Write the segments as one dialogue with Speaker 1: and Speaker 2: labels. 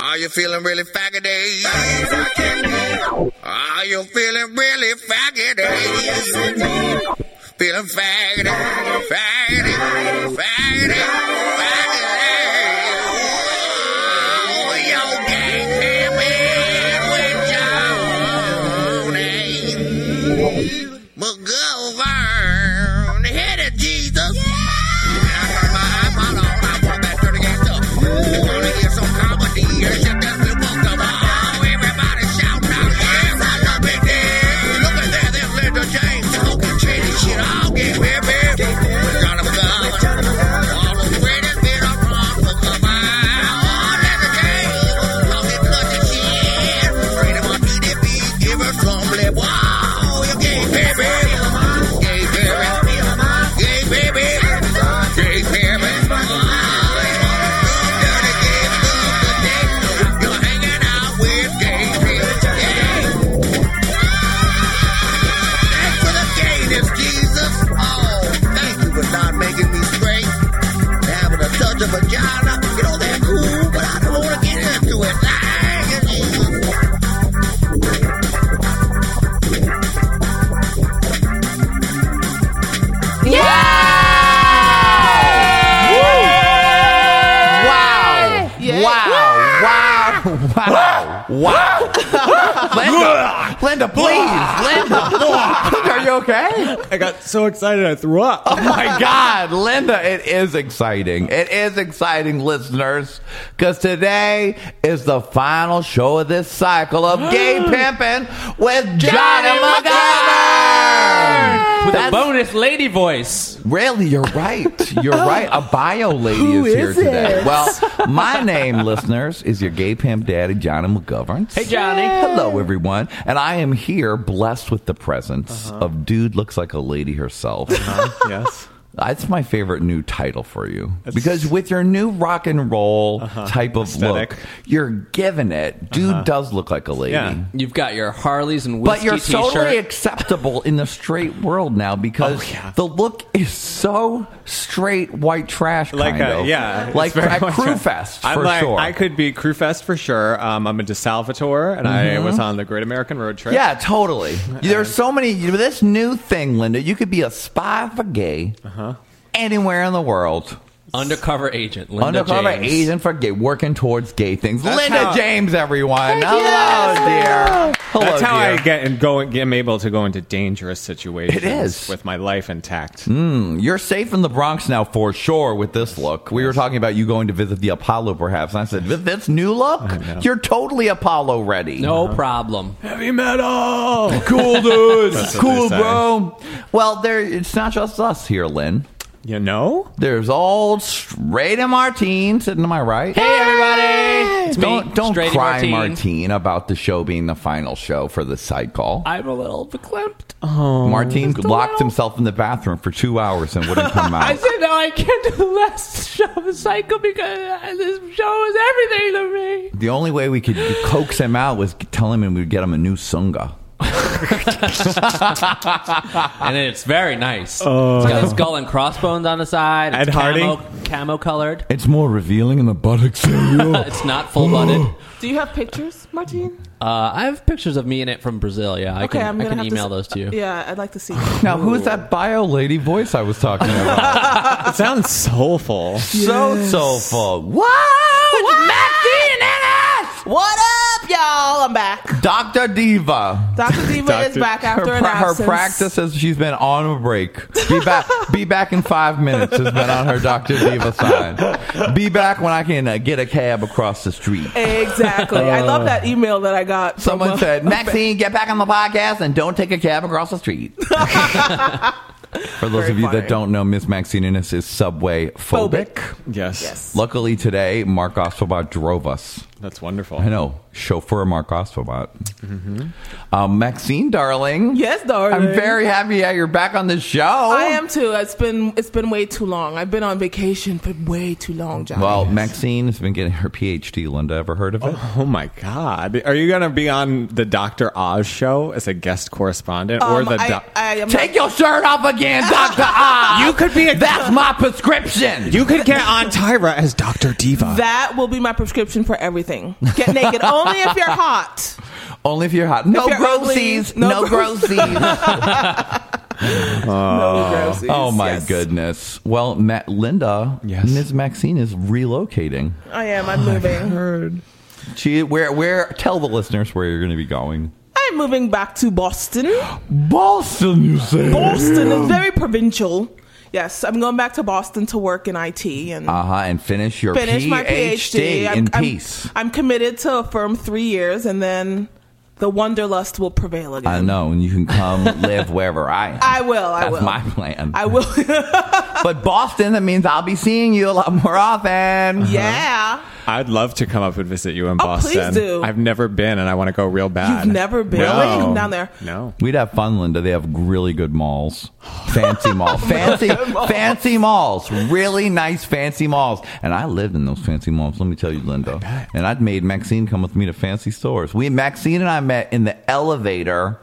Speaker 1: Are you feeling really faggoty? Are you feeling really faggoty? Feeling faggoty, faggoty, faggoty, faggoty. Yo, gang, damn it, with your name. But go over the head of Jesus. Wow, you gay baby, gay baby, gay baby, gay baby. You're hanging out with gay people. Thanks for the gayness, Jesus. Oh, thank you for not making me straight. Having a touch of vagina, you know they're cool, but I don't want to get into it. Thank you, Jesus.
Speaker 2: Wow. Wow. Wow. Wow. Wow. Linda, Linda, please. Linda, are you okay?
Speaker 3: I got so excited I threw up.
Speaker 2: Oh my God, Linda, it is exciting. It is exciting, listeners, because today is the final show of this cycle of Gay Pimpin' with Johnny, McGovern.
Speaker 4: With a
Speaker 2: That's-
Speaker 4: bonus lady voice.
Speaker 2: Really, you're right. You're right. A bio lady is, here
Speaker 5: is
Speaker 2: today.
Speaker 5: it?
Speaker 2: Well, my name, listeners, is your gay pimp daddy, Johnny McGovern.
Speaker 4: Hey, Johnny.
Speaker 2: Hello, everyone. And I am here blessed with the presence of Dude Looks Like a Lady Herself.
Speaker 3: Uh-huh. yes.
Speaker 2: That's my favorite new title for you. because with your new rock and roll type of
Speaker 3: Uh-huh. Aesthetic. Uh-huh.
Speaker 2: look, you're giving it. Dude does look like a lady.
Speaker 3: Yeah.
Speaker 4: You've got your Harleys and
Speaker 2: But
Speaker 4: whiskey
Speaker 2: you're
Speaker 4: t-shirt.
Speaker 2: totally acceptable in the straight world now because
Speaker 3: Oh,
Speaker 2: the look is so straight white trash.
Speaker 3: Like
Speaker 2: kind
Speaker 3: a,
Speaker 2: of.
Speaker 3: yeah, it's
Speaker 2: like
Speaker 3: very
Speaker 2: at
Speaker 3: much
Speaker 2: Crew
Speaker 3: a-
Speaker 2: Fest
Speaker 3: I'm
Speaker 2: for
Speaker 3: like,
Speaker 2: sure.
Speaker 3: I could be crew fest for sure. Um, I'm a DeSalvatore, and I was on the Great American Road Trip.
Speaker 2: Mm-hmm. Yeah, totally.
Speaker 3: Uh-huh.
Speaker 2: There's so many. you know, This new thing, Linda, you could be a spy for gay
Speaker 3: Uh-huh.
Speaker 2: anywhere in the world.
Speaker 4: undercover agent. Linda
Speaker 2: Undercover
Speaker 4: James.
Speaker 2: agent for gay, working towards gay things.
Speaker 3: That's
Speaker 2: Linda
Speaker 3: how-
Speaker 2: James, everyone. Hello, dear. Hello,
Speaker 3: That's how
Speaker 2: dear.
Speaker 3: I get and go. I'm able to go into dangerous situations.
Speaker 2: It is.
Speaker 3: with my life intact.
Speaker 2: Hmm, You're safe in the Bronx now for sure with this look. We were talking about you going to visit the Apollo, perhaps, and I said, "With this new look, you're totally Apollo ready."
Speaker 4: No problem.
Speaker 3: Heavy metal.
Speaker 2: Uh-huh. cool dudes,
Speaker 3: That's what
Speaker 2: cool
Speaker 3: they say.
Speaker 2: bro. Well, there, it's not just us here, Lynn.
Speaker 3: You know,
Speaker 2: There's old straight Martine sitting to my right.
Speaker 4: Hey, everybody. It's me,
Speaker 2: don't don't
Speaker 4: Straighty
Speaker 2: cry, Martine.
Speaker 4: Martine.
Speaker 2: about the show being the final show for the side call.
Speaker 4: I'm a little verklempt.
Speaker 2: Martine
Speaker 4: Just a
Speaker 2: locked
Speaker 4: little.
Speaker 2: himself in the bathroom for two hours and wouldn't come out.
Speaker 4: I said, no, I can't do the last show of the cycle because uh, this show is everything to me.
Speaker 2: The only way we could coax him out was tell him and we'd get him a new sunga.
Speaker 4: And it's very nice. it's got a skull and crossbones on the side. It's
Speaker 3: Ed Hardy?
Speaker 4: camo, camo colored.
Speaker 2: It's more revealing in the buttocks area.
Speaker 4: It's not full blooded. uh,
Speaker 5: Do you have pictures, Martine?
Speaker 4: I have pictures of me in it from Brazil. Yeah, I
Speaker 5: Okay,
Speaker 4: can,
Speaker 5: I'm
Speaker 4: I
Speaker 5: gonna
Speaker 4: can
Speaker 5: have
Speaker 4: email
Speaker 5: to,
Speaker 4: those to you.
Speaker 5: Yeah, I'd like to see.
Speaker 2: now, who's that bio lady voice I was talking about?
Speaker 3: it sounds soulful.
Speaker 2: So soulful. Wow! It's Maxine and Anna!
Speaker 5: what up, y'all? I'm back.
Speaker 2: Dr. Diva.
Speaker 5: Dr. Diva is
Speaker 3: Dr.
Speaker 5: back after
Speaker 2: her,
Speaker 5: an
Speaker 2: pra- her
Speaker 5: absence.
Speaker 2: practice is she's been on a break. Be back, be back in five minutes has been on her Dr. Diva sign. Be back when I can uh, get a cab across the street.
Speaker 5: Exactly. I love that email that I got. from,
Speaker 2: Uh. Someone
Speaker 5: uh,
Speaker 2: said, Maxine, get back on the podcast and don't take a cab across the street. For those
Speaker 5: Very
Speaker 2: of you
Speaker 5: funny.
Speaker 2: that don't know, Miss Maxine Innes is subway phobic.
Speaker 3: Yes.
Speaker 5: Yes.
Speaker 2: Luckily today, Mark Osterbaugh drove us.
Speaker 3: That's wonderful.
Speaker 2: I know, chauffeur Mark Osterbaugh.
Speaker 3: Mm-hmm.
Speaker 2: Um, Maxine, darling.
Speaker 5: Yes, darling.
Speaker 2: I'm very happy that you're back on the show.
Speaker 5: I am too. It's been it's been way too long. I've been on vacation for way too long, John.
Speaker 2: Well, Maxine has been getting her PhD. Linda, ever heard of it?
Speaker 3: Oh my God! Are you gonna be on the Doctor Oz show as a guest correspondent, or
Speaker 5: Um,
Speaker 3: the?
Speaker 5: I,
Speaker 3: doc-
Speaker 5: I am
Speaker 2: Take your shirt off again, Dr. Oz.
Speaker 3: You could be a-
Speaker 2: That's my prescription.
Speaker 3: you could get on Tyra as Doctor Diva.
Speaker 5: That will be my prescription for everything. anything. Get naked only if you're hot.
Speaker 2: Only if you're hot. No
Speaker 5: you're ugly,
Speaker 2: grossies.
Speaker 5: no
Speaker 2: no
Speaker 5: gross-
Speaker 2: grossies.
Speaker 3: Oh.
Speaker 5: no grossies.
Speaker 2: oh my
Speaker 5: Yes.
Speaker 2: goodness. Well, Matt, Linda,
Speaker 6: Yes.
Speaker 2: Ms. Maxine is relocating.
Speaker 5: I am. I'm moving.
Speaker 6: Heard.
Speaker 2: She where where tell the listeners where you're going to be going.
Speaker 5: I'm moving back to Boston.
Speaker 2: Boston, you say?
Speaker 5: Boston is very provincial. Yes, I'm going back to Boston to work in IT and
Speaker 2: Uh huh. And finish your
Speaker 5: Mm. finish
Speaker 2: PhD,
Speaker 5: my PhD
Speaker 2: in
Speaker 5: I'm,
Speaker 2: peace.
Speaker 5: I'm committed to a firm three years, and then the wanderlust will prevail again.
Speaker 2: i know, and you can come live wherever I am.
Speaker 5: I will. I
Speaker 2: That's
Speaker 5: will.
Speaker 2: my plan.
Speaker 5: I will.
Speaker 2: but Boston, that means I'll be seeing you a lot more often.
Speaker 5: Uh-huh. yeah.
Speaker 6: I'd love to come up and visit you in
Speaker 5: Oh, please
Speaker 6: Boston.
Speaker 5: do.
Speaker 6: I've never been, and I want to go real bad.
Speaker 5: You've never been?
Speaker 6: No.
Speaker 5: Really? Come down there.
Speaker 6: No.
Speaker 2: We'd have fun, Linda. They have really good malls, fancy malls, fancy, fancy malls, really nice fancy malls. And I lived in those fancy malls. Let me tell you, Linda. And I'd made Maxine come with me to fancy stores. We Maxine and I met in the elevator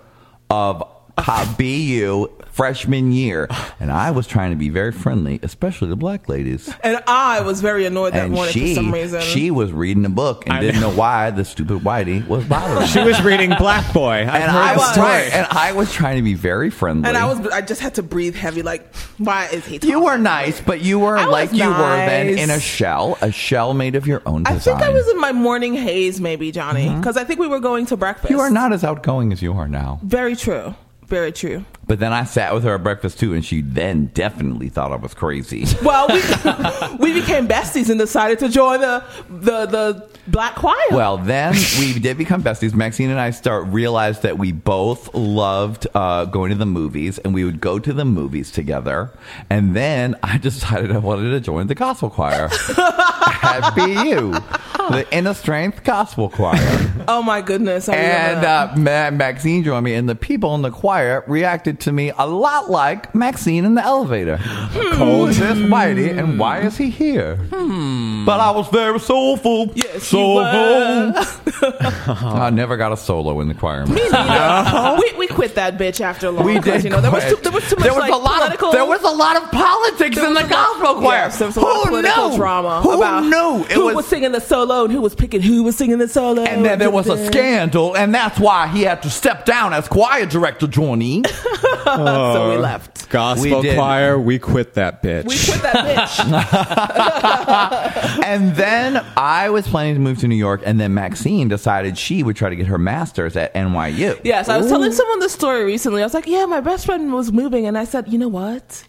Speaker 2: of Cobb BU freshman year, and I was trying to be very friendly, especially to black ladies.
Speaker 5: And I was very annoyed that
Speaker 2: And
Speaker 5: morning
Speaker 2: she,
Speaker 5: for some reason.
Speaker 2: she was reading a book and
Speaker 6: I
Speaker 2: didn't know
Speaker 6: know.
Speaker 2: why the stupid whitey was bothering. her.
Speaker 6: She was reading Black Boy. I've
Speaker 2: And
Speaker 6: heard
Speaker 2: I
Speaker 6: the
Speaker 2: was
Speaker 6: story.
Speaker 2: right, and I was trying to be very friendly.
Speaker 5: and I was. I just had to breathe heavy. Like, why is he?
Speaker 2: You
Speaker 5: talking
Speaker 2: were
Speaker 5: to me?
Speaker 2: nice, but you were
Speaker 5: I was
Speaker 2: like you were then
Speaker 5: nice.
Speaker 2: in a shell, a shell made of your own
Speaker 5: I
Speaker 2: design.
Speaker 5: think I was in my morning haze, maybe Johnny, because I think we were going to breakfast.
Speaker 2: Mm-hmm. You are not as outgoing as you are now.
Speaker 5: Very true. Very true.
Speaker 2: But then I sat with her at breakfast too, and she then definitely thought I was crazy.
Speaker 5: Well, we we became besties and decided to join the the the black choir.
Speaker 2: Well, then we did become besties. Maxine and I start realized that we both loved uh, going to the movies, and we would go to the movies together. And then I decided I wanted to join the gospel choir at BU, the Inner Strength Gospel Choir.
Speaker 5: oh my goodness! I remember
Speaker 2: And
Speaker 5: that.
Speaker 2: uh, Ma- Maxine joined me, and the people in the choir reacted to me a lot like Maxine in the elevator. Cold is this Whitey, and why is he here? But I was very soulful.
Speaker 5: Yes, you
Speaker 2: soulful.
Speaker 5: were.
Speaker 2: I never got a solo in the choir.
Speaker 5: we, we quit that bitch after long.
Speaker 2: Uh-huh. We
Speaker 5: 'cause,
Speaker 2: did.
Speaker 5: You know, there was
Speaker 2: quit.
Speaker 5: too, there was too much
Speaker 2: There was
Speaker 5: like
Speaker 2: a lot
Speaker 5: political.
Speaker 2: Of, there was a lot of politics
Speaker 5: there
Speaker 2: in
Speaker 5: was
Speaker 2: the
Speaker 5: a lot-
Speaker 2: gospel choir.
Speaker 5: Yes, there was a lot
Speaker 2: Who
Speaker 5: of political
Speaker 2: knew?
Speaker 5: drama
Speaker 2: Who
Speaker 5: about
Speaker 2: knew? It
Speaker 5: who
Speaker 2: was,
Speaker 5: was, singing the solo and who was picking who was singing the solo.
Speaker 2: and then there was a
Speaker 5: Da-da-da.
Speaker 2: scandal, and that's why he had to step down as choir director, Johnny.
Speaker 5: So we left.
Speaker 6: Uh, Gospel
Speaker 2: We did.
Speaker 6: choir, we quit that bitch.
Speaker 5: We quit that bitch.
Speaker 2: and then I was planning to move to New York, and then Maxine decided she would try to get her master's at NYU.
Speaker 5: yes, I was telling someone this story recently. I was like, "Yeah, my best friend was moving," and I said, "You know what?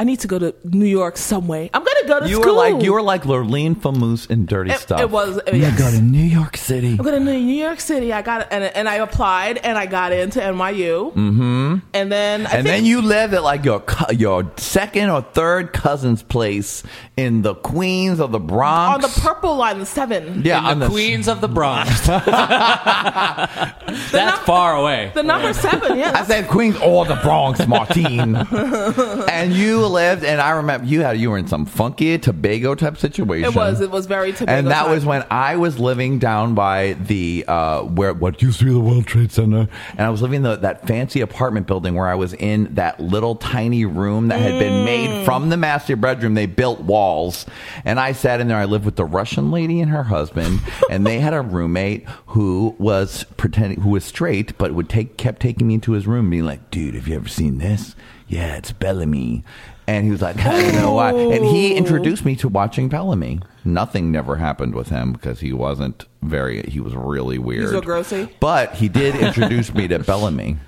Speaker 5: I need to go to New York some way. I'm gonna go to
Speaker 2: You
Speaker 5: school."
Speaker 2: were like you were like Lurleen Famoose in Dirty
Speaker 5: It-
Speaker 2: Stuff.
Speaker 5: it was-
Speaker 2: You
Speaker 5: yes.
Speaker 2: go to New York City.
Speaker 5: I'm going to New York City. I got and and I applied and I got into NYU. Mm-hmm. And then I
Speaker 2: And
Speaker 5: think
Speaker 2: then you lived at like your co- your second or third cousin's place in the Queens of the
Speaker 5: on
Speaker 2: Bronx.
Speaker 5: the purple line, the seven.
Speaker 2: yeah,
Speaker 7: In
Speaker 2: on
Speaker 7: the, Queens of the Bronx.
Speaker 5: The
Speaker 7: That's
Speaker 5: num-
Speaker 7: far away.
Speaker 5: The number seven,
Speaker 2: I
Speaker 5: yeah.
Speaker 2: said Queens or the Bronx, Martine. and you lived, and I remember you had you were in some funky Tobago type situation.
Speaker 5: It was. It was very Tobago.
Speaker 2: and that
Speaker 5: time.
Speaker 2: was when I was living down by the uh, where what used to be the World Trade Center, and I was living in the, that fancy apartment building where I was in that little tiny room that had been made from the master bedroom. They built walls, and I sat in there. I lived with the Russian lady and her husband, and they had a roommate who was pretending who was straight, but would take kept taking me into his room, being like, "Dude, have you ever seen this? Yeah, it's Bellamy." And he was like, I don't know why. And he introduced me to watching Bellamy. Nothing never happened with him because he wasn't very, he was really weird.
Speaker 5: so grossy?
Speaker 2: But he did introduce me to Bellamy.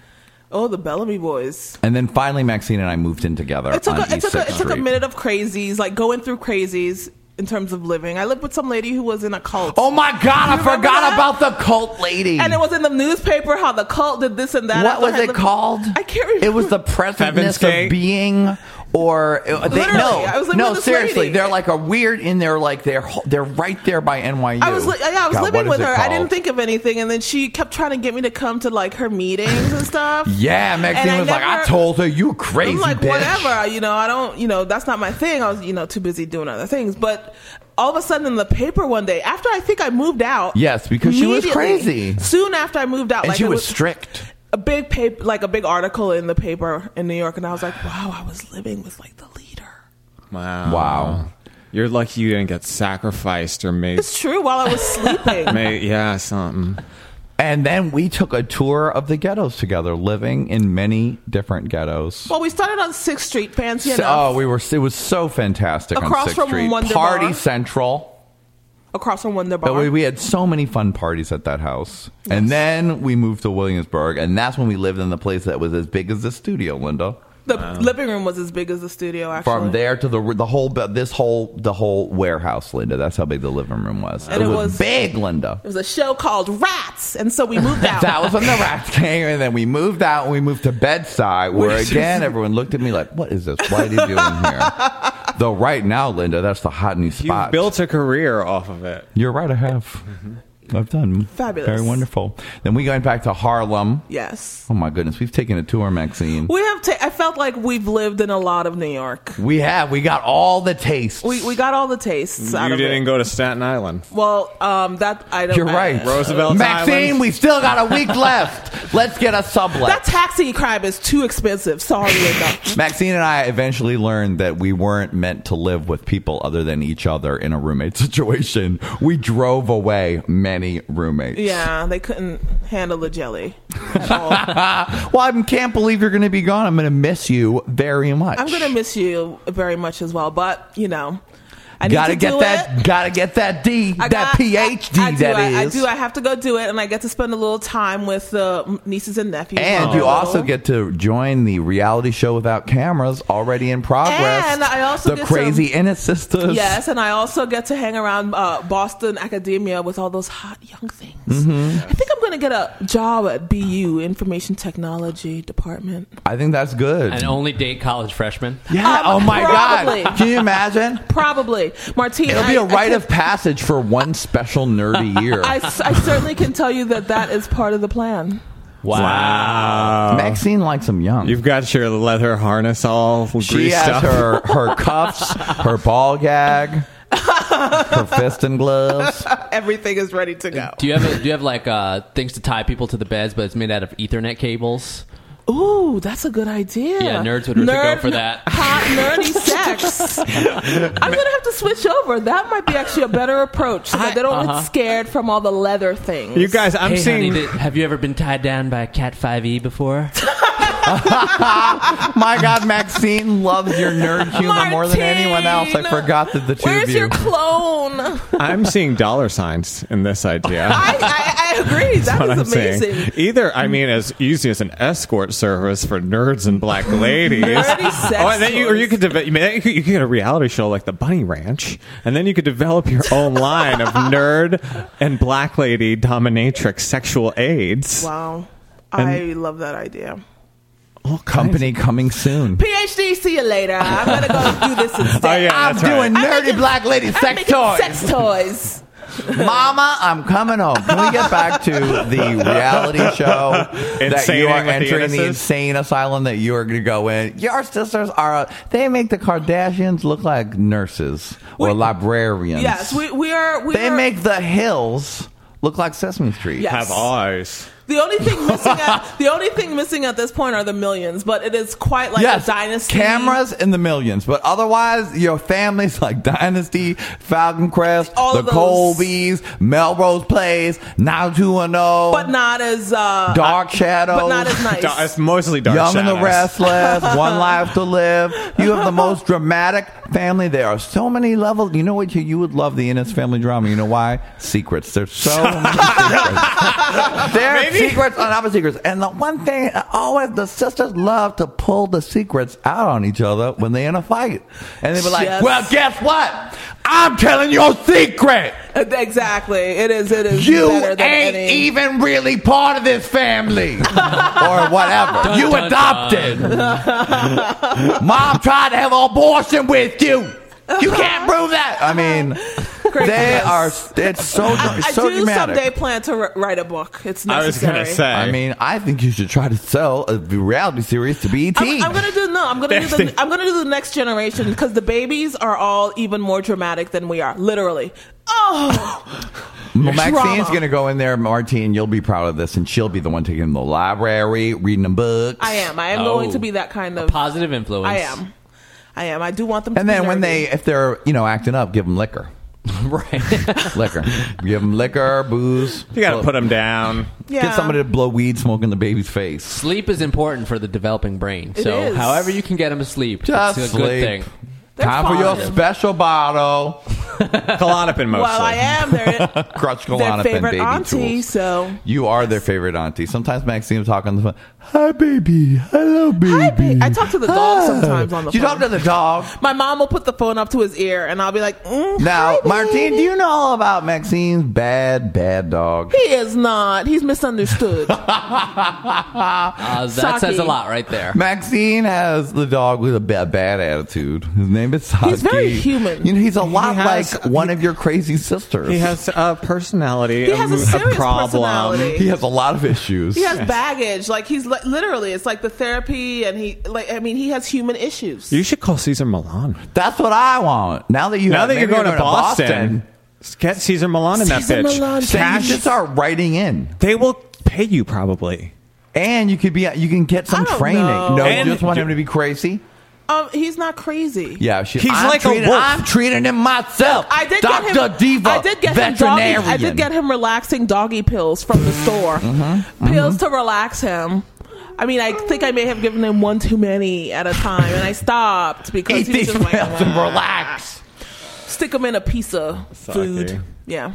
Speaker 5: oh the Bellamy boys.
Speaker 2: And then finally, Maxine and I moved in together.
Speaker 5: It took
Speaker 2: on E
Speaker 5: a, it
Speaker 2: East
Speaker 5: took a,
Speaker 2: 6th
Speaker 5: it took a
Speaker 2: Street.
Speaker 5: minute of crazies, like going through crazies in terms of living. I lived with some lady who was in a cult.
Speaker 2: Oh my God, I
Speaker 5: remember
Speaker 2: forgot
Speaker 5: that?
Speaker 2: about the cult lady.
Speaker 5: And it was in the newspaper how the cult did this and that. I
Speaker 2: What
Speaker 5: thought
Speaker 2: was
Speaker 5: I
Speaker 2: it
Speaker 5: lived-
Speaker 2: called?
Speaker 5: I can't remember.
Speaker 2: It was the presentness
Speaker 6: Heaven's
Speaker 2: of
Speaker 6: Gate?
Speaker 2: being, or uh, they, no,
Speaker 5: Literally, I was living
Speaker 2: no,
Speaker 5: with this
Speaker 2: seriously,
Speaker 5: lady.
Speaker 2: they're like a weird in there, like they're they're right there by NYU.
Speaker 5: I was li- yeah, I was
Speaker 2: God, what
Speaker 5: living
Speaker 2: is
Speaker 5: with
Speaker 2: it
Speaker 5: her. I didn't
Speaker 2: called?
Speaker 5: think of anything, and then she kept trying to get me to come to like her meetings and stuff.
Speaker 2: Yeah, Maxine
Speaker 5: And I
Speaker 2: was like, I
Speaker 5: never-
Speaker 2: told her you crazy.
Speaker 5: I'm like,
Speaker 2: bitch."
Speaker 5: whatever, you know, I don't, you know, that's not my thing. I was, you know, too busy doing other things. But all of a sudden in the paper one day, after I think I moved out.
Speaker 2: Yes, because she was
Speaker 5: immediately,
Speaker 2: crazy.
Speaker 5: Soon after I moved out,
Speaker 2: And
Speaker 5: like
Speaker 2: she
Speaker 5: it
Speaker 2: was,
Speaker 5: was
Speaker 2: strict.
Speaker 5: a big paper, like a big article in the paper in New York. And I was like, wow, I was living with like the leader.
Speaker 6: Wow.
Speaker 2: Wow.
Speaker 6: You're lucky you didn't get sacrificed or made.
Speaker 5: It's true. While I was sleeping,
Speaker 6: made yeah, something.
Speaker 2: And then we took a tour of the ghettos together, living in many different ghettos.
Speaker 5: well, we started on Sixth Street, fancy
Speaker 2: So-
Speaker 5: enough,
Speaker 2: oh, we were. It was so fantastic
Speaker 5: Across
Speaker 2: on Sixth
Speaker 5: from
Speaker 2: Street.
Speaker 5: Wonder
Speaker 2: Party
Speaker 5: Bar.
Speaker 2: Central.
Speaker 5: across from Wonder Bar.
Speaker 2: uh, But we, we had so many fun parties at that house. And then we moved to Williamsburg, and that's when we lived in the place that was as big as the studio, Linda.
Speaker 5: the living room was as big as the studio. Actually,
Speaker 2: From there to the the whole bu- this whole the whole warehouse, Linda. That's how big the living room was.
Speaker 5: And
Speaker 2: it
Speaker 5: it
Speaker 2: was,
Speaker 5: was-
Speaker 2: big, Linda.
Speaker 5: It was a show called Rats, and so we moved out.
Speaker 2: That was when the rats came, and then we moved out and we moved to Bedside, where
Speaker 6: Which is-
Speaker 2: again everyone looked at me like, "What is this? Why are you doing here?" Though right now, Linda, that's the hot new
Speaker 6: You
Speaker 2: spot.
Speaker 6: built a career off of it.
Speaker 2: You're right. I have. I've done
Speaker 5: Mm-hmm. Fabulous.
Speaker 2: Very wonderful. Then we went back to Harlem.
Speaker 5: yes,
Speaker 2: Oh my goodness, we've taken a tour, Maxine.
Speaker 5: we have. Ta- I felt like we've lived in a lot of New York.
Speaker 2: We have. We got all the tastes.
Speaker 5: We we got all the tastes out
Speaker 6: you
Speaker 5: of
Speaker 6: didn't
Speaker 5: it.
Speaker 6: go to Staten Island.
Speaker 5: well, um, that I don't.
Speaker 2: You're
Speaker 5: I-
Speaker 2: right,
Speaker 6: Roosevelt
Speaker 2: Maxine.
Speaker 6: Island.
Speaker 2: We still got a week left. Let's get a sublet.
Speaker 5: That taxi cab is too expensive. Sorry, Linda.
Speaker 2: Maxine and I eventually learned that we weren't meant to live with people other than each other in a roommate situation. We drove away many roommates.
Speaker 5: yeah, they couldn't handle the jelly.
Speaker 2: Well, I can't believe you're going to be gone. I'm going to miss you very much.
Speaker 5: I'm gonna miss you very much as well, but you know, I need
Speaker 2: Gotta
Speaker 5: to
Speaker 2: get
Speaker 5: do
Speaker 2: that.
Speaker 5: It.
Speaker 2: Gotta get that D.
Speaker 5: I
Speaker 2: that
Speaker 5: got-
Speaker 2: PhD.
Speaker 5: I, I do,
Speaker 2: that
Speaker 5: I,
Speaker 2: is.
Speaker 5: I do. I have to go do it, and I get to spend a little time with the uh, nieces and nephews.
Speaker 2: and
Speaker 5: while
Speaker 2: you
Speaker 5: I'm
Speaker 2: also
Speaker 5: little.
Speaker 2: get to join the reality show without cameras already in progress.
Speaker 5: And I also
Speaker 2: the
Speaker 5: get
Speaker 2: crazy Innis sisters.
Speaker 5: Yes, and I also get to hang around uh, Boston academia with all those hot young things.
Speaker 2: Mm-hmm.
Speaker 5: I think I'm going to get a job at BU, Information Technology Department.
Speaker 2: I think that's good.
Speaker 4: And only date college freshmen.
Speaker 2: Yeah.
Speaker 5: Um,
Speaker 2: oh my
Speaker 5: probably.
Speaker 2: god. Can you imagine?
Speaker 5: Probably. Martine,
Speaker 2: It'll be
Speaker 5: a
Speaker 2: a rite of passage for one special nerdy year.
Speaker 5: I, s- I certainly can tell you that that is part of the plan.
Speaker 4: Wow.
Speaker 2: Maxine likes them young.
Speaker 6: You've got your leather harness all
Speaker 2: she
Speaker 6: greased up.
Speaker 2: has her her cuffs, her ball gag, her fist and gloves.
Speaker 5: Everything is ready to go.
Speaker 4: Do you have a, do you have like uh, things to tie people to the beds, but it's made out of Ethernet cables?
Speaker 5: Ooh, that's a good idea.
Speaker 4: Yeah, nerds would really go for that.
Speaker 5: Hot nerdy sex. I'm gonna have to switch over. That might be actually a better approach so that they don't get scared from all the leather things.
Speaker 6: You guys, I'm
Speaker 4: hey,
Speaker 6: seeing.
Speaker 4: honey, did- have you ever been tied down by a Cat 5e before?
Speaker 2: My God, Maxine loves your nerd humor more than anyone else. I
Speaker 5: Martine,
Speaker 2: forgot that the two
Speaker 5: Where's
Speaker 2: of you.
Speaker 5: your clone? I,
Speaker 6: I'm seeing dollar signs in this idea.
Speaker 5: I, I agree. That
Speaker 6: What I'm
Speaker 5: is
Speaker 6: saying.
Speaker 5: amazing.
Speaker 6: Either, I mean, as easy as an escort service for nerds and black ladies.
Speaker 5: Nerdy sex
Speaker 6: oh, and then you, or you could, deve- you, mean, you could you could get a reality show like the Bunny Ranch, and then you could develop your own line of nerd and black lady dominatrix sexual aids.
Speaker 5: Wow. I love that idea.
Speaker 2: All company coming soon.
Speaker 5: PhD, see you later. I'm gonna go do this instead.
Speaker 6: Oh yeah,
Speaker 2: I'm
Speaker 6: that's right.
Speaker 2: doing nerdy
Speaker 5: making-
Speaker 2: black lady
Speaker 5: I'm
Speaker 2: sex
Speaker 5: making
Speaker 2: toys.
Speaker 5: sex toys.
Speaker 2: Mama, I'm coming home. Can we get back to the reality show that you
Speaker 6: Insaning
Speaker 2: are
Speaker 6: with the
Speaker 2: entering the,
Speaker 6: Innocences?
Speaker 2: insane asylum that you are going to go in? Your sisters are, they make the Kardashians look like nurses or
Speaker 5: We-
Speaker 2: librarians.
Speaker 5: Yes, we, we are. We
Speaker 2: they
Speaker 5: are,
Speaker 2: make the hills look like Sesame Street.
Speaker 5: Yes.
Speaker 6: Have eyes.
Speaker 5: The only thing missing at the only thing missing at this point are the millions, but it is quite like
Speaker 2: Yes,
Speaker 5: a dynasty.
Speaker 2: cameras in the millions, but otherwise your families like Dynasty, Falcon Crest,
Speaker 5: All
Speaker 2: the
Speaker 5: of those.
Speaker 2: Colbys, Melrose Place, Now Two and oh,
Speaker 5: but not as uh,
Speaker 2: Dark Shadows,
Speaker 5: but not as nice.
Speaker 6: Da- it's mostly dark
Speaker 2: Young and the
Speaker 6: shadows.
Speaker 2: Restless, One Life to Live. You have the most dramatic family. There are so many levels. You know what? You, you would love the Innis family drama. You know why? Secrets. There's so many secrets. There are secrets on top of secrets. And the one thing, always the sisters love to pull the secrets out on each other when they're in a fight. And they be like,
Speaker 5: Yes.
Speaker 2: well, guess what? I'm telling your secret.
Speaker 5: exactly. It is. It is.
Speaker 2: You
Speaker 5: better than
Speaker 2: ain't
Speaker 5: any.
Speaker 2: even really part of this family, or whatever.
Speaker 4: Dun,
Speaker 2: you
Speaker 4: dun,
Speaker 2: adopted. Mom tried to have an abortion with you. You can't prove that. I mean, they
Speaker 5: Craziness.
Speaker 2: are. It's so
Speaker 5: I
Speaker 2: so
Speaker 5: do
Speaker 2: dramatic.
Speaker 5: someday plan to r- write a book. It's
Speaker 6: I was
Speaker 5: necessary.
Speaker 6: gonna say.
Speaker 2: I mean, I think you should try to sell a reality series to BET.
Speaker 5: I'm, I'm gonna do no. I'm gonna do the. I'm gonna do the next generation because the babies are all even more dramatic than we are. Literally. Oh,
Speaker 2: Well, Maxine's
Speaker 5: Drama.
Speaker 2: going to go in there, Martine. You'll be proud of this, and she'll be the one taking them to the library, reading them books.
Speaker 5: I am. I am
Speaker 4: Oh.
Speaker 5: going to be that kind of.
Speaker 4: Positive influence.
Speaker 5: I am. I am. I do want them. to
Speaker 2: And
Speaker 5: be
Speaker 2: then when
Speaker 5: nerdy.
Speaker 2: they, if they're, you know, acting up, give them liquor.
Speaker 4: right.
Speaker 2: Liquor. give them liquor, booze.
Speaker 6: You got to put them down.
Speaker 5: yeah.
Speaker 2: Get somebody to blow weed smoke in the baby's face.
Speaker 4: sleep is important for the developing brain.
Speaker 5: It
Speaker 4: so
Speaker 5: is.
Speaker 4: however you can get them to sleep,
Speaker 2: Just
Speaker 4: it's a
Speaker 2: sleep.
Speaker 4: good thing.
Speaker 5: They're
Speaker 2: Time for your
Speaker 5: fine.
Speaker 2: special bottle.
Speaker 6: Klonopin mostly.
Speaker 5: Well, I am their,
Speaker 2: Crutch
Speaker 5: their
Speaker 2: Galanip and
Speaker 5: favorite
Speaker 2: baby
Speaker 5: auntie,
Speaker 2: tools.
Speaker 5: so
Speaker 2: You are their favorite auntie. Sometimes Maxine will talk on the phone. Hi, baby. Hello, baby.
Speaker 5: baby. I talk to the dog sometimes on the
Speaker 2: You
Speaker 5: phone.
Speaker 2: talk to the dog.
Speaker 5: My mom will put the phone up to his ear, and I'll be like, mm,
Speaker 2: Now,
Speaker 5: hi,
Speaker 2: Martine,
Speaker 5: baby.
Speaker 2: do you know all about Maxine's bad, bad dog?
Speaker 5: He is not. He's misunderstood.
Speaker 4: Uh, that
Speaker 5: Saki.
Speaker 4: says a lot right there.
Speaker 2: Maxine has the dog with a ba- bad attitude. His name is Saki.
Speaker 5: He's very human.
Speaker 2: You know, he's a lot
Speaker 6: has-
Speaker 2: like one of your crazy sisters.
Speaker 6: He has a personality. um,
Speaker 5: He has a serious
Speaker 6: problem.
Speaker 5: personality.
Speaker 2: He has a lot of issues.
Speaker 5: He has baggage. Like he's li- literally, it's like the therapy, and he like I mean, he has human issues.
Speaker 6: You should call Caesar Milan.
Speaker 2: That's what I want. Now that you
Speaker 6: Now
Speaker 2: have-
Speaker 6: that you're
Speaker 2: maybe
Speaker 6: going, to Boston, get Caesar Milan in that bitch.
Speaker 5: Cesar Millan.
Speaker 2: Boston then you
Speaker 6: Cash.
Speaker 2: should start writing in,
Speaker 6: They will pay you probably.
Speaker 2: and you could be you can get some
Speaker 5: I don't
Speaker 2: training.
Speaker 5: know.
Speaker 2: No,
Speaker 6: And-
Speaker 2: you just want him to be crazy.
Speaker 5: Um, he's not crazy.
Speaker 2: Yeah, she,
Speaker 6: He's
Speaker 2: I'm
Speaker 6: like a
Speaker 2: treating,
Speaker 6: wolf.
Speaker 2: I'm treating him myself.
Speaker 5: I did
Speaker 2: Doctor
Speaker 5: get him.
Speaker 2: Diva.
Speaker 5: I did get him doggy.
Speaker 2: veterinarian.
Speaker 5: I did get him relaxing doggy pills from the store. Pills
Speaker 2: Mm-hmm.
Speaker 5: to relax him. I mean, I think I may have given him one too many at a time, and I stopped because
Speaker 2: Eat
Speaker 5: he was
Speaker 2: these
Speaker 5: just like,
Speaker 2: pills and relax.
Speaker 5: stick him in a piece of
Speaker 6: Sake.
Speaker 5: food. Yeah.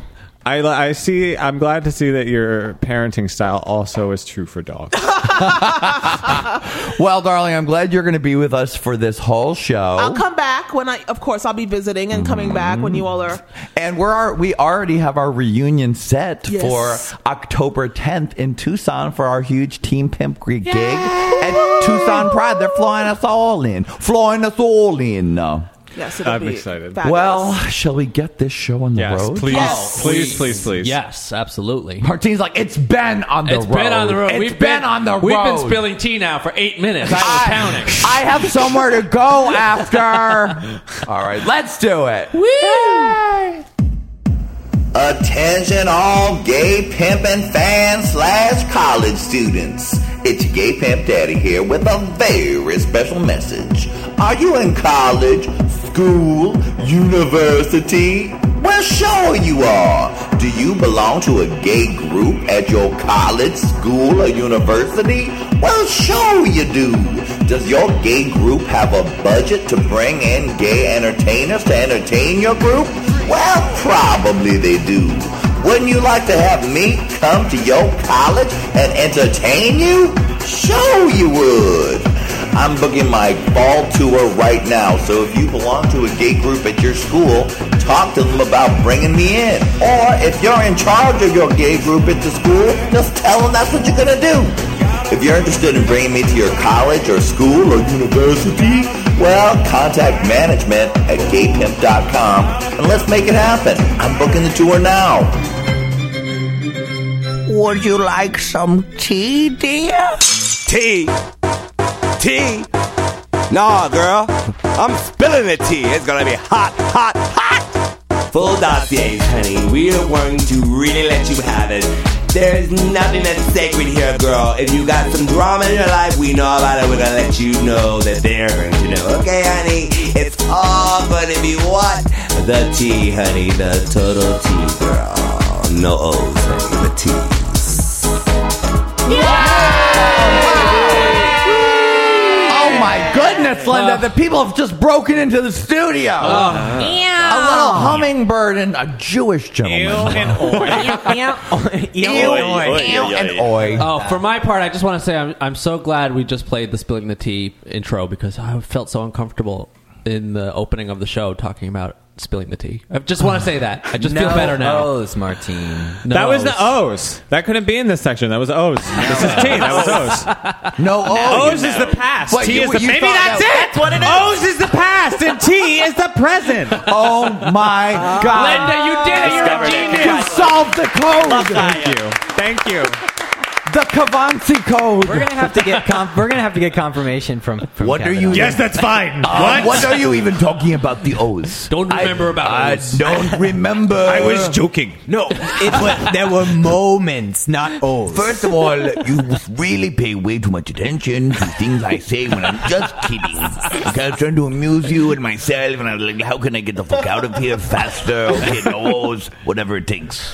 Speaker 6: I, I see. I'm glad to see that your parenting style also is true for dogs.
Speaker 2: Well, darling, I'm glad you're going to be with us for this whole show.
Speaker 5: I'll come back when I, of course, I'll be visiting and coming back when you all are.
Speaker 2: Mm. And we're our, we already have our reunion set
Speaker 5: Yes.
Speaker 2: for October 10th in Tucson for our huge Team Pimp Creek gig at Tucson Pride. They're flying us all in, flying us all in.
Speaker 5: Yes, it'll
Speaker 6: I'm
Speaker 5: be
Speaker 6: excited.
Speaker 5: fabulous.
Speaker 2: Well, shall we get this show on the
Speaker 6: yes,
Speaker 2: road?
Speaker 6: please,
Speaker 5: Yes.
Speaker 6: please, please, please.
Speaker 4: Yes, absolutely.
Speaker 2: Martine's like, it's been on the
Speaker 4: It's
Speaker 2: road.
Speaker 4: been on the road.
Speaker 2: It's
Speaker 4: we've
Speaker 2: been, on the
Speaker 4: We've
Speaker 2: road.
Speaker 4: been spilling tea now for eight minutes. I was counting.
Speaker 2: I have somewhere to go after. all right, let's do it.
Speaker 1: Attention all gay pimpin' fans slash college students. It's your gay pimp daddy here with a very special message. Are you in college, school, university? Well, sure you are. Do you belong to a gay group at your college, school, or university? Well, sure you do. Does your gay group have a budget to bring in gay entertainers to entertain your group? Well, probably they do. Wouldn't you like to have me come to your college and entertain you? Sure you would. I'm booking my fall tour right now, so if you belong to a gay group at your school, talk to them about bringing me in. Or if you're in charge of your gay group at the school, just tell them that's what you're gonna do. If you're interested in bringing me to your college or school or university, well, contact management at gaypimp.com and let's make it happen. I'm booking the tour now.
Speaker 8: Would you like some tea, dear?
Speaker 9: Tea. Tea. Nah, girl. I'm spilling the tea. It's gonna be hot, hot, hot. Full dossiers, honey. We are going to really let you have it. There's nothing that's sacred here, girl. If you got some drama in your life, we know about it. We're gonna let you know that they're going to know. Okay, honey. It's all gonna be what? The tea, honey. The total tea, girl. No O's, honey. The teas.
Speaker 2: Oh my goodness, Linda! the people have just broken into the studio.
Speaker 6: Oh.
Speaker 2: a little hummingbird and a Jewish gentleman. Ew, ew, and oi.
Speaker 4: Oh, for my part, I just want to say I'm, I'm so glad we just played the Spilling the Tea intro because I felt so uncomfortable in the opening of the show talking about spilling the tea. I just want to say that. I just feel better now.
Speaker 3: Oh.
Speaker 10: O's, Martine.
Speaker 4: No
Speaker 6: That was
Speaker 4: O's.
Speaker 6: the O's. That couldn't be in this section. That was O's. This is T. That was O's.
Speaker 2: No, oi.
Speaker 6: Oh, O's is the past.
Speaker 2: What,
Speaker 6: T
Speaker 2: you-
Speaker 6: is the
Speaker 2: you
Speaker 6: maybe
Speaker 2: thought
Speaker 6: that's
Speaker 2: that-
Speaker 6: it. That's what it is. O's is the past and T is the present. Ah.
Speaker 2: Oh my God.
Speaker 4: Linda, you did it. You're a genius.
Speaker 2: You solved the code.
Speaker 6: Thank you. Thank you.
Speaker 2: The Cavansi code.
Speaker 10: We're gonna have to get com- we're gonna have to get confirmation from. from
Speaker 2: What are
Speaker 10: Kevin
Speaker 2: you-
Speaker 10: on that.
Speaker 2: Yes,
Speaker 6: that's fine.
Speaker 2: Uh, what are you even talking about? The O's.
Speaker 4: Don't remember about O's.
Speaker 2: I don't remember. I
Speaker 6: joking.
Speaker 10: No, it was, there were moments, not O's.
Speaker 2: First of all, you really pay way too much attention to things I say when I'm just kidding. Like I was trying to amuse you and myself, and I was like, how can I get the fuck out of here faster? Okay, no O's, whatever it takes.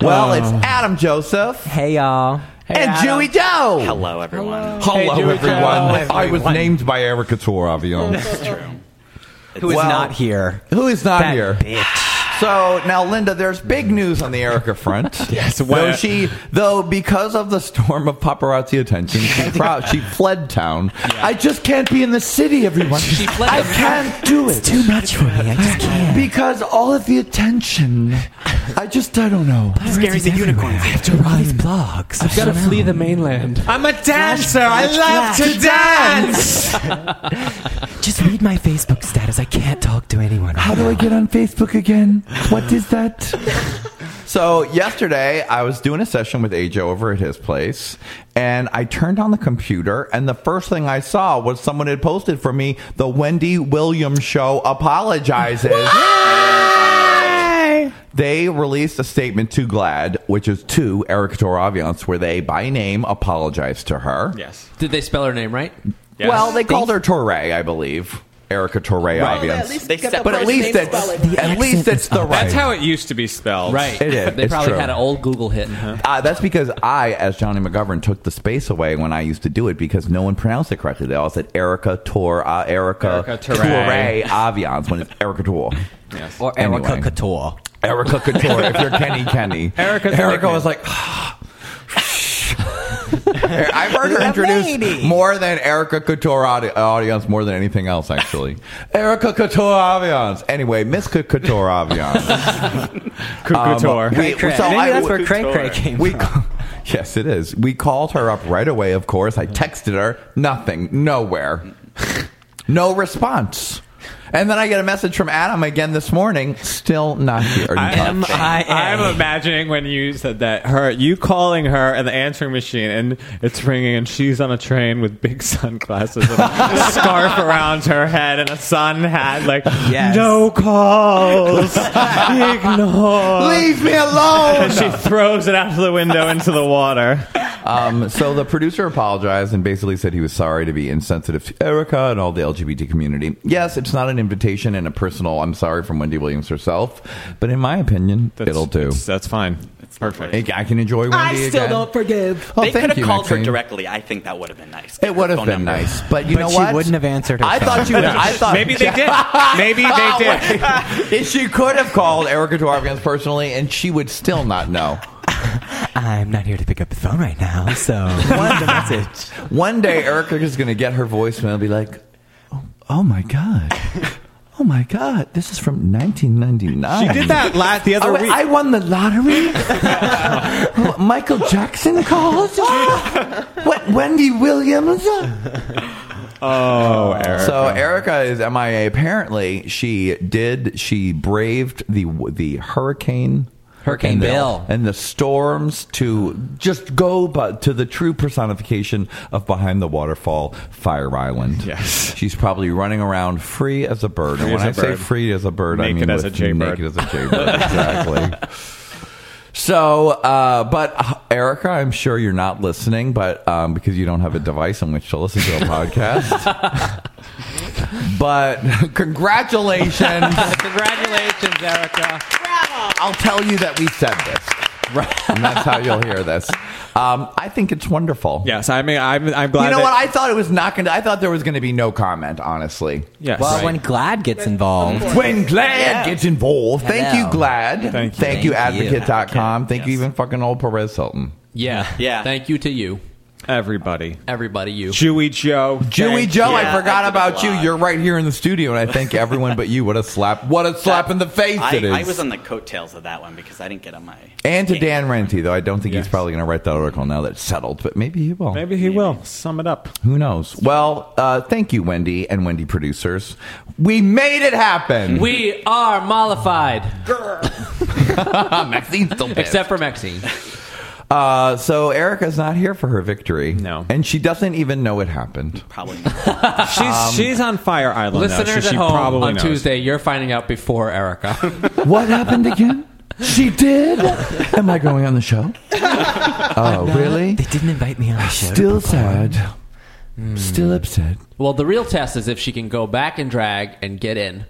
Speaker 2: Well, it's Adam Joseph
Speaker 10: hey y'all.
Speaker 2: Uh. and Jewy Joe.
Speaker 11: Hello, everyone.
Speaker 2: Hello,
Speaker 10: Hey, Jewy Joe.
Speaker 2: I was named by Erica Toravion,
Speaker 10: Who is
Speaker 2: Well-
Speaker 10: not here?
Speaker 2: who is not
Speaker 10: That
Speaker 2: here.
Speaker 10: bitch.
Speaker 2: So now, Linda, there's big news on the Erica front. yes,
Speaker 6: why-
Speaker 2: though she, though because of the storm of paparazzi attention, she, fro- she fled town. I just can't be in the city, everyone. She
Speaker 4: fled
Speaker 2: I
Speaker 4: the-
Speaker 2: can't do it
Speaker 10: Too much for me. I just can't.
Speaker 2: because all of the attention. I just, I don't know.
Speaker 11: Scary's a unicorn.
Speaker 10: I have to write these blogs. I've
Speaker 4: Gotta flee the mainland.
Speaker 6: I'm a dancer. I love to dance.
Speaker 10: Just read my Facebook status. I can't talk to anyone.
Speaker 2: How do I get on Facebook again? What is that? so yesterday I was doing a session with AJ over at his place and I turned on the computer and the first thing I saw was someone had posted for me the Wendy Williams show apologizes. They released a statement to GLAD, which is to Eric Toraviance, where they, by name, apologized to her.
Speaker 6: Yes.
Speaker 4: Did they spell her name right?
Speaker 2: Well, they called her Torre, I believe. Erica Torre,
Speaker 5: Well,
Speaker 2: Aviance.
Speaker 5: at least
Speaker 11: They
Speaker 5: get
Speaker 11: said-
Speaker 5: the
Speaker 2: But at
Speaker 5: first
Speaker 2: least
Speaker 5: name
Speaker 2: that's
Speaker 5: spelling right.
Speaker 2: at least it's the right.
Speaker 6: That's how it used to be spelled. Uh-huh.
Speaker 4: Right.
Speaker 2: It is.
Speaker 4: They
Speaker 2: It's
Speaker 4: probably
Speaker 2: true.
Speaker 4: had an old Google hit.
Speaker 2: Uh, that's because I, as Johnny McGovern, took the space away when I used to do it because no one pronounced it correctly. They all said Erica Tor, uh, Erica,
Speaker 6: Erica
Speaker 2: Torre
Speaker 6: Torre.
Speaker 2: Aviance when it's Erica Tor.
Speaker 10: Or Erica
Speaker 2: Anyway.
Speaker 10: Couture.
Speaker 2: Erica Couture, if you're Kenny Kenny.
Speaker 6: Erica's the
Speaker 2: Erica
Speaker 6: nickname.
Speaker 2: was like, I've heard her introduced
Speaker 10: lady.
Speaker 2: more than Erica Couture audi- audience, more than anything else, actually. Erica Couture audience. Anyway, Miss Couture audience.
Speaker 6: Couture.
Speaker 2: we-
Speaker 10: Cray.
Speaker 2: so
Speaker 10: Maybe
Speaker 2: I
Speaker 10: that's
Speaker 2: would-
Speaker 10: where Cray Cray
Speaker 11: Couture.
Speaker 10: came
Speaker 2: we,
Speaker 10: from.
Speaker 2: yes, it is. We called her up right away, of course. I texted her. Nothing. Nowhere. No response. And then I get a message from Adam again this morning. Still not here.
Speaker 10: am- I am.
Speaker 6: I'm imagining when you said that her, you calling her and the answering machine, and it's ringing, and she's on a train with big sunglasses and a scarf around her head and a sun hat, like
Speaker 10: Yes.
Speaker 6: no calls, ignore.
Speaker 2: Leave me alone.
Speaker 6: And she throws it out of the window into the water.
Speaker 2: Um, so the producer apologized and basically said he was sorry to be insensitive to Erica and all the LGBT community. Yes, it's not an invitation and a personal I'm sorry from Wendy Williams herself, but in my opinion, it'll do.
Speaker 6: it's- That's fine. Perfect.
Speaker 2: I I can enjoy Wendy
Speaker 5: I still
Speaker 2: again.
Speaker 5: don't forgive.
Speaker 2: Well,
Speaker 11: they
Speaker 2: thank
Speaker 11: could have
Speaker 2: you,
Speaker 11: called
Speaker 2: Maxine.
Speaker 11: her directly. I think that would have been nice.
Speaker 2: It would have
Speaker 11: Phone
Speaker 2: been
Speaker 11: number.
Speaker 2: nice, but you
Speaker 10: But
Speaker 2: know
Speaker 10: she
Speaker 2: what?
Speaker 10: wouldn't have answered her
Speaker 2: I
Speaker 10: phone.
Speaker 2: thought she would. I thought
Speaker 6: Maybe they did. Maybe they did.
Speaker 2: did. she could have called Erica Dwarkins personally, and she would still not know.
Speaker 10: I'm not here to pick up the phone right now, so what's the message?
Speaker 2: One day, Erica is going to get her voicemail and be like, "Oh, oh my god, oh my god, this is from 1999."
Speaker 6: She did that last the other
Speaker 2: Oh,
Speaker 6: week.
Speaker 2: I won the lottery. Michael Jackson calls. what? Wendy Williams.
Speaker 6: oh, Eric.
Speaker 2: So Erica is MIA. Apparently, she did. She braved the the hurricane.
Speaker 10: Hurricane
Speaker 2: and the-
Speaker 10: Bill.
Speaker 2: and the storms to just go but to the true personification of behind the waterfall fire island
Speaker 6: Yes.
Speaker 2: she's probably running around free as a bird and
Speaker 6: Free
Speaker 2: when i
Speaker 6: as a
Speaker 2: say
Speaker 6: bird.
Speaker 2: free as a bird i
Speaker 6: Naked
Speaker 2: mean
Speaker 6: as
Speaker 2: with
Speaker 6: a jaybird.
Speaker 2: naked as a jaybird exactly so, uh, but uh, Erica, I'm sure you're not listening, but um, because you don't have a device on which to listen to a podcast. but congratulations!
Speaker 4: Congratulations, Erica.
Speaker 2: I'll tell you that we said this, right? and that's how you'll hear this. Um, I think it's wonderful.
Speaker 6: Yes, I mean, I'm, I'm glad.
Speaker 2: You know
Speaker 6: that-
Speaker 2: what? I thought it was not going to. I thought there was going to be no comment. Honestly,
Speaker 6: yes.
Speaker 10: Well, when Glad gets involved,
Speaker 2: when Glad gets involved, thank
Speaker 10: Hello.
Speaker 2: you, Glad.
Speaker 6: Thank you.
Speaker 2: Thank you,
Speaker 10: Thank you.
Speaker 2: Advocate.com. Thank you,
Speaker 11: Yes.
Speaker 2: even fucking old Perez Hilton.
Speaker 4: Yeah.
Speaker 11: Yeah.
Speaker 4: Thank you to you,
Speaker 6: everybody.
Speaker 4: everybody. You.
Speaker 6: Jewy Joe.
Speaker 2: Jewy
Speaker 6: thank
Speaker 2: Joe,
Speaker 11: you.
Speaker 2: I
Speaker 11: Yeah,
Speaker 2: forgot
Speaker 11: I did a
Speaker 2: about you.
Speaker 11: lot.
Speaker 2: You're right here in the studio, and I thank everyone but you. What a slap! What a slap in the face
Speaker 11: I,
Speaker 2: it is.
Speaker 11: I was on the coattails of that one because I didn't get on my.
Speaker 2: and to
Speaker 11: game.
Speaker 2: Dan Renty, though, I don't think he's
Speaker 6: Yes.
Speaker 2: probably going to write that article now that's settled, but maybe he will.
Speaker 6: Maybe he will sum it up.
Speaker 2: Who knows? Well, uh, thank you, Wendy and Wendy producers. We made it happen.
Speaker 4: We are mollified,
Speaker 2: Maxine's still pissed.
Speaker 4: except for Maxine.
Speaker 2: Uh, so Erica's not here for her victory. No. And she doesn't even know it happened.
Speaker 11: Probably.
Speaker 6: She's she's on Fire Island. now, so
Speaker 4: Um, Listeners
Speaker 6: she
Speaker 4: at home
Speaker 6: probably
Speaker 4: on
Speaker 6: knows.
Speaker 4: Tuesday, you're finding out before Erica.
Speaker 2: what happened again? She did. Am I going on the show? Oh, really?
Speaker 10: They didn't invite me on the show.
Speaker 2: Still sad. Still upset.
Speaker 4: Well, the real test is if she can go back and drag and get in.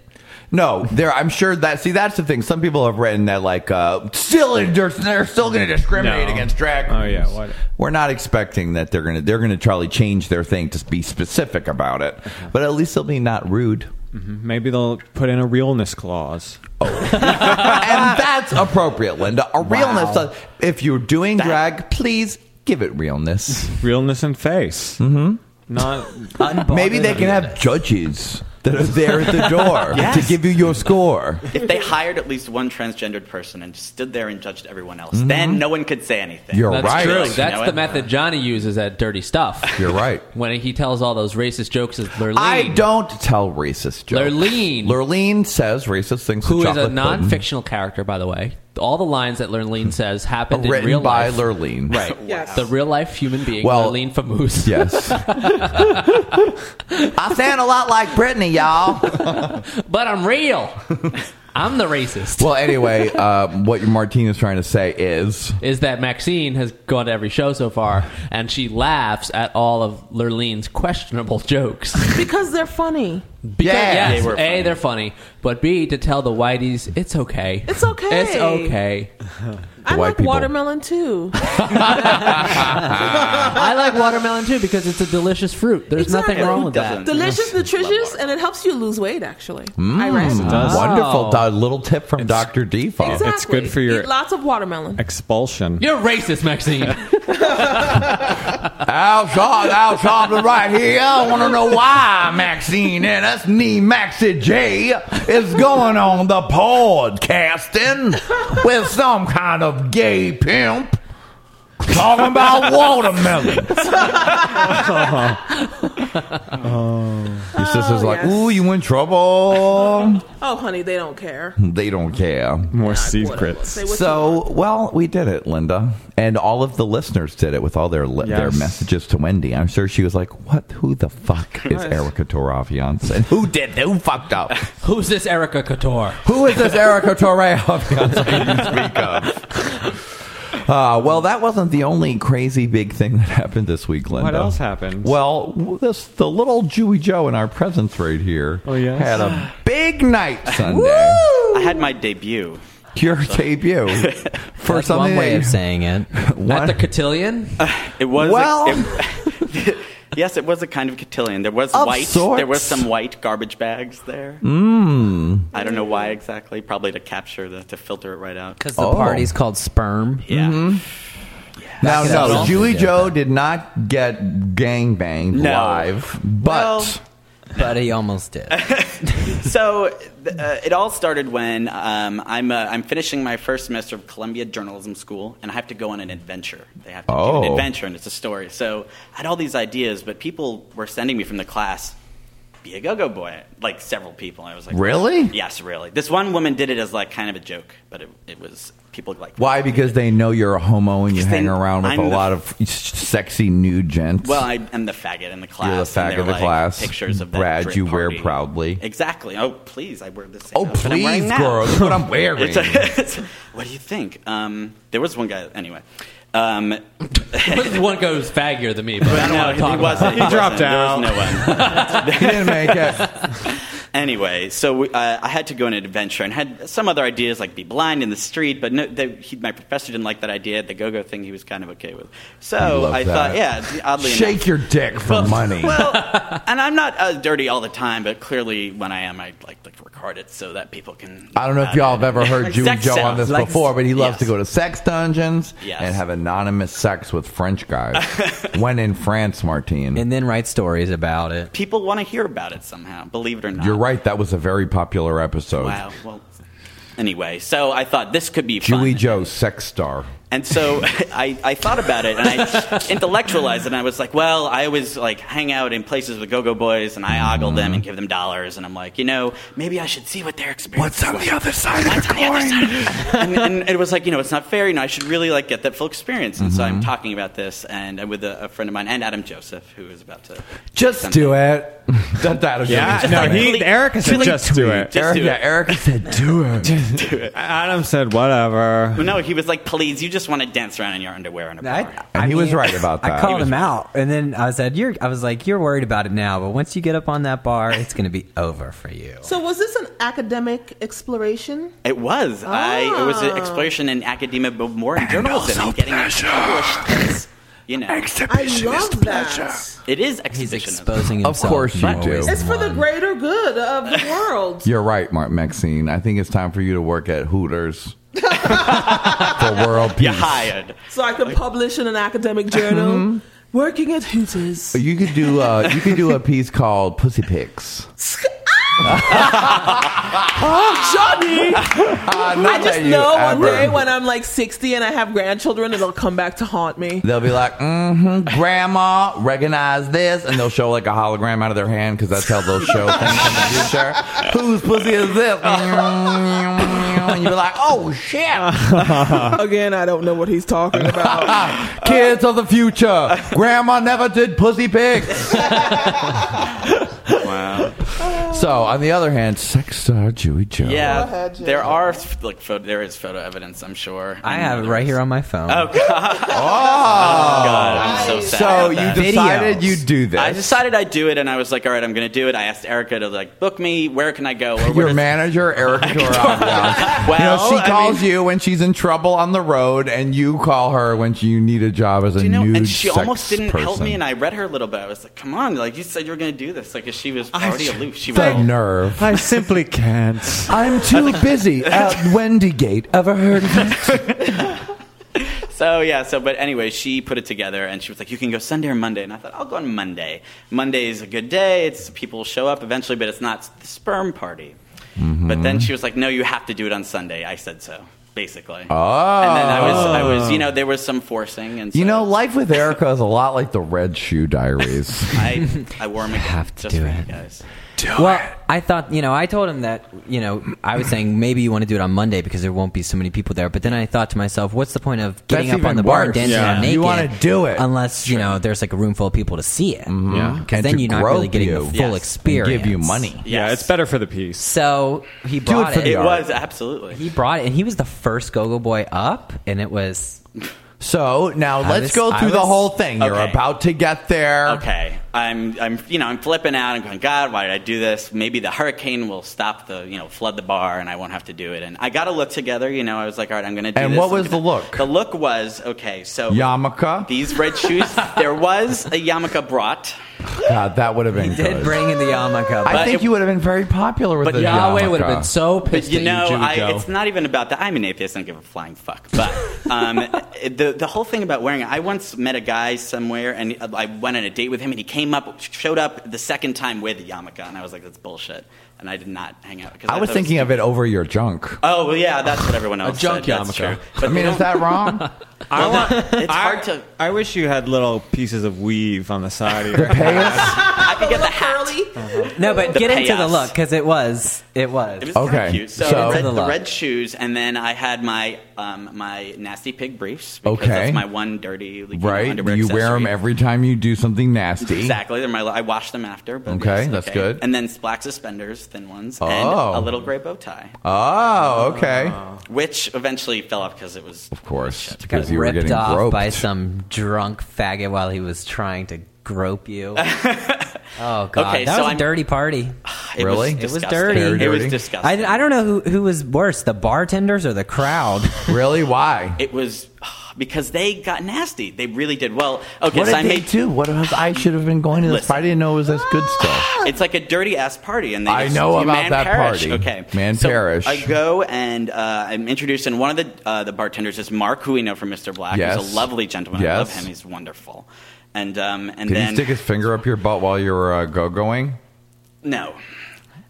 Speaker 2: No, there. I'm sure that. See, that's the thing. Some people have written that like uh, still they're, they're still going to discriminate
Speaker 6: No.
Speaker 2: against drag.
Speaker 6: Oh, yeah,
Speaker 2: queens.
Speaker 6: what-
Speaker 2: We're not expecting that they're going to they're going to try to change their thing to be specific about it, but at least they'll be not rude.
Speaker 6: Mm-hmm. Maybe they'll put in a realness clause.
Speaker 2: and that's appropriate, Linda. A realness. uh, If you're doing drag, please give it realness.
Speaker 6: Realness and face. Mm-hmm. Not
Speaker 2: Maybe they can have judges that are there at the door
Speaker 11: Yes.
Speaker 2: to give you your score.
Speaker 11: If they hired at least one transgendered person and just stood there and judged everyone else, then no one could say anything.
Speaker 2: Mm-hmm. You're
Speaker 4: That's
Speaker 2: right.
Speaker 4: true. That's
Speaker 11: know
Speaker 4: the
Speaker 11: it.
Speaker 4: method Johnny uses at Dirty Stuff.
Speaker 2: You're right.
Speaker 4: When he tells all those racist jokes, is Lurleen,
Speaker 2: I don't tell racist jokes.
Speaker 4: Lurleen.
Speaker 2: Lurleen says racist things. to
Speaker 4: who is a
Speaker 2: chocolate pudding.
Speaker 4: non-fictional character, by the way. All the lines that Lurleen says happened in
Speaker 2: written
Speaker 4: real
Speaker 2: by
Speaker 4: life.
Speaker 2: Lurleen.
Speaker 4: Right.
Speaker 5: Yes.
Speaker 4: The real life human being,
Speaker 2: Well-
Speaker 4: Lurleen Famoose.
Speaker 2: Yes. I sound a lot like Brittany, y'all.
Speaker 4: But I'm real. I'm the racist.
Speaker 2: Well, anyway, uh, what Martine is trying to say is
Speaker 4: is that Maxine has gone to every show so far, and she laughs at all of Lurleen's questionable jokes.
Speaker 5: because they're funny.
Speaker 4: Because,
Speaker 2: Yeah.
Speaker 4: yes,
Speaker 11: They were
Speaker 4: A,
Speaker 11: funny.
Speaker 4: they're funny, but B, to tell the whiteys it's okay.
Speaker 5: It's okay.
Speaker 4: It's okay.
Speaker 5: I
Speaker 2: white
Speaker 5: like
Speaker 2: people.
Speaker 5: watermelon too.
Speaker 4: I like watermelon too because it's a delicious fruit. There's nothing
Speaker 5: Exactly.
Speaker 4: wrong with that.
Speaker 11: Doesn't-
Speaker 5: Delicious,
Speaker 11: Yes. Love
Speaker 5: nutritious,
Speaker 11: water.
Speaker 5: and it helps you lose weight. Actually, I read.
Speaker 2: Mm, wonderful. A little tip from Dr. Default.
Speaker 5: Exactly.
Speaker 6: It's good for your-
Speaker 5: Eat lots of watermelon.
Speaker 6: expulsion.
Speaker 4: You're racist, Maxine.
Speaker 2: Outside, outside, right here. I want to know why Maxine and us, me, Maxie J, is going on the podcasting with some kind of gay pimp talking about watermelons.
Speaker 6: Oh.
Speaker 2: Your sister's like,
Speaker 5: Oh, yes.
Speaker 2: ooh, you in trouble.
Speaker 5: Oh, honey, they don't care.
Speaker 2: they don't care.
Speaker 6: More
Speaker 5: Whatever.
Speaker 6: secrets.
Speaker 5: Say what you
Speaker 2: So, well, we did it, Linda, and all of the listeners did it with all their li- their
Speaker 6: Yes.
Speaker 2: messages to Wendy. I'm sure she was like, "What? Who the fuck is Erica Toraviance? And who did? Who fucked up?
Speaker 4: Who's this Erica Couture?
Speaker 2: who is this Erica Toraviance you speak of?" Uh, well, that wasn't the only crazy big thing that happened this week, Linda.
Speaker 6: What else happened?
Speaker 2: Well, w- this the little Jewy Joe in our presence right here
Speaker 6: Oh, yes?
Speaker 2: had a big night Sunday.
Speaker 11: I had my debut.
Speaker 2: Your debut for
Speaker 10: That's
Speaker 2: something
Speaker 10: one way
Speaker 2: that
Speaker 10: of
Speaker 2: you-
Speaker 10: saying it.
Speaker 4: At the cotillion?
Speaker 11: Uh, It was. a-
Speaker 2: Well-
Speaker 11: it- yes, it was a kind of cotillion. There was
Speaker 2: Of
Speaker 11: white.
Speaker 2: sorts.
Speaker 11: There was some white garbage bags there.
Speaker 2: Hmm.
Speaker 11: I don't know why exactly. Probably to capture the to filter it right out.
Speaker 10: Because the
Speaker 2: Oh. Mm-hmm.
Speaker 10: party's called Sperm.
Speaker 11: Yeah.
Speaker 2: Now,
Speaker 10: Back it
Speaker 2: no,
Speaker 10: up.
Speaker 2: Julie
Speaker 10: Yeah.
Speaker 2: Joe did not get gangbanged
Speaker 11: No.
Speaker 2: live, but
Speaker 10: But uh, he almost did.
Speaker 11: So th- uh, it all started when um, I'm uh, I'm finishing my first semester of Columbia Journalism School, and I have to go on an adventure. They have to do
Speaker 2: Oh.
Speaker 11: an adventure, and it's a story. So I had all these ideas, but people were sending me from the class, "Be a go-go boy," like several people. I was like,
Speaker 2: Really?
Speaker 11: Yes, really." This one woman did it as like kind of a joke, but it, it was people like
Speaker 2: why? Because they know you're a homo and you
Speaker 11: Because they-
Speaker 2: hang around with
Speaker 11: I'm
Speaker 2: a
Speaker 11: the-
Speaker 2: lot of s- sexy new gents.
Speaker 11: Well, I am the faggot in the class.
Speaker 2: You're the
Speaker 11: and
Speaker 2: faggot
Speaker 11: they're
Speaker 2: in the
Speaker 11: like
Speaker 2: class.
Speaker 11: Pictures of that
Speaker 2: Brad,
Speaker 11: drip
Speaker 2: you wear
Speaker 11: party.
Speaker 2: proudly.
Speaker 11: Exactly. Oh, please, I wear the same.
Speaker 2: oh
Speaker 11: outfit I'm wearing
Speaker 2: please,
Speaker 11: now.
Speaker 2: girl, look what I'm wearing.
Speaker 11: It's a- it's- what do you think? Um, there was one guy. Anyway, um,
Speaker 4: One goes faggier than me, but I don't
Speaker 11: no,
Speaker 4: want to talk
Speaker 11: he
Speaker 4: about
Speaker 11: wasn't.
Speaker 4: it.
Speaker 11: He,
Speaker 6: dropped
Speaker 11: wasn't. There was no one.
Speaker 2: he didn't make it.
Speaker 11: anyway, so we, uh, I had to go on an adventure and had some other ideas like be blind in the street, but no, they, he, my professor didn't like that idea. The go-go thing he was kind of okay with. So
Speaker 2: love
Speaker 11: I
Speaker 2: that.
Speaker 11: thought, yeah, oddly enough,
Speaker 2: Shake your dick for money.
Speaker 11: Well, and I'm not uh, dirty all the time, but clearly when I am, I like to record it so that people can.
Speaker 2: I don't know if
Speaker 11: about
Speaker 2: y'all
Speaker 11: it.
Speaker 2: have ever heard
Speaker 11: Like
Speaker 2: Julie
Speaker 11: Uh, sex
Speaker 2: Joe on
Speaker 11: sounds.
Speaker 2: this
Speaker 11: Like-
Speaker 2: before, but he loves
Speaker 11: yes.
Speaker 2: to go to sex dungeons
Speaker 11: Yes.
Speaker 2: and have anonymous sex with French guys. when in France, Martine.
Speaker 10: And then write stories about it.
Speaker 11: People want to hear about it somehow, believe it or not.
Speaker 2: you're right, that was a very popular episode.
Speaker 11: Wow. Well, anyway, so I thought this could be fun.
Speaker 2: Julie Joe, sex star.
Speaker 11: And so I, I thought about it and I intellectualized it and I was like, well, I always like hang out in places with go-go boys and I ogle them and give them dollars and I'm like, you know, maybe I should see what their experience What's on the other side of the coin? and, and it was like, you know, it's not fair, you know, I should really like get that full experience. And so I'm talking about this and I'm with a, a friend of mine and Adam Joseph who is about to
Speaker 2: Just do it. That- that'll do
Speaker 6: Yeah,
Speaker 2: it.
Speaker 6: no, he, Erica said just do it.
Speaker 11: Just
Speaker 2: Eric-
Speaker 11: do
Speaker 2: yeah,
Speaker 11: it.
Speaker 2: Erica said do it.
Speaker 6: Adam said whatever.
Speaker 11: Well, no, he was like, please, you just want to dance around in your underwear in a bar.
Speaker 2: And he was right about that.
Speaker 10: I called him out, and then I said, "You're." I was like, "You're worried about it now, but once you get up on that bar, it's going to be over for you."
Speaker 5: So was this an academic exploration?
Speaker 11: It was. I it was an exploration in academia, but more in journalism Ah. and getting it published. as, You know,
Speaker 5: I love that.
Speaker 11: it is
Speaker 10: He's
Speaker 11: exhibitionism.
Speaker 10: exposing himself.
Speaker 2: course you
Speaker 10: more
Speaker 2: do.
Speaker 10: ways
Speaker 5: It's
Speaker 10: than
Speaker 5: for the
Speaker 10: one.
Speaker 5: greater good of the world.
Speaker 2: You're right, Mark Maxine. I think it's time for you to work at Hooters for world peace.
Speaker 11: You're hired.
Speaker 5: so I could publish in an academic
Speaker 10: Mm-hmm.
Speaker 2: Mm-hmm.
Speaker 5: journal. Working at Hooters.
Speaker 2: You could do uh, you could do a piece called Pussy Pics.
Speaker 11: Oh,
Speaker 5: Johnny! I just
Speaker 2: that you
Speaker 5: know one
Speaker 2: ever-
Speaker 5: day when I'm like 60 and I have grandchildren, it'll come back to haunt me.
Speaker 2: They'll be like, mm-hmm, Grandma, recognize this, and they'll show like a hologram out of their hand because that's how they'll show things in the future. Whose pussy is this? and you'll be like, Oh shit!
Speaker 5: Again, I don't know what he's talking about.
Speaker 2: Kids of the future, Grandma never did pussy pics.
Speaker 11: Wow.
Speaker 2: So, on the other hand, sex star Joey Joe.
Speaker 11: Yeah, there are like photo, there is photo evidence. I'm sure.
Speaker 10: I have it right here on my phone.
Speaker 11: Oh God!
Speaker 2: Oh.
Speaker 11: God, I'm so sad.
Speaker 2: So
Speaker 11: about
Speaker 2: you
Speaker 11: that.
Speaker 2: decided
Speaker 10: Videos.
Speaker 2: you'd do this.
Speaker 11: I decided I'd do it, and I was like, "All right, I'm going to do it." I asked Erica to like book me. Where can I go? Or where
Speaker 2: Your
Speaker 11: does-
Speaker 2: manager, Erica Dorado.
Speaker 11: Well,
Speaker 2: you know, she
Speaker 11: I
Speaker 2: calls
Speaker 11: mean-
Speaker 2: you when she's in trouble on the road, and you call her when you need a job as a
Speaker 11: Do you know?
Speaker 2: nude
Speaker 11: And she
Speaker 2: sex
Speaker 11: almost didn't help
Speaker 2: person.
Speaker 11: me, and I read her a little bit. I was like, "Come on!" Like you said, you were going to do this. Like if she was already aloof. She
Speaker 2: the
Speaker 11: was.
Speaker 2: nerve.
Speaker 6: I simply can't.
Speaker 2: I'm too busy at Wendy Gate. Ever heard of that?
Speaker 11: So yeah, so but anyway, she put it together and she was like, "You can go Sunday or Monday," and I thought, "I'll go on Monday. Monday is a good day. It's people show up eventually, but it's not the sperm party." But then she was like, "No, you have to do it on Sunday." I said so, basically.
Speaker 2: Oh.
Speaker 11: And then I was, I was, you know, there was some forcing, and so
Speaker 2: You know, life with Erica is a lot like the Red Shoe Diaries.
Speaker 11: I, I wore my
Speaker 10: have to
Speaker 11: just
Speaker 10: do
Speaker 11: for you
Speaker 10: it.
Speaker 11: guys.
Speaker 10: Well, I thought, you know, I told him that, you know, I was saying maybe you want to do it on Monday because there won't be so many people there. But then I thought to myself, what's the point of getting
Speaker 2: That's
Speaker 10: up on
Speaker 2: even
Speaker 10: the bar
Speaker 2: worse.
Speaker 10: and dancing
Speaker 2: Yeah.
Speaker 10: around naked?
Speaker 2: You wanna do it.
Speaker 10: unless you know there's like a room full of people to see it.
Speaker 6: Yeah.
Speaker 10: Because
Speaker 2: And
Speaker 10: then
Speaker 2: to
Speaker 10: you're not
Speaker 2: grope
Speaker 10: really getting
Speaker 2: Mm-hmm. you.
Speaker 10: the full
Speaker 11: Yes. And give
Speaker 10: experience.
Speaker 2: give you money.
Speaker 6: Yeah,
Speaker 11: Yes.
Speaker 6: it's better for the piece.
Speaker 10: So he brought
Speaker 2: for
Speaker 10: it.
Speaker 2: the
Speaker 11: It
Speaker 2: art.
Speaker 11: was absolutely.
Speaker 10: He brought it, and he was the first Go-Go Boy up, and it was
Speaker 2: So now
Speaker 10: I
Speaker 2: let's
Speaker 10: was-
Speaker 2: go
Speaker 10: I
Speaker 2: through the
Speaker 10: was-
Speaker 2: whole thing. You're
Speaker 11: Okay.
Speaker 2: about to get there.
Speaker 11: okay i'm i'm you know i'm flipping out and going god why did i do this maybe the hurricane will stop the you know flood the bar and i won't have to do it and i got a look together you know i was like all right i'm gonna do
Speaker 2: And
Speaker 11: this,
Speaker 2: what
Speaker 11: I'm
Speaker 2: was
Speaker 11: gonna-
Speaker 2: the look?
Speaker 11: the look was okay so
Speaker 2: Yarmulke?
Speaker 11: these red shoes there was a yarmulke brought
Speaker 2: God, that would have been
Speaker 10: did
Speaker 2: good.
Speaker 10: bring in the yarmulke.
Speaker 2: I
Speaker 10: But
Speaker 2: think
Speaker 11: it-
Speaker 2: you would have been very popular with
Speaker 11: But
Speaker 2: the
Speaker 4: Yahweh would have
Speaker 2: yarmulke.
Speaker 4: been so
Speaker 11: But
Speaker 4: pissed
Speaker 11: you know,
Speaker 4: at you, Joey
Speaker 11: I,
Speaker 4: Joe.
Speaker 11: it's not even about that. I'm an atheist. I don't give a flying fuck. But um, the the whole thing about wearing it. I once met a guy somewhere, and I went on a date with him, and he came up, showed up the second time with a yarmulke, and I was like, "That's bullshit," and I did not hang out. 'cause
Speaker 2: I was
Speaker 11: thought
Speaker 2: thinking
Speaker 11: stupid.
Speaker 2: of it over your junk.
Speaker 11: Oh well, yeah, that's what everyone else
Speaker 4: junk
Speaker 11: said. That's
Speaker 4: yarmulke.
Speaker 11: true. But
Speaker 2: I mean, is that wrong?
Speaker 6: I want.
Speaker 11: it's
Speaker 6: I,
Speaker 11: hard to.
Speaker 6: I wish you had little pieces of weave on the side of your head.
Speaker 11: I could get the hat.
Speaker 10: no, but
Speaker 11: The
Speaker 10: get into the
Speaker 11: payoffs.
Speaker 10: look because it was it was.
Speaker 11: It was
Speaker 2: Okay,
Speaker 11: kinda cute. So,
Speaker 2: so-
Speaker 11: the, red,
Speaker 10: The
Speaker 11: the
Speaker 10: lot.
Speaker 11: red shoes, and then I had my um, my nasty pig briefs because
Speaker 2: Okay.
Speaker 11: that's my one dirty like, you know,
Speaker 2: Right?
Speaker 11: underwear
Speaker 2: You wear them
Speaker 11: accessory.
Speaker 2: every time you do something nasty.
Speaker 11: Exactly. They're my. I wash them after. But
Speaker 2: Okay,
Speaker 11: yes,
Speaker 2: that's good.
Speaker 11: And then black suspenders, thin ones, and
Speaker 2: Oh.
Speaker 11: a little gray bow tie,
Speaker 2: Oh, okay.
Speaker 11: which eventually fell off because it was.
Speaker 2: Of course,
Speaker 10: got
Speaker 2: because you were
Speaker 10: ripped
Speaker 2: getting
Speaker 10: off
Speaker 2: groped.
Speaker 10: by some drunk faggot while he was trying to grope you. oh god,
Speaker 11: Okay,
Speaker 10: that
Speaker 11: so
Speaker 10: was a
Speaker 11: I'm-
Speaker 10: dirty party.
Speaker 11: It
Speaker 2: Really? It
Speaker 11: Was
Speaker 2: was
Speaker 11: disgusting.
Speaker 10: dirty. Very
Speaker 11: It was
Speaker 2: dirty.
Speaker 11: disgusting.
Speaker 10: I, I don't know who who was worse, the bartenders or the crowd.
Speaker 2: really? Why?
Speaker 11: It was because they got nasty. They really did. Well, okay,
Speaker 2: what
Speaker 11: so
Speaker 2: did
Speaker 11: I
Speaker 2: they
Speaker 11: made
Speaker 2: do? What else? I should have been going to this.
Speaker 11: Listen.
Speaker 2: I didn't know it was this good stuff.
Speaker 11: It's like a dirty ass party, and they
Speaker 2: I
Speaker 11: just-
Speaker 2: know about
Speaker 11: man
Speaker 2: that
Speaker 11: parish.
Speaker 2: party.
Speaker 11: Okay,
Speaker 2: Man
Speaker 11: so
Speaker 2: parish.
Speaker 11: I go and uh, I'm introduced, and one of the uh, the bartenders is Mark, who we know from Mr. Black.
Speaker 2: Yes.
Speaker 11: He's a lovely gentleman. I love
Speaker 2: Yes.
Speaker 11: him. He's wonderful. And um, and
Speaker 2: Did
Speaker 11: then
Speaker 2: he stick his finger up your butt while you were uh, go going?
Speaker 11: no.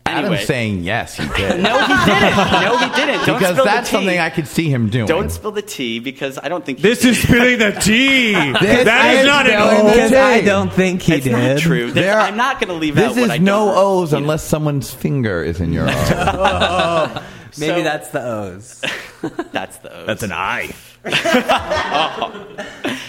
Speaker 2: Adam's
Speaker 11: Anyway.
Speaker 2: saying yes, he did.
Speaker 11: No, he didn't. No, he didn't. Don't
Speaker 2: because
Speaker 11: spill the
Speaker 2: that's
Speaker 11: tea.
Speaker 2: something I could see him doing.
Speaker 11: Don't spill the tea because I don't think
Speaker 6: This is spilling the tea.
Speaker 2: This
Speaker 6: that is,
Speaker 2: is
Speaker 6: not an
Speaker 2: spilling
Speaker 6: old.
Speaker 2: the tea. I don't
Speaker 10: think he
Speaker 11: it's not true. This-
Speaker 2: There-
Speaker 11: I'm not going to leave out
Speaker 2: This
Speaker 11: what
Speaker 2: is
Speaker 11: I
Speaker 2: no
Speaker 11: don't.
Speaker 2: O's unless someone's finger is in your O.
Speaker 11: uh,
Speaker 10: Maybe that's the O's.
Speaker 11: That's the O's.
Speaker 9: That's an eye.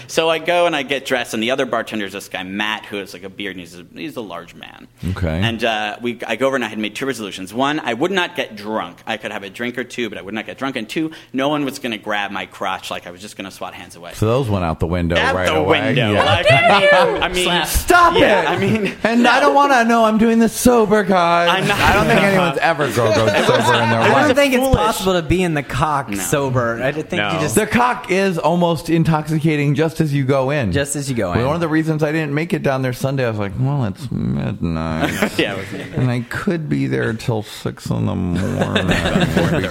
Speaker 11: So I go and I get dressed, and the other bartender is this guy Matt, who has like a beard, and he's a, he's a large man.
Speaker 2: Okay.
Speaker 11: And uh, we, I go over and I had made two resolutions. One, I would not get drunk. I could have a drink or two, but I would not get drunk. And two, no one was going to grab my crotch. Like I was just going to swat hands away.
Speaker 2: so those went out the window
Speaker 11: Out
Speaker 2: right
Speaker 11: the
Speaker 2: away.
Speaker 11: window.
Speaker 2: Yeah.
Speaker 11: Like, I mean, I mean
Speaker 2: Stop
Speaker 11: yeah,
Speaker 2: it!
Speaker 11: I mean,
Speaker 2: and I don't want to know. I'm doing this sober, guys.
Speaker 11: I'm not-
Speaker 2: I don't think anyone's ever go go sober in their
Speaker 10: I
Speaker 2: life.
Speaker 10: don't think it's
Speaker 11: foolish.
Speaker 10: possible to be in the cock sober. I think
Speaker 6: No.
Speaker 10: you just
Speaker 2: The cock is almost intoxicating just as you go in.
Speaker 10: just as you go
Speaker 2: Well,
Speaker 10: in.
Speaker 2: one of the reasons I didn't make it down there Sunday, I was like, well, it's midnight.
Speaker 11: yeah. it was-
Speaker 2: and I could be there till six in the morning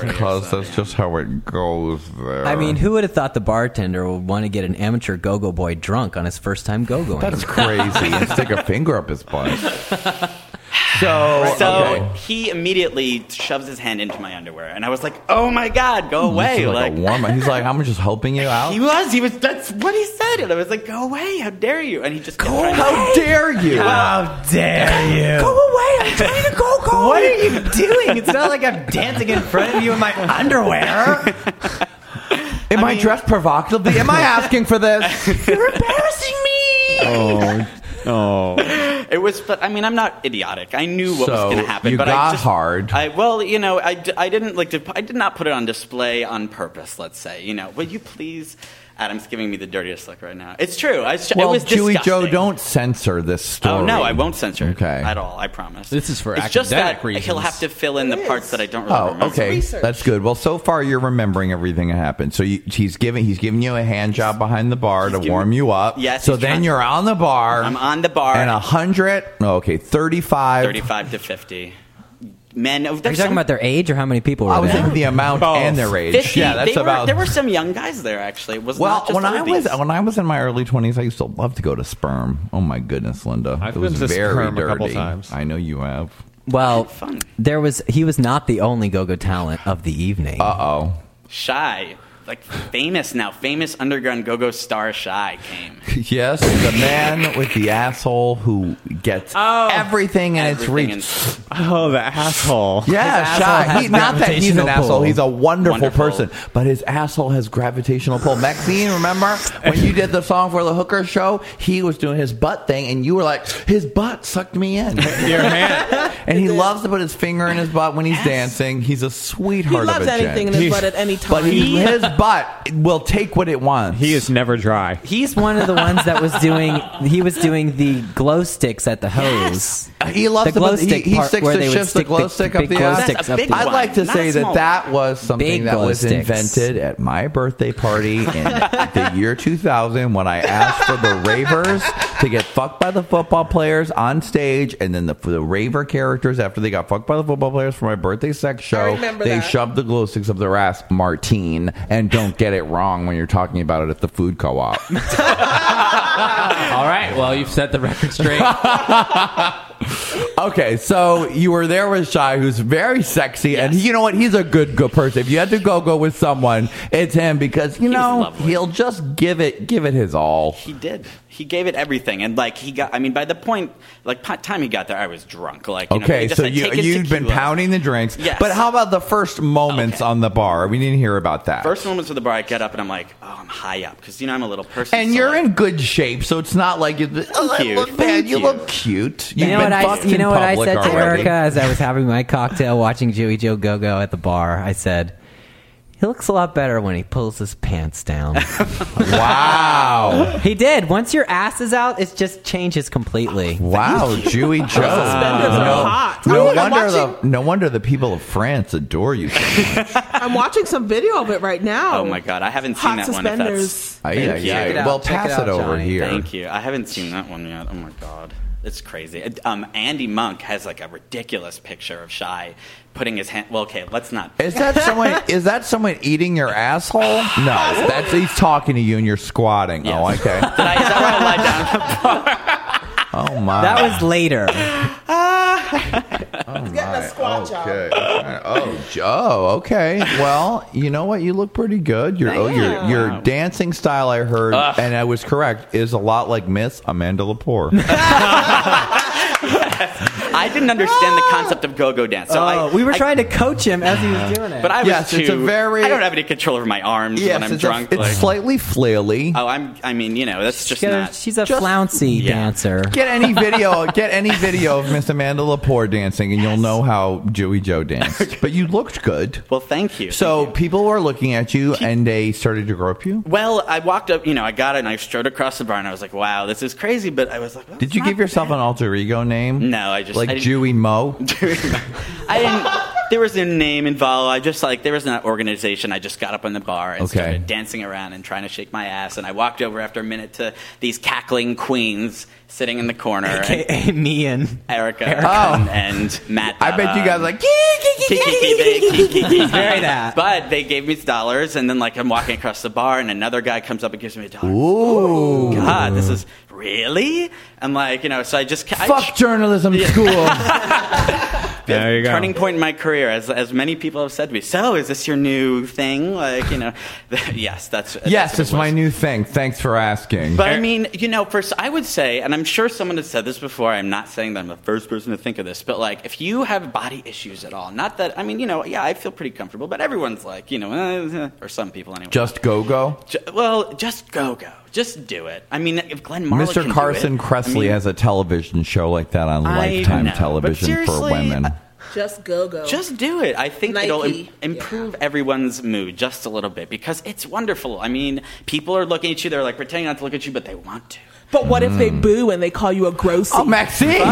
Speaker 2: because that's just how it goes there.
Speaker 10: I mean, who would have thought the bartender would want to get an amateur go-go boy drunk on his first time go-going?
Speaker 2: that's crazy. and stick a finger up his butt. So,
Speaker 11: So
Speaker 2: okay.
Speaker 11: he immediately shoves his hand into my underwear, and I was like, "Oh my god, go away!"
Speaker 2: This is like, a warm. He's like, I'm just helping you out.
Speaker 11: He was. He was. That's what he said. And I was like, "Go away! How dare you!" And he just go
Speaker 2: How dare you?
Speaker 10: How dare you?
Speaker 2: Go away! I'm trying to go go.
Speaker 10: What are you doing? It's not like I'm dancing in front of you in my underwear.
Speaker 2: Am I, dressed provocatively? Am I asking for this?
Speaker 5: You're embarrassing me.
Speaker 2: oh,
Speaker 11: It was. But I mean, I'm not idiotic. I knew what was
Speaker 2: So
Speaker 11: going to happen.
Speaker 2: you
Speaker 11: but
Speaker 2: got
Speaker 11: I just,
Speaker 2: hard.
Speaker 11: I well, you know, I, d- I didn't like. To, I did not put it on display on purpose. Let's say, you know, will you please? Adam's giving me the dirtiest look right now. It's true. I, was-
Speaker 2: well,
Speaker 11: it was
Speaker 2: Chewy Joe,
Speaker 11: disgusting.
Speaker 2: don't censor this story.
Speaker 11: Oh no, I won't censor it
Speaker 2: Okay.
Speaker 11: at all. I promise.
Speaker 4: This is for
Speaker 11: it's just
Speaker 4: academic
Speaker 11: that He'll have
Speaker 4: reasons.
Speaker 11: to fill in the parts that I don't really
Speaker 2: Oh,
Speaker 11: remember.
Speaker 2: okay, that's good. Well, so far you're remembering everything that happened. So you, he's giving he's giving you a hand job behind the bar to
Speaker 11: giving-
Speaker 2: warm you up.
Speaker 11: Yes,
Speaker 2: So
Speaker 11: he's
Speaker 2: then
Speaker 11: trying-
Speaker 2: you're on the bar.
Speaker 11: I'm on the bar.
Speaker 2: And a hundred. No, okay, thirty-five.
Speaker 11: 35 to 50. Men. Oh,
Speaker 10: Are you talking about their age or how many people were
Speaker 2: I was
Speaker 10: there?
Speaker 2: thinking the amount
Speaker 6: Both.
Speaker 2: and their age.
Speaker 11: 50,
Speaker 2: yeah, that's
Speaker 11: they were-
Speaker 2: about.
Speaker 11: there were some young guys there, actually. It was
Speaker 2: well,
Speaker 11: not just
Speaker 2: when I
Speaker 11: oldies.
Speaker 2: was when I was in my early twenties, I used to love to go to sperm. Oh my goodness, Linda,
Speaker 6: I've
Speaker 2: it was
Speaker 6: been to
Speaker 2: very
Speaker 6: sperm a
Speaker 2: dirty.
Speaker 6: couple times.
Speaker 2: I know you have.
Speaker 10: Well,
Speaker 11: Fun.
Speaker 10: there was. He was not the only go-go talent of the evening.
Speaker 2: Uh oh.
Speaker 11: Shy. Like, famous now. Famous underground go go star Shy came.
Speaker 2: Yes, the man with the asshole who gets Oh. everything in its
Speaker 11: Everything
Speaker 2: reach.
Speaker 11: in-
Speaker 6: Oh, the asshole.
Speaker 2: Yeah,
Speaker 10: His asshole
Speaker 2: shy.
Speaker 10: has
Speaker 2: He, not that he's an
Speaker 10: gravitational
Speaker 2: asshole.
Speaker 10: pull.
Speaker 2: He's a wonderful,
Speaker 11: Wonderful.
Speaker 2: person, but his asshole has gravitational pull. Maxine, remember when you did the song for the hooker show? He was doing his butt thing, and you were like, "His butt sucked me in."
Speaker 6: Your hand.
Speaker 2: and he loves to put his finger in his butt when he's dancing. He's a
Speaker 5: He
Speaker 2: sweetheart
Speaker 5: loves
Speaker 2: of a
Speaker 5: anything in
Speaker 2: gent.
Speaker 5: his butt at any time.
Speaker 2: But he, his butt will take what it wants.
Speaker 6: He is never dry.
Speaker 10: He's one of the ones that was doing. He was doing the glow sticks at the hose.
Speaker 2: He loves
Speaker 10: The glow
Speaker 2: to put- he-
Speaker 10: stick
Speaker 2: he,
Speaker 10: part
Speaker 2: sticks
Speaker 10: where
Speaker 2: the
Speaker 10: they would
Speaker 2: shifts the
Speaker 10: stick
Speaker 2: glow
Speaker 10: the-
Speaker 2: stick
Speaker 10: the
Speaker 2: up
Speaker 10: big
Speaker 2: the
Speaker 10: glow
Speaker 2: ass.
Speaker 10: sticks
Speaker 11: up the
Speaker 2: I'd
Speaker 11: one,
Speaker 2: like to
Speaker 11: not
Speaker 2: say
Speaker 11: a
Speaker 2: that
Speaker 11: small
Speaker 2: that was something
Speaker 10: Big
Speaker 2: that
Speaker 10: glow
Speaker 2: was
Speaker 10: sticks.
Speaker 2: invented at my birthday party in the year 2000 when I asked for the ravers to get fucked by the football players on stage, and then the, the raver characters after they got fucked by the football players for my birthday sex show,
Speaker 5: remember
Speaker 2: they
Speaker 5: that.
Speaker 2: shoved the glow sticks up their ass, Martine, and don't get it wrong when you're talking about it at the food co-op.
Speaker 4: All right. Well, you've set the record straight.
Speaker 2: Okay, so you were there with Shy, who's very sexy, and you know what? He's a good, good person. If you had to go go with someone, it's him because you know
Speaker 11: lovely.
Speaker 2: he'll just give it, give it his all.
Speaker 11: He did. He gave it everything. And, like, he got, I mean, by the point, like, by the time he got there, I was drunk. Like, you know,
Speaker 2: Okay,
Speaker 11: he just
Speaker 2: so
Speaker 11: said,
Speaker 2: you
Speaker 11: "Take a
Speaker 2: you've been
Speaker 11: tequila."
Speaker 2: pounding the drinks,
Speaker 11: Yes.
Speaker 2: but how about the first moments
Speaker 11: Okay.
Speaker 2: on the bar? We didn't hear about that.
Speaker 11: First moments of the bar, I get up and I'm like, oh, I'm high up. Because, you know, I'm a little person.
Speaker 2: and
Speaker 11: so,
Speaker 2: you're
Speaker 11: like,
Speaker 2: in good shape, so it's not like you, oh, I
Speaker 11: Thank you.
Speaker 2: look bad.
Speaker 11: Thank
Speaker 2: You
Speaker 11: you.
Speaker 2: look cute. You've
Speaker 10: You know
Speaker 2: been
Speaker 10: what I?
Speaker 2: fucked
Speaker 10: You
Speaker 2: in
Speaker 10: know what I
Speaker 2: public
Speaker 10: said to
Speaker 2: already.
Speaker 10: Erica as I was having my cocktail, watching Joey Joe Go Go at the bar. I said, "He looks a lot better when he pulls his pants down."
Speaker 2: Wow,
Speaker 10: he did. Once your ass is out, it just changes completely.
Speaker 2: wow, Jewy Joe.
Speaker 11: Uh,
Speaker 5: Suspenders are
Speaker 2: No-
Speaker 5: hot.
Speaker 2: No
Speaker 5: I mean, I'm
Speaker 2: wonder
Speaker 5: watching,
Speaker 2: the no wonder the people of France adore you.
Speaker 5: I'm watching some video of it right now.
Speaker 11: Oh, my God. I haven't seen
Speaker 5: Hot
Speaker 11: that one. If that's,
Speaker 5: suspenders.
Speaker 2: Uh, yeah,
Speaker 11: Thank
Speaker 2: yeah.
Speaker 11: you. Check it
Speaker 2: Well,
Speaker 10: out. Check
Speaker 2: pass
Speaker 10: it
Speaker 2: it,
Speaker 10: out,
Speaker 2: over
Speaker 10: Johnny.
Speaker 2: here.
Speaker 11: Thank you. I haven't seen that one yet. Oh my god, it's crazy. Um, Andy Monk has like a ridiculous picture of Shy putting his hand. Well, okay, let's not.
Speaker 2: Is that someone? is that someone eating your asshole? No, that's he's talking to you and you're squatting.
Speaker 11: Yes.
Speaker 2: Oh, okay.
Speaker 11: Did I, is that where I lie down?
Speaker 2: Oh my.
Speaker 10: That was later.
Speaker 2: All
Speaker 5: Getting a
Speaker 2: right,
Speaker 5: squat job.
Speaker 2: Oh, okay. All right. Oh, j- oh, okay. Well, you know what? You look pretty good. Your oh, your your dancing style, I heard,
Speaker 12: Ugh.
Speaker 2: and I was correct, is a lot like Miss Amanda Lepore.
Speaker 11: I didn't understand the concept of go-go dance. So I,
Speaker 10: Oh, Uh, we were
Speaker 11: I-
Speaker 10: trying to coach him as he was doing it.
Speaker 11: But I was
Speaker 2: Yes,
Speaker 11: too.
Speaker 2: it's a very-
Speaker 11: I don't have any control over my arms
Speaker 2: Yes,
Speaker 11: when I'm
Speaker 2: it's a-
Speaker 11: drunk.
Speaker 2: it's
Speaker 11: like-
Speaker 2: slightly flaily.
Speaker 11: Oh, I'm. I mean, you know, that's just
Speaker 10: She's a-
Speaker 11: not.
Speaker 10: she's a flouncy dancer.
Speaker 2: Get any video, get any video of Miss Amanda Lepore dancing, and you'll know how Joey Joe danced. But you looked good.
Speaker 11: Well, thank you.
Speaker 2: So people were looking at you, and they started to grope you.
Speaker 11: Well, I walked up. You know, I got it, and I strode across the bar, and I was like, "Wow, this is crazy." But I was like, "Oh."
Speaker 2: Did you give yourself an alter ego name?
Speaker 11: No, I just-
Speaker 2: like
Speaker 11: I didn't-
Speaker 2: Jewy Mo.
Speaker 11: I didn't. There was no name involved. I just like there was an organization. I just got up on the bar and
Speaker 2: Okay.
Speaker 11: started dancing around and trying to shake my ass. And I walked over after a minute to these cackling queens sitting in the corner, and
Speaker 10: AKA me and
Speaker 11: Erica,
Speaker 10: Erica.
Speaker 11: And, and Matt.
Speaker 2: I bet you guys
Speaker 11: Dada.
Speaker 2: are like.
Speaker 10: Very that.
Speaker 11: But they gave me dollars, and then like I'm walking across the bar, and another guy comes up and gives me a dollar.
Speaker 2: Ooh,
Speaker 11: God, this is really. I'm like, you know, so I just ca- I
Speaker 2: fuck journalism school.
Speaker 6: There you go.
Speaker 11: turning point in my career, as as many people have said to me. So, is this your new thing? Like, you know, yes, that's
Speaker 2: yes, it's my new thing. Thanks for asking.
Speaker 11: But I mean, you know, first I would say, and I'm sure someone has said this before. I'm not saying that I'm the first person to think of this, but like, if you have body issues at all, not that I mean, you know, yeah, I feel pretty comfortable, but everyone's like, you know, eh, eh, or some people anyway.
Speaker 2: just go go.
Speaker 11: Ju- well, just go go, just do it. I mean, if Glenn Marlowe
Speaker 2: Mr.
Speaker 11: can do
Speaker 2: Carson
Speaker 11: it, I
Speaker 2: Kressley
Speaker 11: mean,
Speaker 2: has a television show like that on
Speaker 11: I
Speaker 2: Lifetime
Speaker 11: know, but
Speaker 2: Television for
Speaker 11: seriously, uh,
Speaker 2: women.
Speaker 11: I-
Speaker 5: Just go go.
Speaker 11: Just do it. I think it'll im-
Speaker 5: Nike.
Speaker 11: improve everyone's mood just a little bit because it's wonderful. I mean, people are looking at you. They're like pretending not to look at you, but they want to.
Speaker 5: But what if they boo and they call you a gross?
Speaker 2: Mm. oh, Maxine!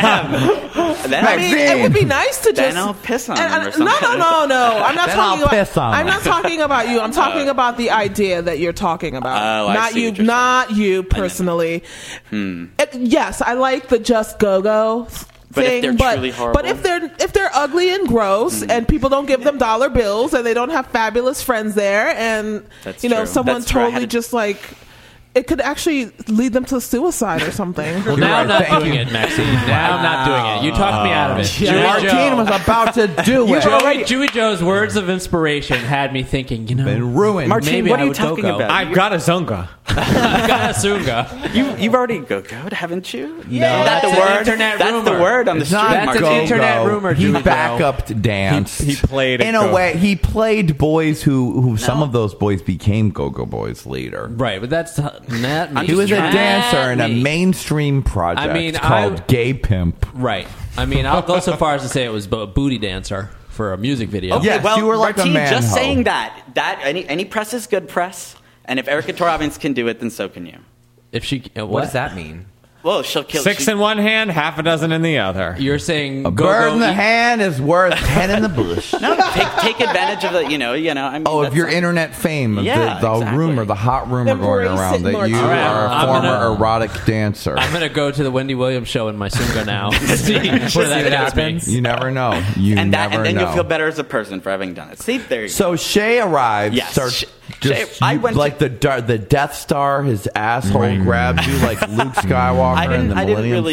Speaker 11: Then
Speaker 5: I mean, it would be nice to just.
Speaker 11: Then I'll piss on
Speaker 5: and
Speaker 11: them
Speaker 5: I-
Speaker 11: or something.
Speaker 5: No, no, no, no. I'm not
Speaker 2: Then
Speaker 5: talking
Speaker 2: I'll
Speaker 5: about.
Speaker 2: piss on
Speaker 5: I'm
Speaker 2: them.
Speaker 5: not talking about you. I'm talking about the idea that you're talking about.
Speaker 11: Uh, Oh, I
Speaker 5: not
Speaker 11: see
Speaker 5: you.
Speaker 11: what you're saying. Hmm.
Speaker 5: Not you personally. It- yes, I like the just go go.
Speaker 11: But if
Speaker 5: Thing,
Speaker 11: they're
Speaker 5: but, but
Speaker 11: truly
Speaker 5: if
Speaker 11: horrible? Hmm.
Speaker 5: they're if they're ugly and gross and people don't give them dollar bills and they don't have fabulous friends there and
Speaker 11: That's
Speaker 5: you know
Speaker 11: true.
Speaker 5: someone
Speaker 11: That's true. I had
Speaker 5: totally
Speaker 11: to-
Speaker 5: just like it could actually lead them to suicide or something.
Speaker 4: Well, now
Speaker 2: right,
Speaker 4: I'm not
Speaker 2: thank
Speaker 4: doing
Speaker 2: you.
Speaker 4: it, Maxine. Now I'm not doing it. You talked me out of it.
Speaker 2: Your
Speaker 4: Joey
Speaker 2: Martine
Speaker 4: Joe.
Speaker 2: was about to do it.
Speaker 4: Joey, Joey Joe's words of inspiration had me thinking. You know,
Speaker 2: Been ruined.
Speaker 11: Martine,
Speaker 4: maybe
Speaker 11: what are
Speaker 4: I
Speaker 11: you
Speaker 4: would
Speaker 11: talking
Speaker 4: go-go.
Speaker 11: about?
Speaker 4: I
Speaker 6: I've got a Zonga.
Speaker 4: got a sunga.
Speaker 11: You, you've already go goat, haven't you? No,
Speaker 4: that's
Speaker 11: the
Speaker 4: an
Speaker 11: word.
Speaker 4: internet
Speaker 11: that's the
Speaker 4: rumor.
Speaker 11: word on the
Speaker 2: It's
Speaker 11: street.
Speaker 2: not
Speaker 4: That's an
Speaker 11: Martine.
Speaker 2: go-go.
Speaker 4: internet rumor,
Speaker 2: He
Speaker 4: Julie
Speaker 2: backup danced.
Speaker 6: He- he played a
Speaker 2: in a
Speaker 6: go-go.
Speaker 2: way. He played boys who, who some of those boys became go-go boys later.
Speaker 4: Right, but that's not me.
Speaker 2: He was a
Speaker 4: Not
Speaker 2: dancer in a
Speaker 4: me.
Speaker 2: mainstream project
Speaker 4: I mean,
Speaker 2: called
Speaker 4: I-
Speaker 2: Gay Pimp.
Speaker 4: Right. I mean, I'll go so far as to say it was a booty dancer for a music video.
Speaker 11: Okay,
Speaker 2: Yes,
Speaker 11: well,
Speaker 2: you were like a
Speaker 11: Martine,
Speaker 2: man
Speaker 11: just
Speaker 2: hoe.
Speaker 11: saying that. That any any press is good press, and if Erica Torrovins can do it, then so can you.
Speaker 4: If she, uh, what,
Speaker 10: What does that mean?
Speaker 11: Well, she'll kill
Speaker 6: Six
Speaker 11: she-
Speaker 6: in one hand, half a dozen in the other.
Speaker 4: You're saying
Speaker 2: A
Speaker 4: go,
Speaker 2: bird
Speaker 4: go,
Speaker 2: in the
Speaker 4: eat-
Speaker 2: hand is worth ten in the bush.
Speaker 11: No, take, take advantage of the. You know, you know. I mean,
Speaker 2: Oh, of
Speaker 11: that's
Speaker 2: your
Speaker 11: not-
Speaker 2: internet fame, of
Speaker 11: Yeah,
Speaker 2: the, the
Speaker 11: exactly.
Speaker 2: rumor, the hot rumor going
Speaker 5: Embrace
Speaker 2: around
Speaker 5: it,
Speaker 2: that
Speaker 5: Martin.
Speaker 2: you
Speaker 5: All
Speaker 4: right,
Speaker 2: are a
Speaker 4: I'm
Speaker 2: former
Speaker 4: gonna-
Speaker 2: erotic dancer.
Speaker 4: I'm gonna go to the Wendy Williams show in my sunga now. see where that gets me.
Speaker 2: You never know. You
Speaker 11: and that,
Speaker 2: never
Speaker 11: and then
Speaker 2: know.
Speaker 11: you'll feel better as a person for having done it. See, there you go.
Speaker 2: So Shay arrives.
Speaker 11: Yes,
Speaker 2: starts
Speaker 11: Shay-
Speaker 2: just
Speaker 11: Shay- I
Speaker 2: you-
Speaker 11: went Mm.
Speaker 2: like the dar- the Death Star. His asshole grabs you like Luke
Speaker 11: I
Speaker 2: Skywalker and
Speaker 11: didn't.
Speaker 2: the
Speaker 11: I didn't
Speaker 2: Millennium
Speaker 11: really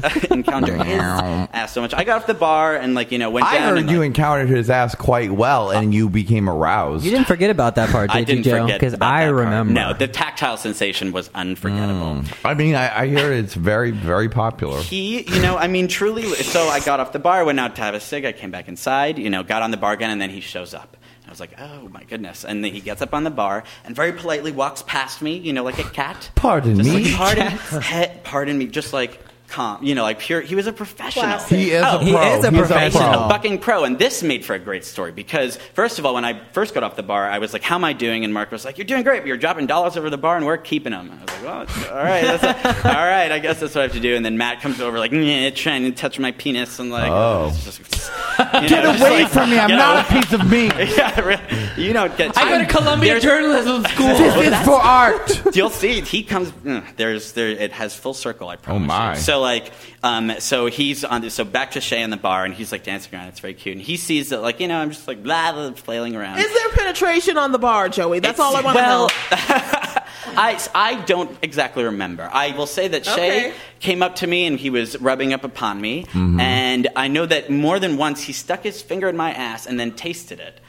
Speaker 2: Falcon.
Speaker 11: encounter his ass so much. I got off the bar and like you know went
Speaker 2: I
Speaker 11: down.
Speaker 2: heard
Speaker 11: and,
Speaker 2: you
Speaker 11: like,
Speaker 2: encountered his ass quite well, and you became aroused.
Speaker 10: You didn't forget about that part, did
Speaker 11: I didn't
Speaker 10: you, Joe?
Speaker 11: forget
Speaker 10: Because
Speaker 11: about
Speaker 10: I
Speaker 11: that part.
Speaker 10: remember.
Speaker 11: No, the tactile sensation was unforgettable.
Speaker 2: I mean, I, I hear it's very, very popular.
Speaker 11: He, you know, I mean, truly. So I got off the bar, went out to have a cig. I came back inside, you know, got on the bar again, and then he shows up. I was like, oh my goodness. And then he gets up on the bar and very politely walks past me, you know, like a cat.
Speaker 2: Pardon
Speaker 11: Just
Speaker 2: me?
Speaker 11: like, pardon, he- pardon me. Just like calm, you know, like pure. He was a professional.
Speaker 5: Classic.
Speaker 2: He is
Speaker 11: Oh,
Speaker 2: a pro.
Speaker 10: is a
Speaker 2: He's
Speaker 10: professional.
Speaker 11: a fucking pro. And this made for a great story because, first of all, when I first got off the bar, I was like, how am I doing? And Mark was like, you're doing great. but You're dropping dollars over the bar and we're keeping them. I was like, well, it's- all right. That's all right. I guess that's what I have to do. And then Matt comes over like, "Nyeh," trying to touch my penis. and like,
Speaker 2: Oh.
Speaker 11: it's just- you
Speaker 2: Get
Speaker 11: know, just
Speaker 2: away
Speaker 11: like,
Speaker 2: from me! I'm
Speaker 11: you
Speaker 2: not a
Speaker 11: know.
Speaker 2: piece of meat.
Speaker 11: yeah, really. You don't get.
Speaker 4: I go to Columbia Journalism
Speaker 2: This
Speaker 4: School.
Speaker 2: is for art.
Speaker 11: You'll see. He comes. mm, There's there. It has full circle. I promise.
Speaker 2: my.
Speaker 11: You. So like, um, so he's on. this So back to Shay in the bar, and he's like dancing around. It's very cute. And he sees that, like, you know, I'm just like blah, blah, flailing around.
Speaker 5: Is there penetration on the bar, Joey? That's all I want to
Speaker 11: well,
Speaker 5: know.
Speaker 11: I, I don't exactly remember. I will say that Shay
Speaker 5: Okay.
Speaker 11: came up to me and he was rubbing up upon me.
Speaker 2: Mhm.
Speaker 11: And I know that more than once he stuck his finger in my ass and then tasted it.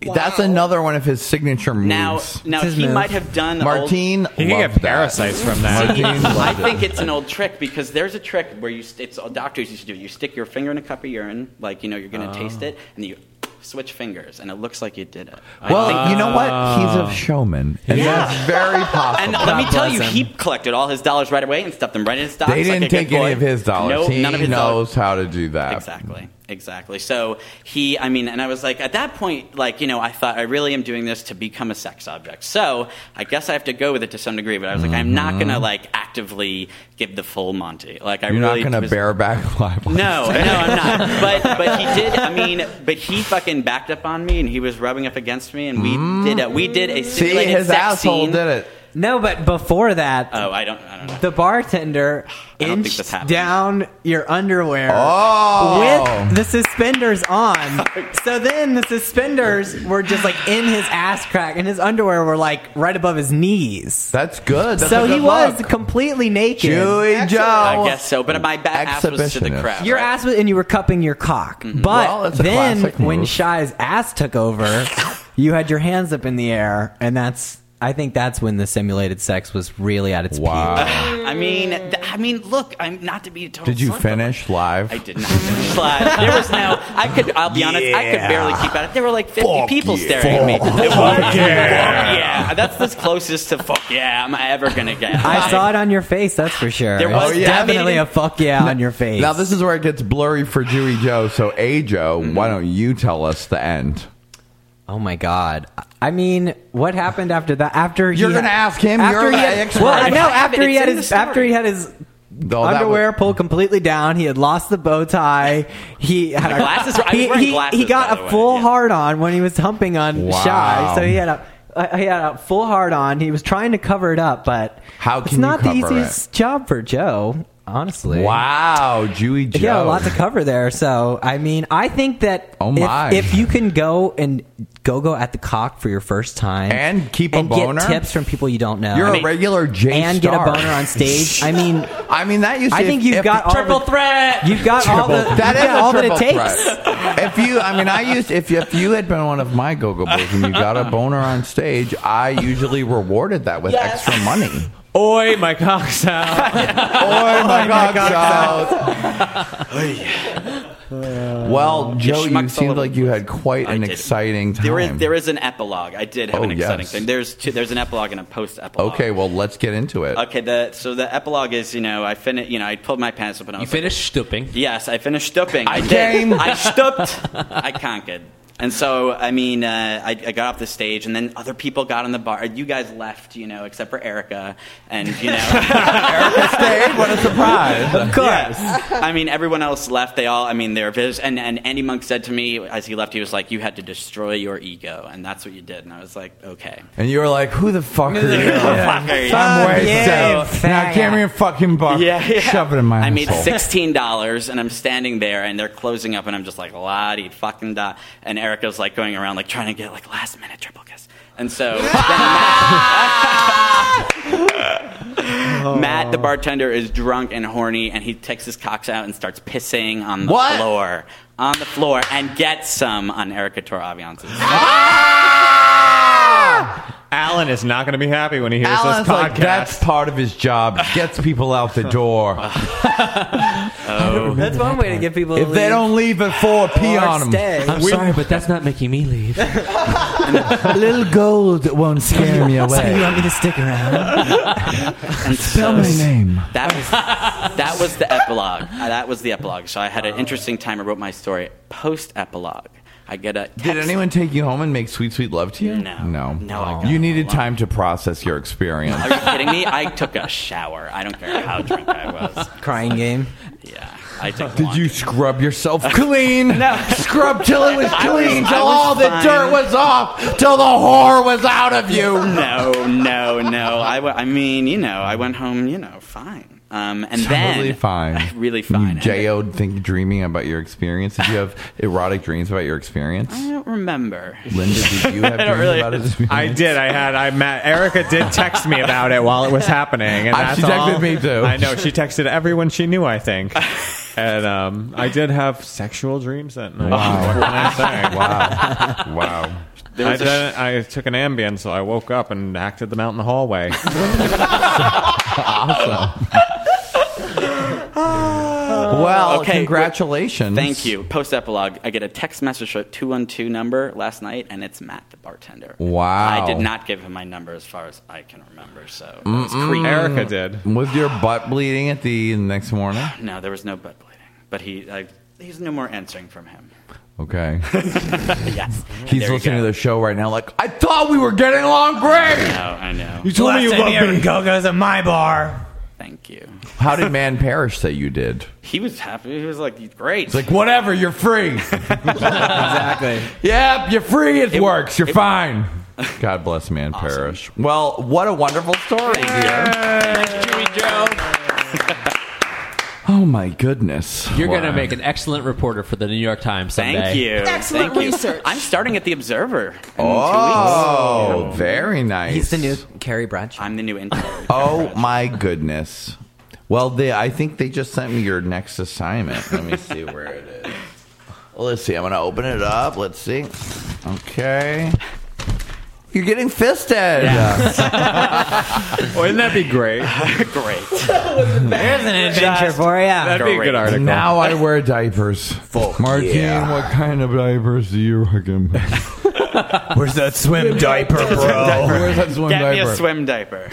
Speaker 2: That's another one of his signature moves.
Speaker 11: Now- now It's his he move. might have done
Speaker 2: Martine.
Speaker 11: old- He can
Speaker 2: loved
Speaker 11: get
Speaker 6: parasites
Speaker 2: that.
Speaker 6: from that.
Speaker 11: See,
Speaker 2: Martine loved
Speaker 11: I
Speaker 2: it.
Speaker 11: think it's an old trick because there's a trick where you, st- it's uh, doctors used to do. it. You stick your finger in a cup of urine, like, you know, you're going to
Speaker 2: Oh.
Speaker 11: taste it, and you switch fingers, and it looks like you did it. I
Speaker 2: Well,
Speaker 11: think-
Speaker 2: you know what? He's a showman, and that's very possible.
Speaker 11: And uh, let me tell you, he collected all his dollars right away and stuffed them right in his stocks.
Speaker 2: They
Speaker 11: like
Speaker 2: didn't
Speaker 11: a good
Speaker 2: take
Speaker 11: boy.
Speaker 2: any of his dollars.
Speaker 11: No,
Speaker 2: he
Speaker 11: none of his dollars.
Speaker 2: knows how to do that.
Speaker 11: Exactly. Exactly. So he, I mean, and I was like, at that point, like, you know, I thought I really am doing this to become a sex object. So I guess I have to go with it to some degree. But I was like, I'm not
Speaker 2: Mhm.
Speaker 11: going to like actively give the full Monty. Like, I
Speaker 2: You're
Speaker 11: really
Speaker 2: not going to
Speaker 11: was-
Speaker 2: bareback libel.
Speaker 11: No, no, I'm not. But but he did. I mean, but he fucking backed up on me, and he was rubbing up against me, and we did a we did a
Speaker 2: Mm.
Speaker 11: simulated sex scene.
Speaker 2: it.
Speaker 10: No, but before that,
Speaker 11: Oh, I don't, I don't know.
Speaker 10: the bartender
Speaker 11: I don't think
Speaker 10: inched
Speaker 11: this happened.
Speaker 10: down your underwear
Speaker 11: Oh.
Speaker 10: with the suspenders on. so then the suspenders were just like in his ass crack, and his underwear were like right above his knees.
Speaker 2: That's good. That's
Speaker 10: so
Speaker 2: a
Speaker 10: he
Speaker 2: good
Speaker 10: was
Speaker 2: look.
Speaker 10: completely naked.
Speaker 2: Chewy Joe.
Speaker 11: I guess so. But my back ass was to the
Speaker 2: Exhibitionist.
Speaker 11: crowd. Mm-hmm.
Speaker 10: Your ass was, and you were cupping your cock. But
Speaker 11: Well, that's a
Speaker 10: then,
Speaker 11: classic
Speaker 10: when
Speaker 11: move.
Speaker 10: Shy's ass took over, you had your hands up in the air, and that's. I think that's when the simulated sex was really at its peak.
Speaker 11: I mean, th- I mean, look, I'm not to be a total.
Speaker 2: Did you
Speaker 11: slut,
Speaker 2: finish live?
Speaker 11: I did not finish live. There was no. I could. I'll be honest. I could
Speaker 2: Yeah.
Speaker 11: barely keep out. There were like 50 people
Speaker 2: yeah.
Speaker 11: staring at me.
Speaker 2: Fuck
Speaker 11: It was-
Speaker 2: yeah.
Speaker 11: fuck yeah. That's the closest to fuck yeah I'm ever gonna get.
Speaker 10: I saw it on your face, that's for sure.
Speaker 11: There
Speaker 10: It
Speaker 11: was
Speaker 10: definitely
Speaker 11: definitely-
Speaker 10: a fuck yeah on your face.
Speaker 2: Now this is where it gets blurry for Jewy Joe. So, A Joe,
Speaker 11: Mm-hmm.
Speaker 2: why don't you tell us the end?
Speaker 10: Oh my God! I mean, what happened after that? After
Speaker 2: You're gonna ask him?
Speaker 10: After
Speaker 2: You're
Speaker 10: he
Speaker 2: the
Speaker 10: had,
Speaker 2: expert.
Speaker 10: Well, I
Speaker 2: It
Speaker 10: know.
Speaker 2: happened.
Speaker 10: After he
Speaker 2: It's
Speaker 10: had
Speaker 2: in
Speaker 10: his
Speaker 2: the story.
Speaker 10: after he had his
Speaker 2: Though that
Speaker 10: underwear pulled completely down, he had lost the bow tie. He had
Speaker 11: My
Speaker 10: a,
Speaker 11: glasses were- I was
Speaker 10: he,
Speaker 11: wearing
Speaker 10: he-
Speaker 11: glasses,
Speaker 10: he got
Speaker 11: by
Speaker 10: a
Speaker 11: the way,
Speaker 10: full hard on when he was humping on
Speaker 2: Wow.
Speaker 10: shy. So he had a. uh, He had a full hard on. He was trying to cover it up, but how
Speaker 2: can
Speaker 10: it's not
Speaker 2: you
Speaker 10: the
Speaker 2: cover
Speaker 10: easiest job for Joe, honestly.
Speaker 2: Wow, Jewy Joe.
Speaker 10: Yeah, a lot to cover there. So, I mean, I think that
Speaker 2: Oh
Speaker 10: if-
Speaker 2: my.
Speaker 10: If, you can go and go go at the cock for your first time
Speaker 2: And keep a
Speaker 10: and get
Speaker 2: boner?
Speaker 10: tips from people you don't know,
Speaker 2: You're a regular J
Speaker 10: and
Speaker 2: star.
Speaker 10: get a boner on stage. I mean,
Speaker 2: I mean that. You
Speaker 10: I
Speaker 2: see,
Speaker 10: think
Speaker 2: if-
Speaker 10: you've
Speaker 2: if
Speaker 10: got
Speaker 2: the-
Speaker 10: all the,
Speaker 11: threat.
Speaker 10: You've got all the
Speaker 2: Triple- that
Speaker 10: you've
Speaker 2: is
Speaker 10: got
Speaker 2: a
Speaker 10: all that it
Speaker 2: triple
Speaker 10: takes.
Speaker 2: threat. If you, I mean, I used if if you had been one of my go-go boys and you got a boner on stage, I usually rewarded that with extra money.
Speaker 6: Oi, my cock's out.
Speaker 2: Oh my
Speaker 6: God,
Speaker 11: Uh,
Speaker 2: Well, Joe, you
Speaker 11: schmucks all
Speaker 2: seemed
Speaker 11: over
Speaker 2: like you had quite an exciting time.
Speaker 11: There is there is an epilogue. I did have
Speaker 2: Oh,
Speaker 11: an exciting
Speaker 2: yes.
Speaker 11: thing. There's two, there's an epilogue and a post epilogue.
Speaker 2: okay, well, let's get into it.
Speaker 11: Okay, the so the epilogue is you know I fin you know I pulled my pants up and I was
Speaker 4: You finished stooping.
Speaker 11: Yes, I finished stooping. I, did.
Speaker 4: came.
Speaker 11: I stooped. I conquered. And so, I mean, uh, I, I got off the stage, and then other people got on the bar. You guys left, you know, except for Erica, and you know, Erica
Speaker 2: stayed. What a surprise!
Speaker 11: Of course. I mean, everyone else left. They all. I mean, they're vis- and and Andy Monk said to me as he left, he was like, "You had to destroy your ego, and that's what you did." And I was like, "Okay."
Speaker 2: And you were like, "Who the fuck are you?"
Speaker 11: Yeah. Fuck are you?
Speaker 2: I'm wasted.
Speaker 11: Yeah,
Speaker 2: now
Speaker 11: faggot.
Speaker 2: give me a fucking buck.
Speaker 11: Yeah, yeah.
Speaker 2: Shove it in my
Speaker 11: I made
Speaker 2: asshole.
Speaker 11: sixteen dollars, and I'm standing there, and they're closing up, and I'm just like, la di fucking da. And Erica's like going around, like trying to get like last minute triple kiss, and so then Matt, Matt,
Speaker 2: Oh.
Speaker 11: the bartender, is drunk and horny, and he takes his cocks out and starts pissing on the
Speaker 1: What?
Speaker 11: floor, on the floor, and gets some on Erica Toraviance's.
Speaker 6: Alan is not going to be happy when he hears
Speaker 2: Alan's
Speaker 6: this podcast.
Speaker 2: like, that's part of his job. Gets people out the door.
Speaker 11: Oh.
Speaker 10: That's one way to get people.
Speaker 2: if they don't leave at four, pee
Speaker 10: Or
Speaker 2: on them.
Speaker 10: stay.
Speaker 4: I'm sorry, but that's not making me leave.
Speaker 2: A little gold won't scare me
Speaker 10: So you
Speaker 2: away.
Speaker 10: want me to stick around?
Speaker 11: And
Speaker 2: Spell my name.
Speaker 11: That was that was the epilogue. Uh, That was the epilogue. So I had an interesting time. I wrote my story post epilogue. I get a
Speaker 2: Did
Speaker 11: text.
Speaker 2: anyone take you home and make sweet, sweet love to you? No. No.
Speaker 11: No,
Speaker 2: you needed time to process your experience.
Speaker 11: Are you kidding me? I took a shower. I don't care how drunk I was.
Speaker 10: Crying game.
Speaker 11: Yeah, I took.
Speaker 2: Did
Speaker 11: one.
Speaker 2: you scrub yourself clean? no. Scrub till it was
Speaker 11: I was-
Speaker 2: clean,
Speaker 11: I
Speaker 2: till
Speaker 11: was
Speaker 2: all the
Speaker 11: fine.
Speaker 2: dirt was off, till the whore was out of you.
Speaker 11: No, no, no. I, wa- I mean, you know, I went home, you know, fine. Um, and
Speaker 2: totally
Speaker 11: then
Speaker 2: fine.
Speaker 11: really fine.
Speaker 2: J.O. think dreaming about your experience. Did you have erotic dreams about your experience?
Speaker 11: I don't remember.
Speaker 2: Linda, did you have
Speaker 11: I
Speaker 2: dreams
Speaker 11: don't really.
Speaker 2: about his experience?
Speaker 3: I did. I had. I met. Erica did text me about it while it was happening, and
Speaker 2: Uh,
Speaker 3: that's
Speaker 2: she texted
Speaker 3: all.
Speaker 2: me, too.
Speaker 3: I know. She texted everyone she knew. I think. And um, I did have sexual dreams that night.
Speaker 2: Wow.
Speaker 3: What can I say?
Speaker 2: Oh. Wow. Wow.
Speaker 11: There
Speaker 3: I,
Speaker 11: was a
Speaker 3: did, I took an Ambien, so I woke up and acted them out in the hallway.
Speaker 2: awesome. well,
Speaker 11: Okay, wait.
Speaker 2: congratulations.
Speaker 11: Thank you. Post epilogue, I get a text message from a 212 number last night, and it's Matt, the bartender.
Speaker 2: Wow.
Speaker 11: I did not give him my number as far as I can remember, so it was
Speaker 2: Mm-mm.
Speaker 11: creepy.
Speaker 3: Erica did.
Speaker 2: Was your butt bleeding at the next morning?
Speaker 11: No, there was no butt bleeding, but he, I, he's no more answering from him.
Speaker 2: Okay.
Speaker 11: yes.
Speaker 2: He's
Speaker 11: There you
Speaker 2: listening
Speaker 11: go.
Speaker 2: to the show right now, like, I thought we were getting along great.
Speaker 11: No, I know.
Speaker 3: Go-Go's at my bar.
Speaker 11: Thank you.
Speaker 2: How did Man Parrish say you did?
Speaker 11: He was happy. He was like, great.
Speaker 2: It's like, whatever, you're free.
Speaker 1: exactly.
Speaker 2: Yep, you're free. It,
Speaker 11: It-
Speaker 2: works. You're
Speaker 11: it-
Speaker 2: fine. God bless Man Parrish. Well, what a wonderful story, dear.
Speaker 4: Jimmy Joe.
Speaker 2: Oh my goodness.
Speaker 4: You're
Speaker 2: Wow.
Speaker 4: going to make an excellent reporter for the New York Times someday.
Speaker 11: Thank you.
Speaker 13: Excellent
Speaker 11: Thank you.
Speaker 13: research.
Speaker 11: I'm starting at The Observer. in two
Speaker 2: Oh,
Speaker 11: weeks.
Speaker 2: very nice.
Speaker 1: He's the new Carrie Bradshaw.
Speaker 11: I'm the new intern.
Speaker 2: Oh my goodness. Well, they, I think they just sent me your next assignment. Let me see where it is. Well, let's see. I'm going to open it up. Let's see. Okay. You're getting fisted.
Speaker 3: Oh, wouldn't that be great?
Speaker 11: Great.
Speaker 1: There's an adventure for you.
Speaker 3: That'd be a good article.
Speaker 2: Now I wear diapers.
Speaker 14: Fuck
Speaker 2: Martine,
Speaker 14: yeah.
Speaker 2: what kind of diapers do you recommend?
Speaker 14: Where's that swim diaper, bro?
Speaker 2: Where's that swim
Speaker 11: Get me
Speaker 2: diaper?
Speaker 11: a swim diaper.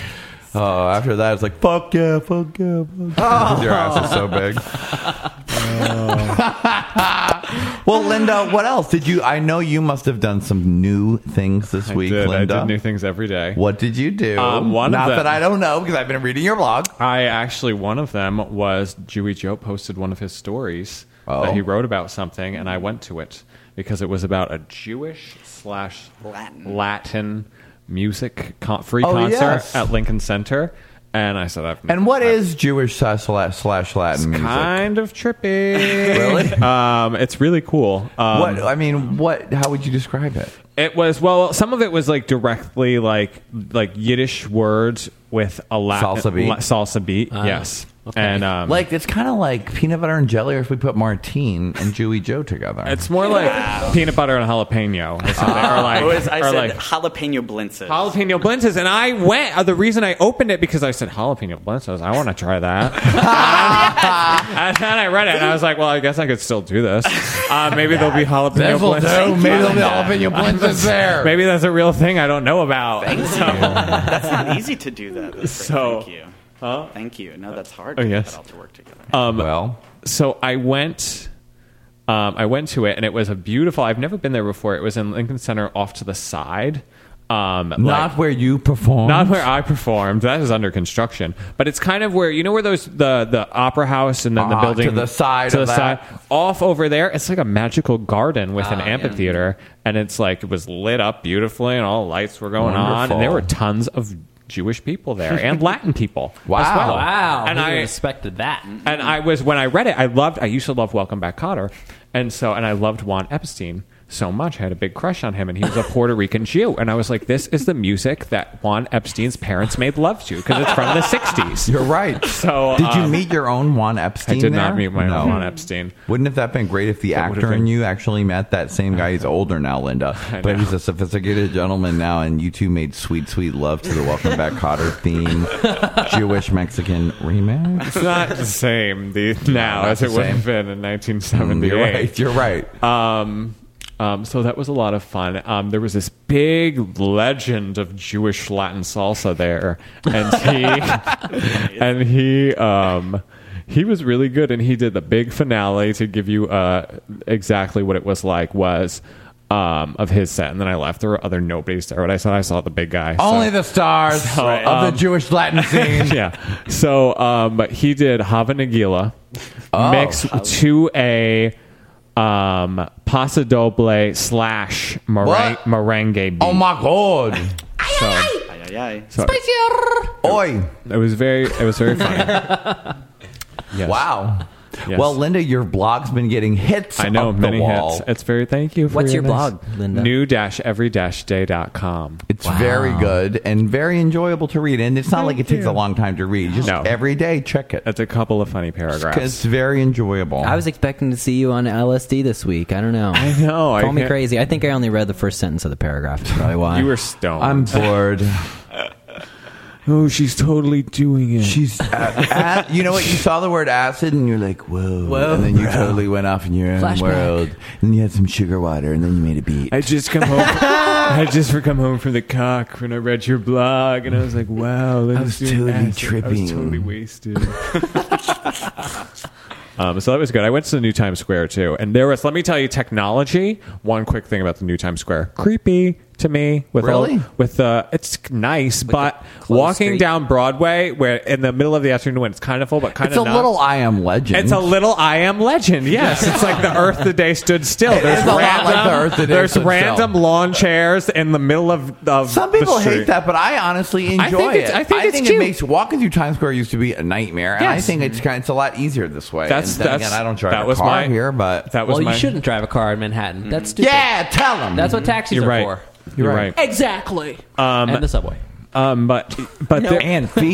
Speaker 2: Oh, after that, it's like fuck yeah, fuck yeah,
Speaker 14: Oh.
Speaker 2: fuck yeah. Your ass is so big. well, Linda, what else did you? I know you must have done some new things this
Speaker 3: I
Speaker 2: week,
Speaker 3: did.
Speaker 2: Linda.
Speaker 3: I did new things every day.
Speaker 2: What did you do?
Speaker 3: Um, one of
Speaker 2: Not
Speaker 3: them-
Speaker 2: that I don't know because I've been reading your blog.
Speaker 3: I actually, one of them was Dewey Joe posted one of his stories
Speaker 2: Oh.
Speaker 3: that he wrote about something, and I went to it because it was about a Jewish slash
Speaker 11: Latin.
Speaker 3: Latin music con- free
Speaker 2: Oh,
Speaker 3: concert
Speaker 2: yes.
Speaker 3: at Lincoln Center. And I said, I've
Speaker 2: And what
Speaker 3: I've-
Speaker 2: is Jewish slash la- slash Latin music?
Speaker 3: kind of trippy?
Speaker 2: Really?
Speaker 3: Um, it's really cool. Um,
Speaker 2: what I mean, what? How would you describe it?
Speaker 3: It was well. Some of it was like directly like like Yiddish words with a Latin
Speaker 2: Salsa beat. Ah,
Speaker 3: La- salsa beat. yes, and um,
Speaker 2: Like it's kind of like peanut butter and jelly, or if we put Martine and Jewy Joe together.
Speaker 3: It's more like peanut butter and jalapeno, or something,
Speaker 2: Oh,
Speaker 3: or like,
Speaker 11: It was, I
Speaker 3: or
Speaker 11: said
Speaker 3: like
Speaker 11: jalapeno blintzes.
Speaker 3: jalapeno blintzes. And I went. Uh, the reason I opened it because I said jalapeno blintzes. I want to try that. and then I read it, and I was like, well, I guess I could still do this. Uh, maybe there'll be jalapeno blintzes.
Speaker 2: Maybe they'll be all in your blintzes there.
Speaker 3: Maybe that's a real thing I don't know about.
Speaker 11: That's not easy to do that.
Speaker 3: So-
Speaker 11: thank you. Thank you. No, that's hard.
Speaker 3: Oh,
Speaker 11: to
Speaker 3: yes. Um,
Speaker 11: Put all to work together.
Speaker 2: Well,
Speaker 3: so I went. Um, I went to it and it was a beautiful. I've never been there before. It was in Lincoln Center, off to the side. Um,
Speaker 2: not where you perform.
Speaker 3: Not where I performed. That is under construction. But it's kind of where you know where those the the opera house and then
Speaker 2: Ah,
Speaker 3: the
Speaker 2: to
Speaker 3: building
Speaker 2: the side
Speaker 3: to
Speaker 2: of
Speaker 3: the
Speaker 2: that.
Speaker 3: side off over there. It's like a magical garden
Speaker 11: Ah,
Speaker 3: with an amphitheater, and it's like it was lit up beautifully, and all the lights were going on,
Speaker 2: Wonderful.
Speaker 3: and there were tons of Jewish people there and Latin people. as
Speaker 2: Wow.
Speaker 3: well.
Speaker 4: Wow.
Speaker 3: And
Speaker 4: who
Speaker 3: I Mm-hmm.
Speaker 4: expected that.
Speaker 3: and I was when I read it, I loved. I used to love Welcome Back Cotter, and so and I loved Juan Epstein so much. I had a big crush on him, and he was a Puerto Rican Jew, and I was like, this is the music that Juan Epstein's parents made love to because it's from the '60s.
Speaker 2: You're right.
Speaker 3: So
Speaker 2: did you
Speaker 3: um,
Speaker 2: meet your own Juan
Speaker 3: I
Speaker 2: Epstein?
Speaker 3: did not
Speaker 2: there?
Speaker 3: meet my
Speaker 2: No.
Speaker 3: own Juan Epstein.
Speaker 2: Wouldn't have that been great if the
Speaker 3: would've
Speaker 2: actor
Speaker 3: been-
Speaker 2: in you actually met that same guy? He's older now, Linda, but he's a sophisticated gentleman now, and you two made sweet, sweet love to the Welcome Back Cotter theme, Jewish Mexican remix.
Speaker 3: It's not the same the, now
Speaker 2: not
Speaker 3: as
Speaker 2: the
Speaker 3: it would have
Speaker 2: same.
Speaker 3: been in
Speaker 2: You're
Speaker 3: 1978.
Speaker 2: right. You're right.
Speaker 3: Um, um, so that was a lot of fun. Um, there was this big legend of Jewish Latin salsa there, and he and he um, he was really good, and he did the big finale to give you uh, exactly what it was like was. Um, of his set, and then I left. There were other nobodies there, but I saw I saw the big guy. so-
Speaker 2: Only the stars
Speaker 3: Right.
Speaker 2: of
Speaker 3: um,
Speaker 2: the Jewish Latin scene.
Speaker 3: yeah. So um, but he did Hava Nagila
Speaker 2: Oh.
Speaker 3: mixed to a um, Paso Doble slash meringue,
Speaker 2: What?
Speaker 3: merengue beat.
Speaker 2: Oh my god!
Speaker 3: So,
Speaker 11: Ay, ay.
Speaker 3: So- Oi! It was very, it was very funny. Yes.
Speaker 2: Wow.
Speaker 3: Yes.
Speaker 2: Well, Linda, your blog's been getting hits.
Speaker 3: I know
Speaker 2: up
Speaker 3: many
Speaker 2: the wall.
Speaker 3: hits. It's very thank you. For
Speaker 2: What's your
Speaker 3: nice-
Speaker 2: blog, Linda?
Speaker 3: New dash every dash day dot com.
Speaker 2: It's very good and very enjoyable to read. And it's not like it takes a long time to read. Just every day, check it.
Speaker 3: It's a couple of funny paragraphs.
Speaker 2: It's very enjoyable.
Speaker 10: I was expecting to see you on LSD this week. I don't know. I
Speaker 3: know.
Speaker 10: Call
Speaker 3: I
Speaker 10: me
Speaker 3: can't-
Speaker 10: crazy. I think I only read the first sentence of the paragraph. That's probably why.
Speaker 3: You were stoned.
Speaker 2: I'm bored.
Speaker 3: oh, she's totally doing it.
Speaker 2: She's A- you know what? You saw the word acid and you're like, whoa.
Speaker 3: Whoa,
Speaker 2: and then you
Speaker 3: bro.
Speaker 2: totally went off in your own
Speaker 3: Flashback.
Speaker 2: world. And you had some sugar water and then you made a beat.
Speaker 3: I just come home. I just come home from the cock when I read your blog, and I was like, "Wow,
Speaker 2: I
Speaker 3: Linda's
Speaker 2: was
Speaker 3: doing
Speaker 2: totally
Speaker 3: acid. I
Speaker 2: tripping.
Speaker 3: was totally wasted." um, so that was good. I went to the New Times Square too, and there was. Let me tell you, technology. One quick thing about the New Times Square: creepy to me. With
Speaker 2: Really?
Speaker 3: all, with the it's nice, but walking
Speaker 2: street.
Speaker 3: down Broadway, where in the middle of the afternoon when it's kind of full, but kind
Speaker 2: It's a
Speaker 3: of not,
Speaker 2: little I am legend.
Speaker 3: It's a little I am legend. Yes, it's like the Earth the day stood still.
Speaker 2: It
Speaker 3: There's
Speaker 2: is a lot
Speaker 3: random,
Speaker 2: like the Earth the day
Speaker 3: there's
Speaker 2: stood
Speaker 3: random lawn chairs in the middle of, of
Speaker 2: Some
Speaker 3: the
Speaker 2: people hate
Speaker 3: street.
Speaker 2: that, but I honestly enjoy
Speaker 3: I think
Speaker 2: it.
Speaker 3: it's- I think it's
Speaker 2: it
Speaker 3: cute.
Speaker 2: makes walking through Times Square used to be a nightmare, and I
Speaker 3: Yes.
Speaker 2: think it's kind it's a lot easier this way.
Speaker 3: That's-
Speaker 2: and then
Speaker 3: that's-
Speaker 2: again, I don't drive
Speaker 3: that
Speaker 2: a
Speaker 3: was
Speaker 2: car
Speaker 3: my-
Speaker 2: here, but
Speaker 3: that was
Speaker 4: well,
Speaker 3: my-
Speaker 4: you shouldn't drive a car in Manhattan. That's stupid.
Speaker 2: Yeah, tell them.
Speaker 4: That's what taxis
Speaker 3: You're
Speaker 4: are
Speaker 3: right.
Speaker 4: for.
Speaker 3: You're right.
Speaker 5: Exactly.
Speaker 3: Um,
Speaker 4: and the subway.
Speaker 3: Um, but but there, Um,
Speaker 2: and feet.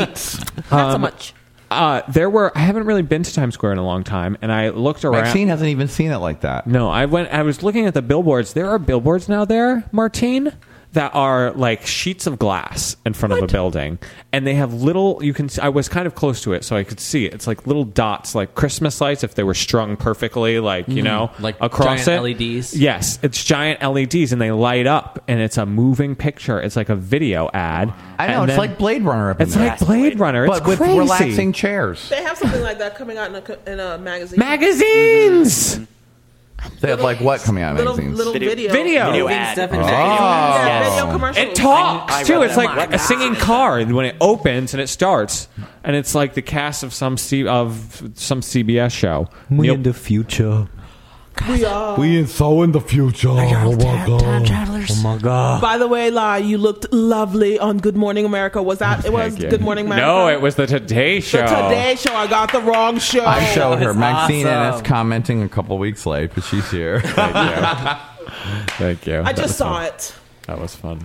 Speaker 5: Not so much.
Speaker 3: Uh, there were. I haven't really been to Times Square in a long time, and I looked around.
Speaker 2: Maxine hasn't even seen it like that.
Speaker 3: No, I went. I was looking at the billboards. There are billboards now there, Martine, that are like sheets of glass in front of a building, and they have little. You can. see- I was kind of close to it, so I could see it. It's like little dots, like Christmas lights, if they were strung perfectly, like you
Speaker 4: Mhm.
Speaker 3: know,
Speaker 4: Like
Speaker 3: across
Speaker 4: giant E
Speaker 3: it.
Speaker 4: LEDs?
Speaker 3: Yes, it's giant LEDs, and they light up, and it's a moving picture. It's like a video ad.
Speaker 2: I know
Speaker 3: and
Speaker 2: it's
Speaker 3: then-
Speaker 2: like Blade Runner. Up in
Speaker 3: It's
Speaker 2: there.
Speaker 3: like Blade Runner. It's
Speaker 2: but with
Speaker 3: crazy.
Speaker 2: relaxing chairs.
Speaker 5: They have something like that coming out in a, co- in a magazine.
Speaker 3: Magazines.
Speaker 2: They have like what coming out of
Speaker 5: Little-
Speaker 2: magazines?
Speaker 5: little Video- video.
Speaker 3: Video. Ah.
Speaker 5: Moving
Speaker 11: ad.
Speaker 5: stuff in
Speaker 2: Oh.
Speaker 5: magazines. Yeah, video commercials.
Speaker 3: It talks
Speaker 11: I- I
Speaker 3: too.
Speaker 11: read
Speaker 3: It's
Speaker 11: that.
Speaker 3: like
Speaker 11: My
Speaker 3: a singing car when it opens and it starts, and it's like the cast of some C- of some CBS show.
Speaker 2: We
Speaker 3: Neil-
Speaker 2: in the future.
Speaker 5: We are.
Speaker 2: We in so in the future. Oh my god. Oh my god.
Speaker 5: By the way, La, you looked lovely on Good Morning America. Was that? It was
Speaker 3: Thank you.
Speaker 5: Good Morning America.
Speaker 3: No, it was the Today
Speaker 5: the
Speaker 3: Show.
Speaker 5: Today Show. I got the wrong show.
Speaker 2: I showed her.
Speaker 5: It's
Speaker 2: Maxine and
Speaker 5: awesome.
Speaker 2: Ennis commenting a couple weeks late, but she's here. Thank
Speaker 3: Thank you.
Speaker 5: I
Speaker 3: That was
Speaker 5: just saw
Speaker 3: fun.
Speaker 5: it.
Speaker 3: That was fun.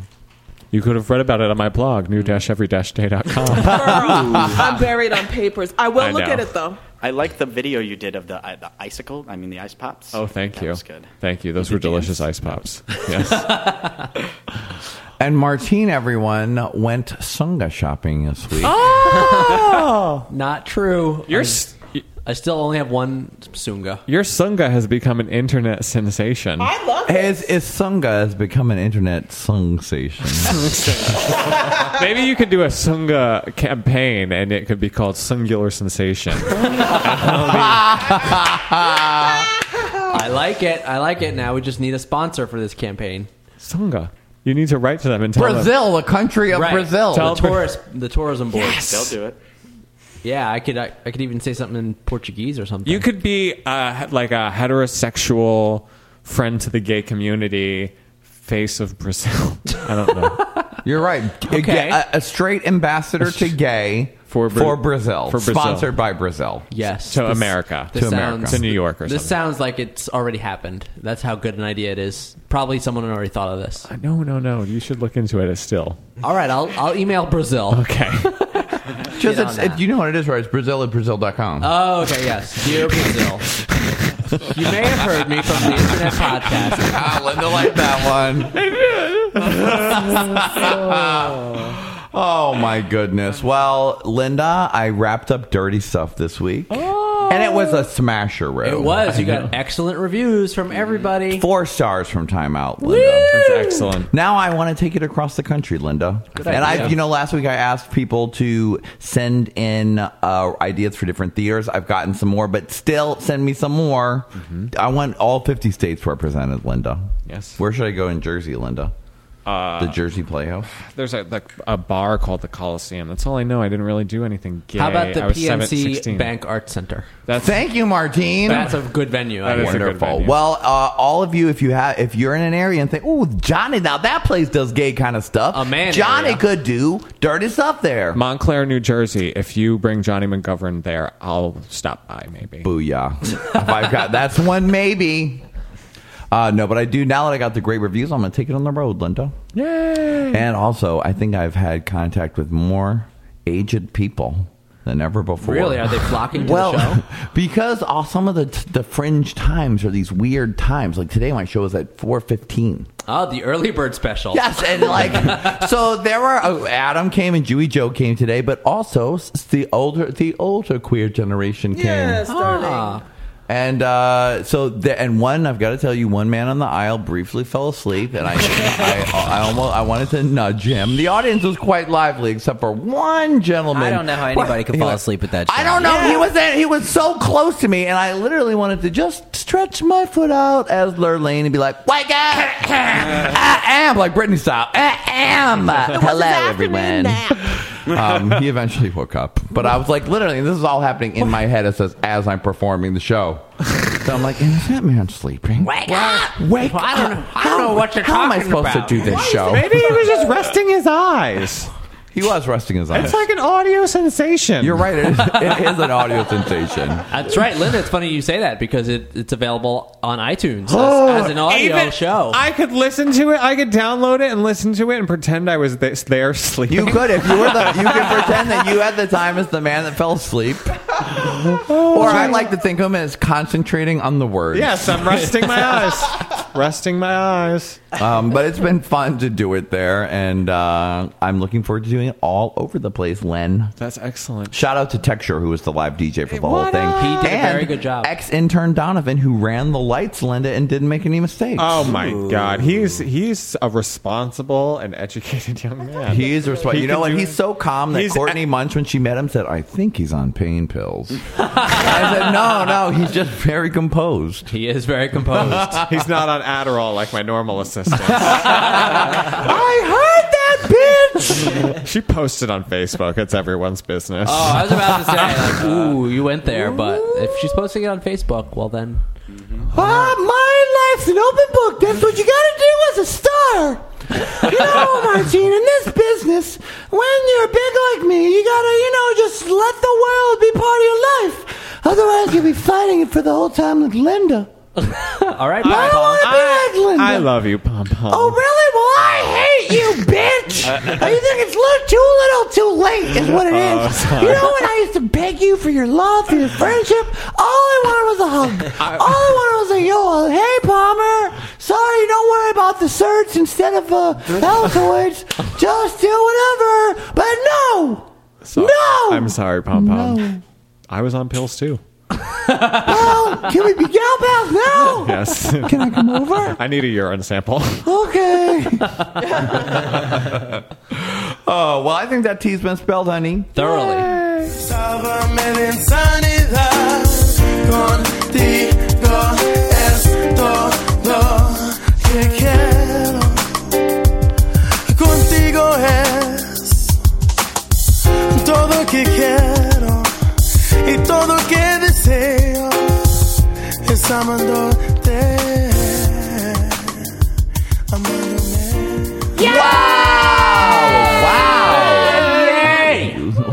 Speaker 3: You could have read about it on my blog, new-every-day.com.
Speaker 5: I'm buried on papers. I will
Speaker 3: I
Speaker 5: look
Speaker 3: know.
Speaker 5: at it though.
Speaker 11: I like the video you did of the, uh, the icicle. I mean, the ice pops.
Speaker 3: oh, thank
Speaker 11: That
Speaker 3: you.
Speaker 11: was good.
Speaker 3: Thank you. Those were delicious ice pops. Yes.
Speaker 2: and Martine, everyone, went Sunga shopping this week.
Speaker 4: Oh, not true.
Speaker 3: You're
Speaker 4: I,
Speaker 3: s-
Speaker 4: I still only have one sunga.
Speaker 3: Your sunga has become an internet sensation.
Speaker 5: I love it.
Speaker 2: Is, is Sunga has become an internet sensation.
Speaker 3: Maybe you could do a sunga campaign, and it could be called Singular Sensation.
Speaker 4: I like it. I like it. Now we just need a sponsor for this campaign.
Speaker 3: Sunga. You need to write to them and tell them.
Speaker 2: Brazil, the country of
Speaker 4: Right.
Speaker 2: Brazil.
Speaker 3: Tell-
Speaker 4: the tourist, the tourism board.
Speaker 11: They'll do it.
Speaker 4: Yeah, I could. I, I could even say something in Portuguese or something.
Speaker 3: You could be uh, like a heterosexual friend to the gay community, face of Brazil. I don't know.
Speaker 2: You're right. A-
Speaker 4: Okay.
Speaker 2: A, a straight ambassador to gay
Speaker 3: For
Speaker 2: for,
Speaker 3: Bra-
Speaker 2: Brazil.
Speaker 3: for Brazil.
Speaker 2: Sponsored by Brazil.
Speaker 4: yes,
Speaker 3: to
Speaker 4: This-
Speaker 3: America.
Speaker 4: this
Speaker 2: To America.
Speaker 3: To New York or
Speaker 4: This
Speaker 3: something.
Speaker 4: sounds like it's already happened. That's how good an idea it is. Probably someone already thought of this.
Speaker 3: no, no, no. You should look into it It's still.
Speaker 4: All right, I'll I'll email Brazil.
Speaker 3: Okay.
Speaker 2: Just
Speaker 4: on
Speaker 2: it's,
Speaker 4: that.
Speaker 2: it, you know what it is, right? It's Brazil at Brazil.com.
Speaker 4: Oh, okay, yes. Dear Brazil. you may have heard me from the internet podcast.
Speaker 2: Ah, Linda liked that one. oh my goodness. Well, Linda, I wrapped up dirty stuff this week.
Speaker 4: Oh.
Speaker 2: And it was a smasher
Speaker 4: It was. You got excellent reviews from everybody.
Speaker 2: four stars from Time Out, Linda.
Speaker 3: That's excellent.
Speaker 2: Now I want to take it across the country, Linda. and I,
Speaker 4: idea.
Speaker 2: you know, last week I asked people to send in uh, ideas for different theaters. I've gotten some more, but still send me some more.
Speaker 4: Mm-hmm.
Speaker 2: I want all 50 states represented, Linda.
Speaker 3: Yes.
Speaker 2: Where should I go in Jersey, Linda?
Speaker 3: Uh,
Speaker 2: the Jersey Playhouse.
Speaker 3: There's a like a bar called the Coliseum. That's all I know. I didn't really do anything gay.
Speaker 4: How about the
Speaker 3: I was seven-
Speaker 4: PNC
Speaker 3: 16.
Speaker 4: Bank Art Center?
Speaker 3: That's,
Speaker 2: Thank you, Martine.
Speaker 4: That's a good venue. I hear.
Speaker 2: Wonderful. Well, uh, all of you, if you have, if you're in an area and think, "Ooh, Johnny, now that place does gay kind of stuff," a
Speaker 3: man
Speaker 2: Johnny
Speaker 3: area.
Speaker 2: could do dirty stuff there.
Speaker 3: Montclair, New Jersey. If you bring Johnny McGovern there, I'll stop by maybe.
Speaker 2: Booyah! if I've got that's one maybe. Uh, no, but I do now that I got the great reviews. I'm going to take it on the road, Linda.
Speaker 3: Yay!
Speaker 2: And also, I think I've had contact with more aged people than ever before.
Speaker 4: Really? Are they flocking to the
Speaker 2: well,
Speaker 4: show?
Speaker 2: Because all, some of the the fringe times are these weird times. Like today, my show is at four fifteen.
Speaker 4: Oh, the early bird special.
Speaker 2: Yes, and like so there were oh, Adam came and Dewey Joe came today, but also s- the older the older queer generation came. Ah.
Speaker 15: Yes, darling.
Speaker 2: And uh, so, the, and one, I've got to tell you, one man on the aisle briefly fell asleep, and I, I, I almost, I wanted to nudge him. The audience was quite lively, except for one gentleman.
Speaker 10: I don't know how anybody could
Speaker 2: He
Speaker 10: fall
Speaker 2: went,
Speaker 10: asleep with that.
Speaker 2: I don't know. He was there, he was so close to me, and I literally wanted to just stretch my foot out as Lurlane and be like, "Wake up! I am like Britney style. I am. Um, Hello, everyone." um, he eventually woke up, but I was like, literally, this is all happening in my head as as I'm performing the show. So I'm like, is that man sleeping? Wake up! Wake
Speaker 4: I don't know. I don't know what you're
Speaker 2: How am I
Speaker 4: talking
Speaker 2: supposed
Speaker 4: about.
Speaker 2: to do this show?
Speaker 3: Maybe he was just resting his eyes.
Speaker 2: He was resting his eyes.
Speaker 3: It's like an audio sensation.
Speaker 2: You're right. It is, it is an audio sensation.
Speaker 4: That's right, Linda. It's funny you say that because it, it's available on iTunes as,
Speaker 3: Oh,
Speaker 4: as an audio
Speaker 3: even-
Speaker 4: show.
Speaker 3: I could listen to it. I could download it and listen to it and pretend I was th- there sleeping.
Speaker 2: You could if you were the you could pretend that you at the time is the man that fell asleep. or I like to think of him as concentrating on the words.
Speaker 3: Yes, I'm resting my eyes. resting my eyes.
Speaker 2: Um, but it's been fun to do it there, and uh, I'm looking forward to doing it all over the place, Len.
Speaker 3: That's excellent.
Speaker 2: Shout out to Texture, who was the live DJ for the whole
Speaker 3: what
Speaker 2: thing.
Speaker 3: up?
Speaker 4: He did a
Speaker 2: And
Speaker 4: very good job.
Speaker 2: Ex intern Donovan, who ran the lights, Linda, and didn't make any mistakes.
Speaker 3: Oh my God, he's he's a responsible and educated young man.
Speaker 2: He is responsible.
Speaker 3: He
Speaker 2: You know
Speaker 3: can
Speaker 2: what?
Speaker 3: do
Speaker 2: He's
Speaker 3: it.
Speaker 2: so calm that
Speaker 3: He's
Speaker 2: Courtney Munch, when she met him, said, "I think he's on pain pills." I said, "No, no, he's just very composed."
Speaker 4: he is very composed.
Speaker 3: He's not on Adderall like my normal assistant.
Speaker 2: I heard that bitch.
Speaker 3: she posted on Facebook. It's everyone's business.
Speaker 4: Oh, I was about to say, like, ooh, you went there, but if she's posting it on Facebook, well then,
Speaker 2: Ah, my life's an open book. That's what you got to do as a star. You know, Martine, in this business, when you're big like me, you gotta, you know, just let the world be part of your life. Otherwise, you'll be fighting it for the whole time with Linda.
Speaker 4: all right,
Speaker 2: I
Speaker 4: Paul.
Speaker 2: want to be like Linda.
Speaker 3: I love you, Pom Pom.
Speaker 2: Oh, really? Well, I hate you, bitch. you think it's li- too little, too late, is what it is.
Speaker 3: Oh, sorry.
Speaker 2: you know when I used to beg you for your love, for your friendship? All I wanted was a hug. All I wanted was a yo, hey, Palmer. Sorry, don't worry about the certs instead of uh, Altoids. Just do whatever. But no.
Speaker 3: So-
Speaker 2: no.
Speaker 3: I'm sorry, Pom Pom. I was on pills too.
Speaker 2: Well, Oh, can we be gal pals now?
Speaker 3: Yes.
Speaker 2: Can I come over?
Speaker 3: I need a urine sample.
Speaker 2: Okay. oh, well, I think that tea's been spelled, honey.
Speaker 4: thoroughly.
Speaker 16: Salvame de insanidad Contigo es todo que quiero Contigo es todo que quiero Y todo que deseo Es amándote Amándome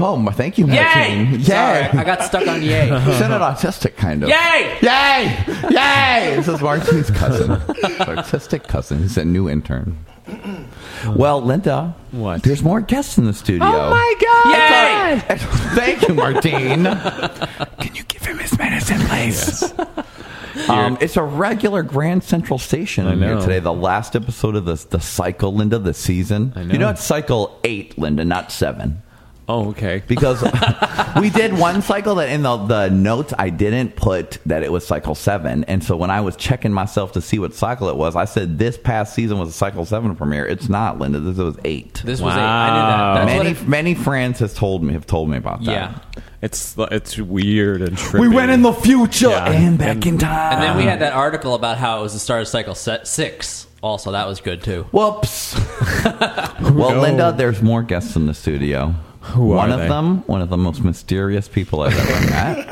Speaker 2: Oh, my, thank you, Martine. Yay!
Speaker 4: Sorry, I got stuck on yay.
Speaker 2: You sounded autistic, kind of.
Speaker 4: Yay!
Speaker 2: Yay! Yay! This is Martine's cousin, autistic cousin. He's a new intern. Well, Linda,
Speaker 3: What?
Speaker 2: There's more guests in the studio. Oh my
Speaker 4: Yay!
Speaker 2: Thank you, Martine. Can you give him his medicine, please? Um, it's a regular Grand Central Station
Speaker 3: I
Speaker 2: here
Speaker 3: know.
Speaker 2: today. The last episode of the the cycle, Linda, the season.
Speaker 3: I
Speaker 2: You know
Speaker 3: know.
Speaker 2: it's cycle eight, Linda, not seven
Speaker 3: Oh, okay.
Speaker 2: because we did one cycle that in the, the notes I didn't put that it was cycle seven, and so when I was checking myself to see what cycle it was, I said this past season was a cycle seven premiere. It's not, Linda. This was eight.
Speaker 4: This was eight. I knew that. That's what
Speaker 2: many
Speaker 4: it-
Speaker 2: many friends has told me have told me about that.
Speaker 4: yeah.
Speaker 3: It's it's weird and trippy.
Speaker 2: future
Speaker 3: Yeah.
Speaker 2: and back in time.
Speaker 4: And then we had that article about how it was the start of cycle set six. Also, that was good too.
Speaker 2: Whoops. well,
Speaker 4: knows?
Speaker 2: Linda, there's more guests in the studio.
Speaker 4: are
Speaker 2: one of
Speaker 4: they?
Speaker 2: them, one of the most mysterious people I've ever met,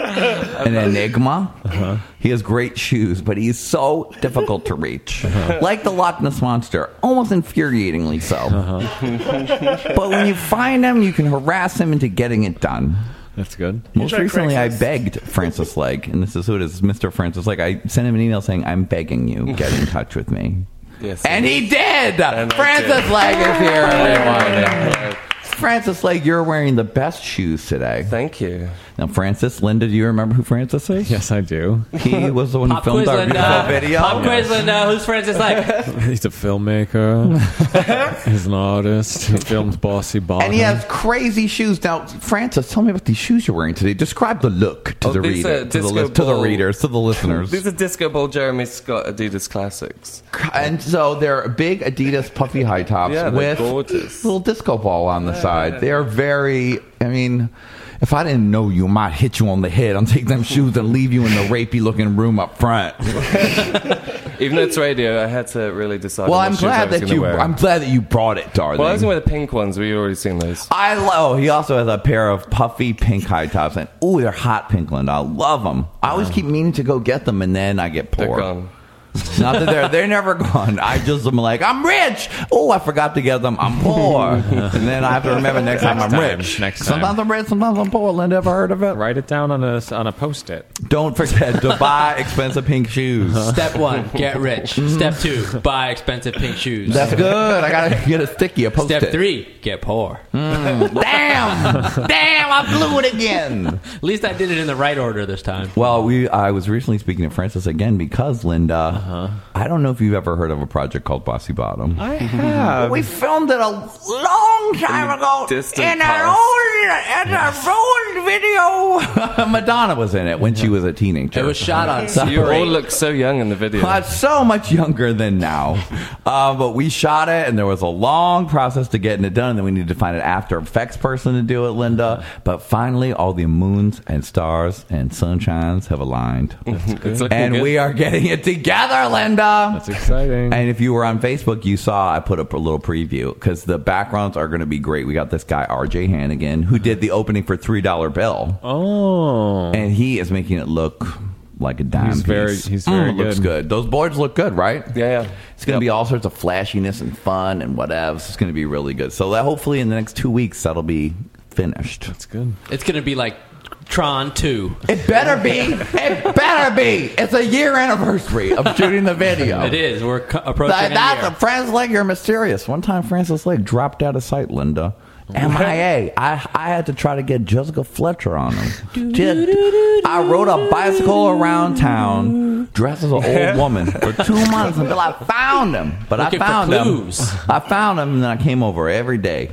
Speaker 2: an enigma.
Speaker 4: Uh-huh.
Speaker 2: He has great shoes, but he's so difficult to reach,
Speaker 4: Uh-huh.
Speaker 2: like the Loch Ness monster, almost infuriatingly so.
Speaker 4: Uh-huh.
Speaker 2: but when you find him, you can harass him into getting it done.
Speaker 6: That's good.
Speaker 2: Most
Speaker 6: You tried
Speaker 2: recently, I begged Francis Legg, and this is who it is, Mr. Francis Legg. I sent him an email saying, "I'm begging you, get in touch with me."
Speaker 9: Yes,
Speaker 2: and
Speaker 9: yes.
Speaker 2: he did.
Speaker 9: And I
Speaker 2: Francis
Speaker 9: did.
Speaker 2: Legg is here,
Speaker 9: Yeah.
Speaker 2: everyone. Francis Legg, you're wearing the best shoes today.
Speaker 9: Thank you.
Speaker 2: Now, Francis, Linda, do you remember who Francis is? Yes,
Speaker 6: I do.
Speaker 2: He was the one who
Speaker 4: Pop quiz,
Speaker 2: filmed our
Speaker 4: Linda.
Speaker 2: beautiful video.
Speaker 4: Pop quiz, Linda. Who's Francis like?
Speaker 6: He's a filmmaker. He's an artist. He films Bossy Bottom.
Speaker 2: And he has crazy shoes. Now, Francis, tell me about these shoes you're wearing today. Describe the look to
Speaker 9: Oh,
Speaker 2: the
Speaker 9: these
Speaker 2: reader,
Speaker 9: are
Speaker 2: to the,
Speaker 9: disco
Speaker 2: lis- to the
Speaker 9: ball-
Speaker 2: readers, to the listeners.
Speaker 9: These are Disco Ball Jeremy Scott Adidas classics.
Speaker 2: And so they're big Adidas puffy high tops
Speaker 9: Yeah, they're
Speaker 2: with
Speaker 9: gorgeous.
Speaker 2: little disco ball on the side. They are very. I mean, if I didn't know you, I might hit you on the head and take them shoes and leave you in the rapey looking room up front.
Speaker 9: Even though it's radio, I had to really decide.
Speaker 2: well,
Speaker 9: on
Speaker 2: I'm
Speaker 9: what shoes I
Speaker 2: glad
Speaker 9: was
Speaker 2: that
Speaker 9: gonna
Speaker 2: you.
Speaker 9: wear.
Speaker 2: I'm glad that you brought it, darling.
Speaker 9: Well, I was gonna wear the pink ones. We've already seen those.
Speaker 2: I love. He also has a pair of puffy pink high tops, and ooh, they're hot pink, Linda. I love them. I always keep meaning to go get them, and then I get poor.
Speaker 9: They're gone.
Speaker 2: Not that they're they're never gone. I just am like I'm rich. Oh, I forgot to get them. I'm poor, and then I have to remember next time I'm
Speaker 6: Next time,
Speaker 2: rich.
Speaker 6: next time.
Speaker 2: sometimes I'm rich, sometimes I'm poor. Linda, ever heard of it?
Speaker 6: Write it down on a on a post-it.
Speaker 2: Don't forget to buy expensive pink shoes. Mm-hmm.
Speaker 4: Step one, get rich. Step two, buy expensive pink shoes.
Speaker 2: That's good. I gotta get a sticky, a post-it.
Speaker 4: Step three, get poor.
Speaker 2: Mm. Damn! Damn! I blew it again.
Speaker 4: At least I did it in the right order this time.
Speaker 2: Well, we I was recently speaking to Francis again because Linda,
Speaker 4: Uh-huh.
Speaker 2: I don't know if you've ever heard of a project called Bossy Bottom.
Speaker 6: I have.
Speaker 1: We filmed it a long time ago
Speaker 9: distant
Speaker 1: in our
Speaker 9: past.
Speaker 1: old, at our old video.
Speaker 2: Madonna was in it when she was a teenager.
Speaker 4: It was shot on.
Speaker 2: So-
Speaker 9: You all look so young in the video.
Speaker 2: But so much younger than now. Uh, but we shot it, and there was a long process to getting it done. And then we needed to find an After Effects person to do it, Linda. But finally, all the moons and stars and sunshines have aligned,
Speaker 9: It's looking
Speaker 2: and
Speaker 9: good.
Speaker 2: we are getting it together, Linda.
Speaker 6: That's exciting.
Speaker 2: And if you were on Facebook, you saw I put up a little preview because the backgrounds are going to be great. We got this guy R.J. Hannigan who did the opening for Three Dollar Bill,
Speaker 6: oh,
Speaker 2: and he is making it look like a dime
Speaker 6: He's
Speaker 2: piece. Mm,
Speaker 6: very- he's very
Speaker 2: it Looks
Speaker 6: good.
Speaker 2: good. Those boards look good, right?
Speaker 9: Yeah, yeah.
Speaker 2: It's going to be all sorts of flashiness and fun and whatevs. It's going to be really good. So that hopefully in the next two weeks that'll be finished.
Speaker 6: that's good.
Speaker 4: It's gonna be like Tron Two.
Speaker 2: It better be. It better be. It's a year anniversary of shooting the video.
Speaker 4: It is. We're co- approaching.
Speaker 2: That-
Speaker 4: a
Speaker 2: that's
Speaker 4: year.
Speaker 2: a Francis Lake. You're mysterious. One time, Francis Lake dropped out of sight. Linda, MIA. I I had to try to get Jessica Fletcher on him. Just- I rode a bicycle around town dressed as an old woman for two months until I found him. But
Speaker 4: Looking
Speaker 2: I
Speaker 4: for
Speaker 2: found
Speaker 4: clues.
Speaker 2: him. I found him, and then I came over every day.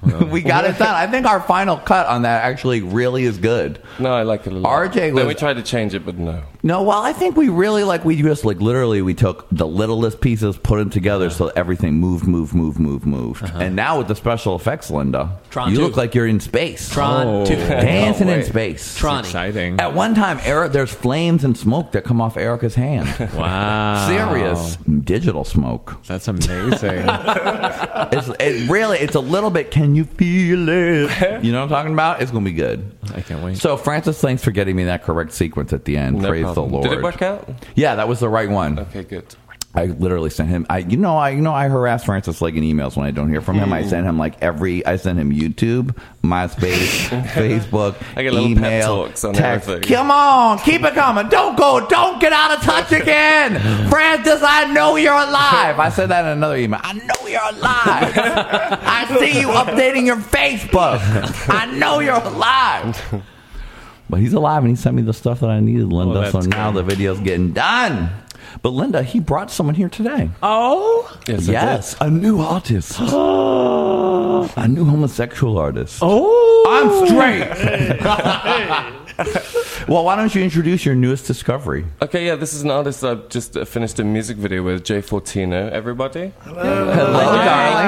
Speaker 2: we got it done. I think our final cut on that actually really is good.
Speaker 9: No, I like it a lot.
Speaker 2: RJ
Speaker 9: Then
Speaker 2: was-
Speaker 9: we tried to change it, but no.
Speaker 2: No, well, I think we really like we just like literally we took the littlest pieces, put them together, so
Speaker 4: Uh-huh.
Speaker 2: everything moved, moved, moved, moved, moved. And now with the special effects, Linda,
Speaker 4: Tron
Speaker 2: you
Speaker 4: two.
Speaker 2: look like you're in space,
Speaker 4: Tron
Speaker 6: Oh.
Speaker 4: Two.
Speaker 2: dancing
Speaker 9: Can't
Speaker 2: in
Speaker 9: wait.
Speaker 2: space.
Speaker 4: Tronny.
Speaker 6: Exciting.
Speaker 2: At one time, Eric, there's flames and smoke that come off Erica's hand.
Speaker 6: Wow.
Speaker 2: Serious digital smoke.
Speaker 6: That's amazing.
Speaker 2: It's it really, it's a little bit. Can you feel it? You know what I'm talking about? It's gonna be good.
Speaker 6: I can't wait.
Speaker 2: So, Francis, thanks for getting me that correct sequence at the end.
Speaker 9: No
Speaker 2: Praise
Speaker 9: problem.
Speaker 2: the Lord.
Speaker 9: Did it work out?
Speaker 2: Yeah, that was the right one.
Speaker 9: Okay, good.
Speaker 2: I literally sent him. I you know I you know I harass Francis like in emails when I don't hear from him. I send him like every. I send him YouTube, MySpace, Facebook,
Speaker 9: I get little pep
Speaker 2: email,
Speaker 9: talks on
Speaker 2: text.
Speaker 9: everything.
Speaker 2: Come on, keep it coming. Don't go. Don't get out of touch again, Francis. I know you're alive. I said that in another email. I know you're alive. I see you updating your Facebook. I know you're alive. But he's alive and he sent me the stuff that I needed, Linda.
Speaker 6: that's
Speaker 2: so now
Speaker 6: good.
Speaker 2: the video's getting done. But Linda, he brought someone here today.
Speaker 5: Oh,
Speaker 9: Yes, I
Speaker 2: yes, a new artist. a new homosexual artist.
Speaker 5: oh,
Speaker 2: I'm straight. well, why don't you introduce your newest discovery?
Speaker 9: did. Okay, yeah, this is an artist I've just uh, finished a music video with, Jay Fortino. Everybody?
Speaker 2: Hello, darling.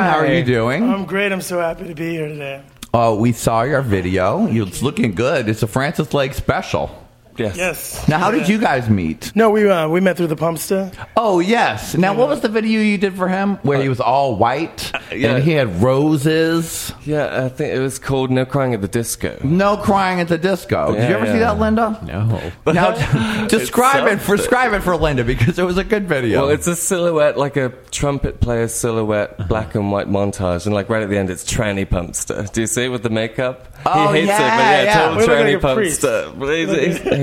Speaker 2: How are you doing?
Speaker 12: I'm great. I'm so happy to be here today.
Speaker 2: Uh, Oh, we saw your video. You- It's looking good. It's a Francis Lake special. Yes.
Speaker 12: Yes.
Speaker 2: Now, how did you guys meet?
Speaker 12: No, we uh, we met through the Pumpsta.
Speaker 2: Oh yes. Now, what was the video you did for him where he was all white and he had roses?
Speaker 17: Yeah, I think it was called No Crying at the Disco.
Speaker 2: No crying at the disco. did
Speaker 17: Yeah,
Speaker 2: you ever see
Speaker 17: oh, yeah.
Speaker 2: that, Linda?
Speaker 17: No.
Speaker 2: Now, describe it.
Speaker 17: sounds
Speaker 2: For, describe it for Linda because it was a good video.
Speaker 17: Well, it's a silhouette, like a trumpet player silhouette, black and white montage, and like right at the end, it's tranny pumpster. Do you see it with the makeup?
Speaker 2: Oh,
Speaker 17: he hates
Speaker 2: yeah,
Speaker 17: it,
Speaker 2: yeah. We
Speaker 17: but yeah,
Speaker 2: look
Speaker 17: total
Speaker 2: like
Speaker 17: tranny
Speaker 2: a priest.
Speaker 17: pumpster. But he's- he's- he hates it.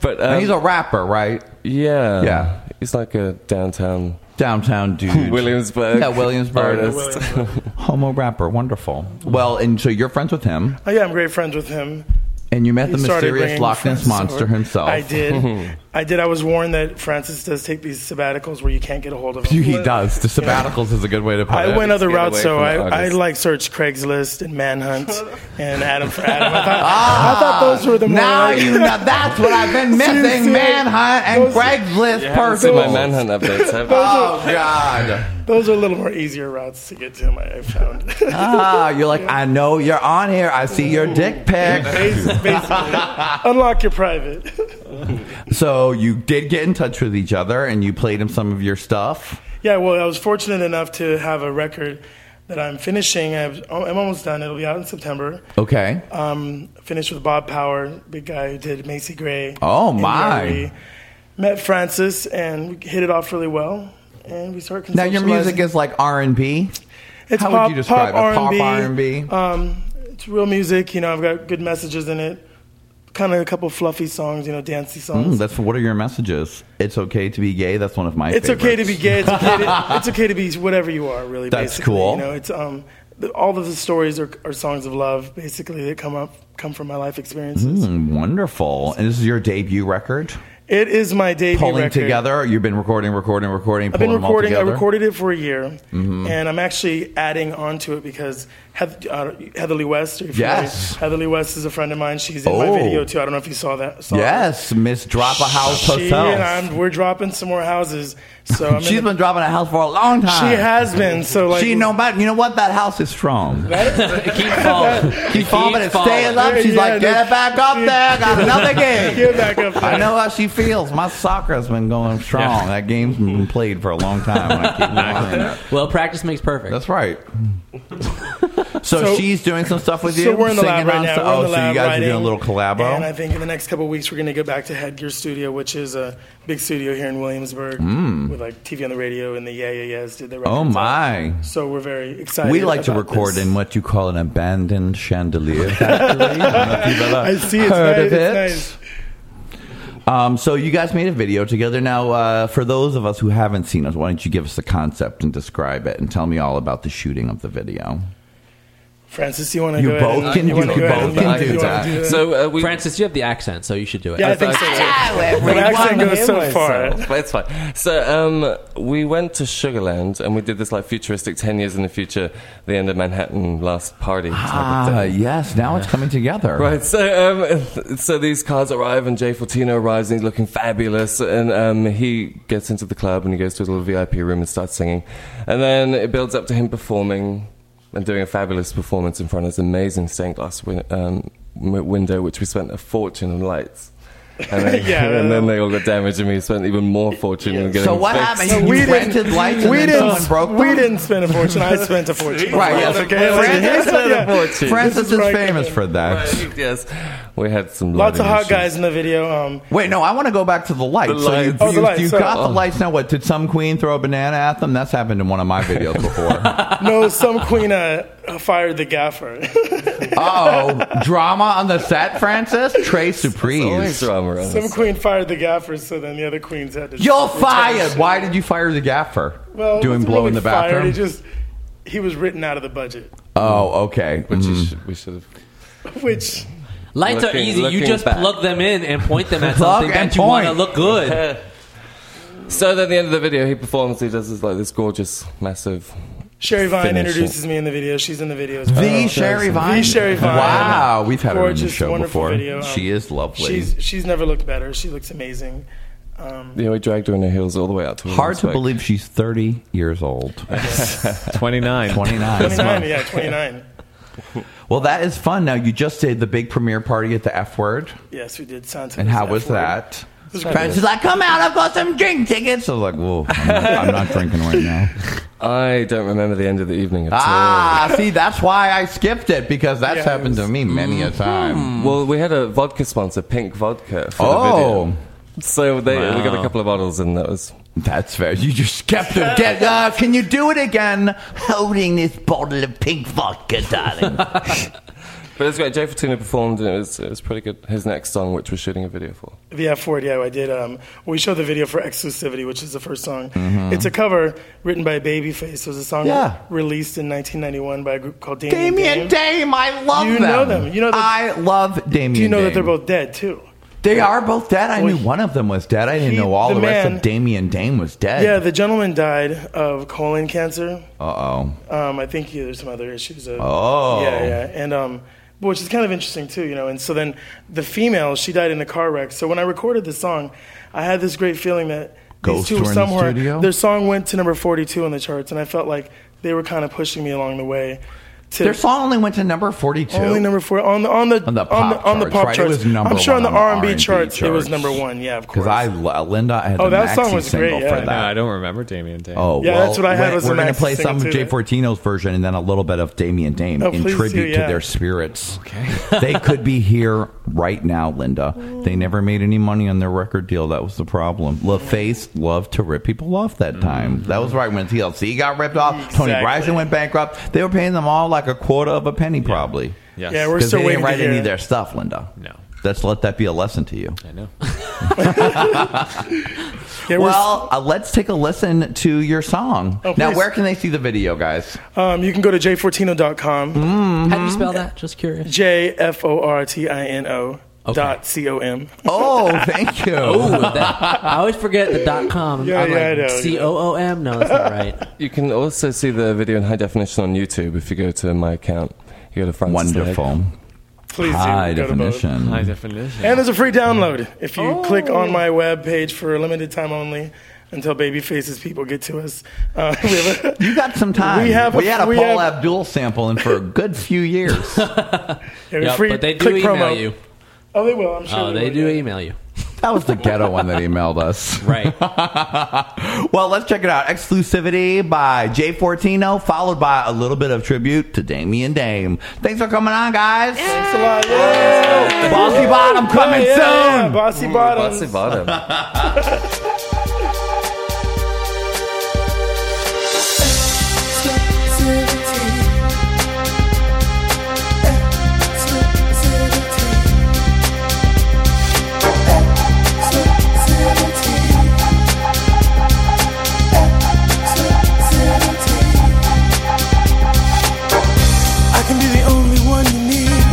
Speaker 17: But
Speaker 2: And
Speaker 17: um,
Speaker 2: he's a rapper, right?
Speaker 17: Yeah,
Speaker 2: Yeah.
Speaker 17: He's like a downtown
Speaker 2: downtown dude,
Speaker 17: Williamsburg.
Speaker 2: Yeah, Williamsburg.
Speaker 17: artist.
Speaker 2: Homo rapper, wonderful. Well, and so you're friends with him,
Speaker 12: Oh yeah, I'm great friends with him.
Speaker 2: and you met
Speaker 12: He
Speaker 2: the
Speaker 12: started
Speaker 2: mysterious
Speaker 12: bringing
Speaker 2: Loch Ness
Speaker 12: friends
Speaker 2: monster
Speaker 12: over.
Speaker 2: himself.
Speaker 12: I did. I did. I was warned that Francis does take these sabbaticals where you can't get a hold of him.
Speaker 2: he does. The sabbaticals is a good way to put it.
Speaker 12: I went other routes, so I, I
Speaker 2: artists.
Speaker 12: like searched Craigslist and Manhunt and Adam for Adam. I thought, I thought those were the more
Speaker 2: Now
Speaker 12: like-
Speaker 2: you know that's what I've been missing:
Speaker 12: Seriously.
Speaker 2: manhunt and
Speaker 12: Those-
Speaker 2: Craigslist
Speaker 17: Yeah, I haven't seen
Speaker 2: personal.
Speaker 17: my manhunt updates. Have I?
Speaker 2: Oh God!
Speaker 12: Those are a little more easier routes to get to him. I I found.
Speaker 2: Ah, you're like I know you're on here. I see your dick pic.
Speaker 12: Unlock your private.
Speaker 2: So you did get in touch with each other, and you played him some of your stuff.
Speaker 12: Yeah, well, I was fortunate enough to have a record that I'm finishing. I've, oh, I'm almost done. It'll be out in September.
Speaker 2: Okay.
Speaker 12: Um, finished with Bob Power, big guy who did Macy Gray.
Speaker 2: Oh,
Speaker 12: and
Speaker 2: my.
Speaker 12: Yardley. Met Francis and we hit it off really well, and we started.
Speaker 2: Now your music
Speaker 12: conceptualizing-
Speaker 2: is like R and B.
Speaker 12: It's
Speaker 2: How
Speaker 12: pop,
Speaker 2: would you describe
Speaker 12: pop
Speaker 2: it? Pop
Speaker 12: R&B.
Speaker 2: R&B?
Speaker 12: Um, it's real music. You know, I've got good messages in it. Kind of a couple fluffy songs. You know, dancey songs.
Speaker 2: Mm, that's what are your messages? It's okay to be gay. That's one of my.
Speaker 12: it's okay to be gay. It's okay to, it's okay to be whatever you are. Really,
Speaker 2: That's
Speaker 12: basically.
Speaker 2: cool.
Speaker 12: You know, it's um, the, all of the stories are, are songs of love, basically that come up come from my life experiences.
Speaker 2: Mm, wonderful. And this is your debut record.
Speaker 12: It is my debut
Speaker 2: Pulling
Speaker 12: record.
Speaker 2: together. You've been recording, recording, recording.
Speaker 12: I've been
Speaker 2: pulling them all
Speaker 12: recording. I
Speaker 2: together?
Speaker 12: recorded it for a year,
Speaker 2: Mhm.
Speaker 12: and I'm actually adding on to it because Heath, uh, Heatherly West. Are you familiar?
Speaker 2: Yes.
Speaker 12: Heatherly West is a friend of mine. She's in my
Speaker 2: Oh.
Speaker 12: video too. I don't know if you saw that. Saw
Speaker 2: Yes, Miss Drop a House
Speaker 12: She and
Speaker 2: herself.
Speaker 12: I'm, we're dropping some more houses. So I'm in
Speaker 2: She's
Speaker 12: the-
Speaker 2: been dropping a house for a long time.
Speaker 12: She has been. So like
Speaker 2: she know about you know what that house is from.
Speaker 12: keep
Speaker 2: falling. Keep falling. It's staying up. She's like, get it back up there. Got another game.
Speaker 12: Get back up there.
Speaker 2: I know how she feels. My soccer has been going strong. That game's been played for a long time. and I keep lying.
Speaker 4: Well, practice makes perfect.
Speaker 2: That's right. So,
Speaker 12: So-
Speaker 2: she's doing some stuff with you.
Speaker 12: So we're in the
Speaker 2: Singing
Speaker 12: lab right
Speaker 2: on
Speaker 12: now.
Speaker 2: stuff-
Speaker 12: We're in
Speaker 2: oh,
Speaker 12: the
Speaker 2: so you
Speaker 12: lab
Speaker 2: guys are doing a
Speaker 12: writing,
Speaker 2: little collabo.
Speaker 12: And I think in the next couple of weeks we're going to go back to Headgear Studio, which is a big studio here in Williamsburg,
Speaker 2: Mm.
Speaker 12: with like TV on the radio and the Yeah Yeah Yeahs did the record.
Speaker 2: Oh my!
Speaker 12: So we're very excited.
Speaker 2: we like to
Speaker 12: about
Speaker 2: record
Speaker 12: this.
Speaker 2: in what you call an abandoned chandelier. factory. I don't know if you've ever
Speaker 12: I see it's
Speaker 2: heard
Speaker 12: nice.
Speaker 2: of it.
Speaker 12: It's nice.
Speaker 2: Um, so you guys made a video together. Now, uh, for those of us who haven't seen it, why don't you give us the concept and describe it, and tell me all about the shooting of the video?
Speaker 12: Francis, you want to
Speaker 2: You
Speaker 12: go
Speaker 2: both
Speaker 12: ahead
Speaker 2: can-
Speaker 12: and,
Speaker 2: you
Speaker 12: wanna go
Speaker 2: both
Speaker 12: ahead and-
Speaker 2: can
Speaker 12: wanna
Speaker 2: do that.
Speaker 12: that.
Speaker 4: So, uh, we, Francis, you have the accent, so you should do it.
Speaker 12: Yeah, I think so.
Speaker 17: everyone
Speaker 12: But accent goes so far.
Speaker 17: But it's fine. So um, we went to Sugarland and we did this like futuristic 10 years in the future, the end of Manhattan last party. type of
Speaker 2: Ah,
Speaker 17: thing.
Speaker 2: yes. Now it's coming together.
Speaker 17: Right, so um, so these cars arrive and Jay Fortino arrives and he's looking fabulous and um, he gets into the club and he goes to his little VIP room and starts singing, and then it builds up to him performing and doing a fabulous performance in front of this amazing stained glass win- um, w- window which we spent a fortune on lights. And then,
Speaker 12: Yeah,
Speaker 17: and then they all got damaged, and we spent even more fortune on getting
Speaker 2: So what
Speaker 17: fixed.
Speaker 2: happened? You rented lights and
Speaker 12: we
Speaker 2: then
Speaker 12: didn't,
Speaker 2: someone broke
Speaker 12: We
Speaker 2: them?
Speaker 12: didn't spend a fortune. I spent a fortune.
Speaker 2: Right, yes. Francis spent a fortune. Francis
Speaker 12: This
Speaker 2: is
Speaker 12: right.
Speaker 2: famous for that.
Speaker 17: Right, yes, we had some
Speaker 12: Lots of
Speaker 17: lighting
Speaker 12: hot
Speaker 17: issues.
Speaker 12: guys in the video. Um,
Speaker 2: Wait, no. I want to go back to the lights.
Speaker 17: The
Speaker 2: So you,
Speaker 17: lights. Oh, the
Speaker 2: you-
Speaker 12: lights,
Speaker 2: you
Speaker 12: sorry.
Speaker 2: got the
Speaker 12: Oh.
Speaker 2: lights. Now what? Did some queen throw a banana at them? That's happened in one of my videos before.
Speaker 12: no, some queen uh, fired the gaffer.
Speaker 2: oh, drama on the set, Francis. Trey Surprise.
Speaker 12: some queen fired the gaffer, so then the other queens had to.
Speaker 2: You're fired. Why did you fire the gaffer?
Speaker 12: Well, it
Speaker 2: Doing
Speaker 12: wasn't
Speaker 2: blow
Speaker 12: really
Speaker 2: in the
Speaker 12: fired,
Speaker 2: bathroom.
Speaker 12: He just he was written out of the budget,
Speaker 2: oh, okay. Which
Speaker 17: we should have.
Speaker 12: which
Speaker 4: Lights are
Speaker 17: Looking-
Speaker 4: easy. You
Speaker 17: looking
Speaker 4: just
Speaker 17: back.
Speaker 4: plug them in and point them at
Speaker 17: Plug
Speaker 4: something
Speaker 17: and
Speaker 4: that you want to
Speaker 17: point.
Speaker 4: look good.
Speaker 17: So then at the end of the video, he performs. He does this like this gorgeous, massive.
Speaker 12: Sherry Vine
Speaker 17: Finish it.
Speaker 12: introduces me in the video. She's in the video. as
Speaker 2: The
Speaker 12: well.
Speaker 2: Sherry
Speaker 12: The
Speaker 2: Vine?
Speaker 12: Sherry Vine.
Speaker 2: Wow, we've had her on the
Speaker 12: Gorgeous,
Speaker 2: show
Speaker 12: wonderful
Speaker 2: before.
Speaker 12: video. Um,
Speaker 2: She is lovely.
Speaker 12: She's she's never looked better. She looks amazing. Um,
Speaker 17: Yeah, we dragged her in her heels all the way out to.
Speaker 2: Hard to
Speaker 17: Williamsburg.
Speaker 2: believe she's 30 years old.
Speaker 6: 29.
Speaker 2: 29.
Speaker 12: 29, yeah, 29.
Speaker 2: Well, that is fun. Now you just did the big premiere party at the F word.
Speaker 12: Yes, we did Santa.
Speaker 2: And how
Speaker 12: F
Speaker 2: was
Speaker 12: word.
Speaker 2: that?
Speaker 12: It was
Speaker 2: Parents
Speaker 12: great.
Speaker 2: is like, come out, I've got some drink tickets. I was like, whoa, I'm not, I'm not drinking right now.
Speaker 17: I don't remember the end of the evening at
Speaker 2: Ah, see, that's why I skipped it because that's happened to me many
Speaker 12: Hmm.
Speaker 2: a time.
Speaker 17: all. Well, we had a vodka sponsor, Pink Vodka, for
Speaker 2: Oh.
Speaker 17: the video. So they, we got
Speaker 2: Wow.
Speaker 17: a couple of bottles, and that was.
Speaker 2: That's fair. You just kept it. Get- uh, can you do it again? Holding this bottle of pink vodka, darling.
Speaker 17: But it's great. Jay Fortuna performed, and it was, it was pretty good. His next song, which we're shooting a video for.
Speaker 12: The F-word, yeah, I did. Um, we showed the video for Exclusivity, which is the first song.
Speaker 17: Mhm.
Speaker 12: It's a cover written by Babyface. It was a song
Speaker 2: Mm-hmm. Yeah.
Speaker 12: released in 1991 by a group called Damien Dame.
Speaker 2: Damien Dame, I love
Speaker 12: You
Speaker 2: them.
Speaker 12: know them. You know that-
Speaker 2: I love Damien.
Speaker 12: Do you know
Speaker 2: Dame.
Speaker 12: that they're both dead, too?
Speaker 2: They are both dead. I
Speaker 12: Well,
Speaker 2: knew one of them was dead. I didn't
Speaker 12: he-
Speaker 2: know all the,
Speaker 12: the
Speaker 2: rest
Speaker 12: man-
Speaker 2: of Damien Dame was dead.
Speaker 12: Yeah, the gentleman died of colon cancer.
Speaker 2: Uh oh.
Speaker 12: Um, I think yeah, there's some other issues. Of,
Speaker 2: Oh.
Speaker 12: Yeah, yeah. And, um, but which is kind of interesting, too, you know. And so then the female, she died in a car wreck. So when I recorded this song, I had this great feeling that
Speaker 2: Ghosts
Speaker 12: these two
Speaker 2: were in the
Speaker 12: somewhere,
Speaker 2: studio?
Speaker 12: their song went to number 42 on the charts. And I felt like they were kind of pushing me along the way. To,
Speaker 2: Their song only went to number 42.
Speaker 12: Only number four on the on the
Speaker 2: On the pop
Speaker 12: on the, on the
Speaker 2: charts,
Speaker 12: pop
Speaker 2: right? It
Speaker 12: charts.
Speaker 2: was number
Speaker 12: I'm sure
Speaker 2: one
Speaker 12: on the
Speaker 2: on
Speaker 12: R&B,
Speaker 2: R&B
Speaker 12: charts, it was
Speaker 2: charts.
Speaker 12: number one. Yeah, of course.
Speaker 2: Because I, lo- Linda had
Speaker 12: Oh,
Speaker 2: the
Speaker 12: that
Speaker 2: maxi
Speaker 12: song was
Speaker 2: single
Speaker 12: great,
Speaker 2: for
Speaker 12: yeah.
Speaker 2: that.
Speaker 6: I don't remember Damien Dame.
Speaker 2: Oh,
Speaker 12: Yeah,
Speaker 2: well,
Speaker 12: that's what I had
Speaker 2: we're-
Speaker 12: was the
Speaker 2: We're gonna
Speaker 12: maxi
Speaker 2: play
Speaker 12: single
Speaker 2: some of
Speaker 12: too,
Speaker 2: Jay
Speaker 12: right?
Speaker 2: Fortino's version and then a little bit of Damien Dame
Speaker 12: Oh,
Speaker 2: in
Speaker 12: please do,
Speaker 2: tribute to
Speaker 12: yeah.
Speaker 2: their spirits. they could be here right now, Linda. They never made any money on their record deal. That was the problem. LaFace loved to rip people off that time. That was right when TLC got ripped off. Tony
Speaker 12: Exactly.
Speaker 2: Bryson went bankrupt. They were paying them all like a quarter of a penny, probably.
Speaker 12: Yes. Yeah, we're
Speaker 2: 'Cause
Speaker 12: still
Speaker 2: they
Speaker 12: waiting
Speaker 2: didn't
Speaker 12: to
Speaker 2: write any
Speaker 12: hear
Speaker 2: of
Speaker 12: it.
Speaker 2: their stuff, Linda. No. Let's let that be a lesson to you. I know.
Speaker 12: we're-
Speaker 2: well, uh, let's take a listen to your song.
Speaker 12: Oh,
Speaker 2: now,
Speaker 12: please.
Speaker 2: where can they see the video, guys? Mm-hmm.
Speaker 12: Um, you can go to jfortino.com.
Speaker 4: How do you spell that? Just curious.
Speaker 12: J F O R T I N O dot C O M.
Speaker 2: Oh, thank you.
Speaker 4: Ooh, that, I always forget the dot com.
Speaker 12: Yeah,
Speaker 4: I'm
Speaker 12: yeah, I know, yeah.
Speaker 4: like, C O O M. No, that's not right.
Speaker 17: You can also see the video in high definition on YouTube if you go to my account. You go to Francis
Speaker 2: Wonderful.
Speaker 12: Please do.
Speaker 2: High
Speaker 12: Go to both.
Speaker 2: definition.
Speaker 6: High definition.
Speaker 12: And there's a free download if you
Speaker 4: Oh.
Speaker 12: click on my web page for a limited time only until Babyface's people get to us. Uh, we have a,
Speaker 2: you got some time.
Speaker 12: We have.
Speaker 2: had a
Speaker 12: we
Speaker 2: Paul
Speaker 12: have-
Speaker 2: Abdul sample in for a good few years.
Speaker 12: yeah, free
Speaker 4: but they do
Speaker 12: click
Speaker 4: email
Speaker 12: promo.
Speaker 4: you.
Speaker 12: Oh, they will. I'm sure.
Speaker 4: Oh,
Speaker 12: they,
Speaker 4: they
Speaker 12: will.
Speaker 4: do email you.
Speaker 2: That was the ghetto one that emailed us.
Speaker 4: Right.
Speaker 2: well, let's check it out. Exclusivity by Jay Fortino, followed by a little bit of tribute to Damien Dame. Thanks for coming on, guys.
Speaker 12: Thanks a lot. Yeah.
Speaker 2: Bossy Bottom coming
Speaker 12: Yeah, yeah, yeah.
Speaker 2: soon.
Speaker 12: Bossy
Speaker 4: Mm.
Speaker 12: Bottom.
Speaker 17: Bossy Bottom.
Speaker 16: I can be the only one you need.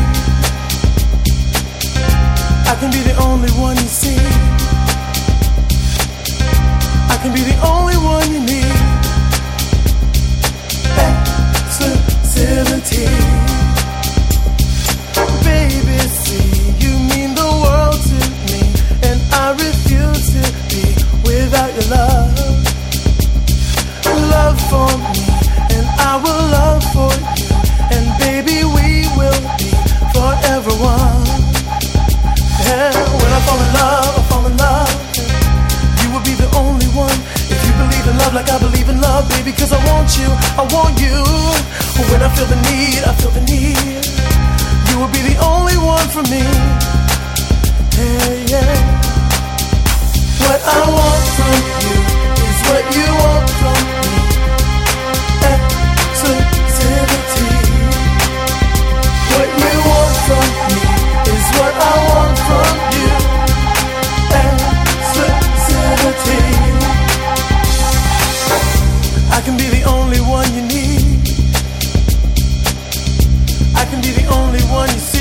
Speaker 16: I can be the only one you see. I can be the only one you need. Exclusivity. Baby, see, you mean the world to me. And I refuse to be without your love. Love for me, and I will love for you. And baby, we will be forever one. Yeah, when I fall in love, I fall in love. You will be the only one. If you believe in love like I believe in love, baby, cause I want you, I want you. When I feel the need, I feel the need. You will be the only one for me. Yeah, yeah. What I want from you is what you want from me. Exclusivity. What you want from me is what I want from you. Exclusivity. I can be the only one you need. I can be the only one you see.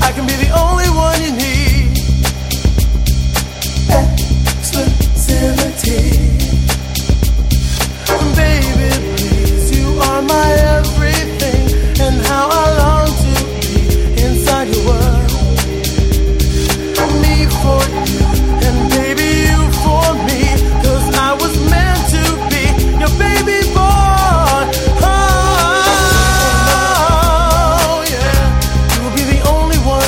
Speaker 16: I can be the only one you need. Exclusivity. Oh,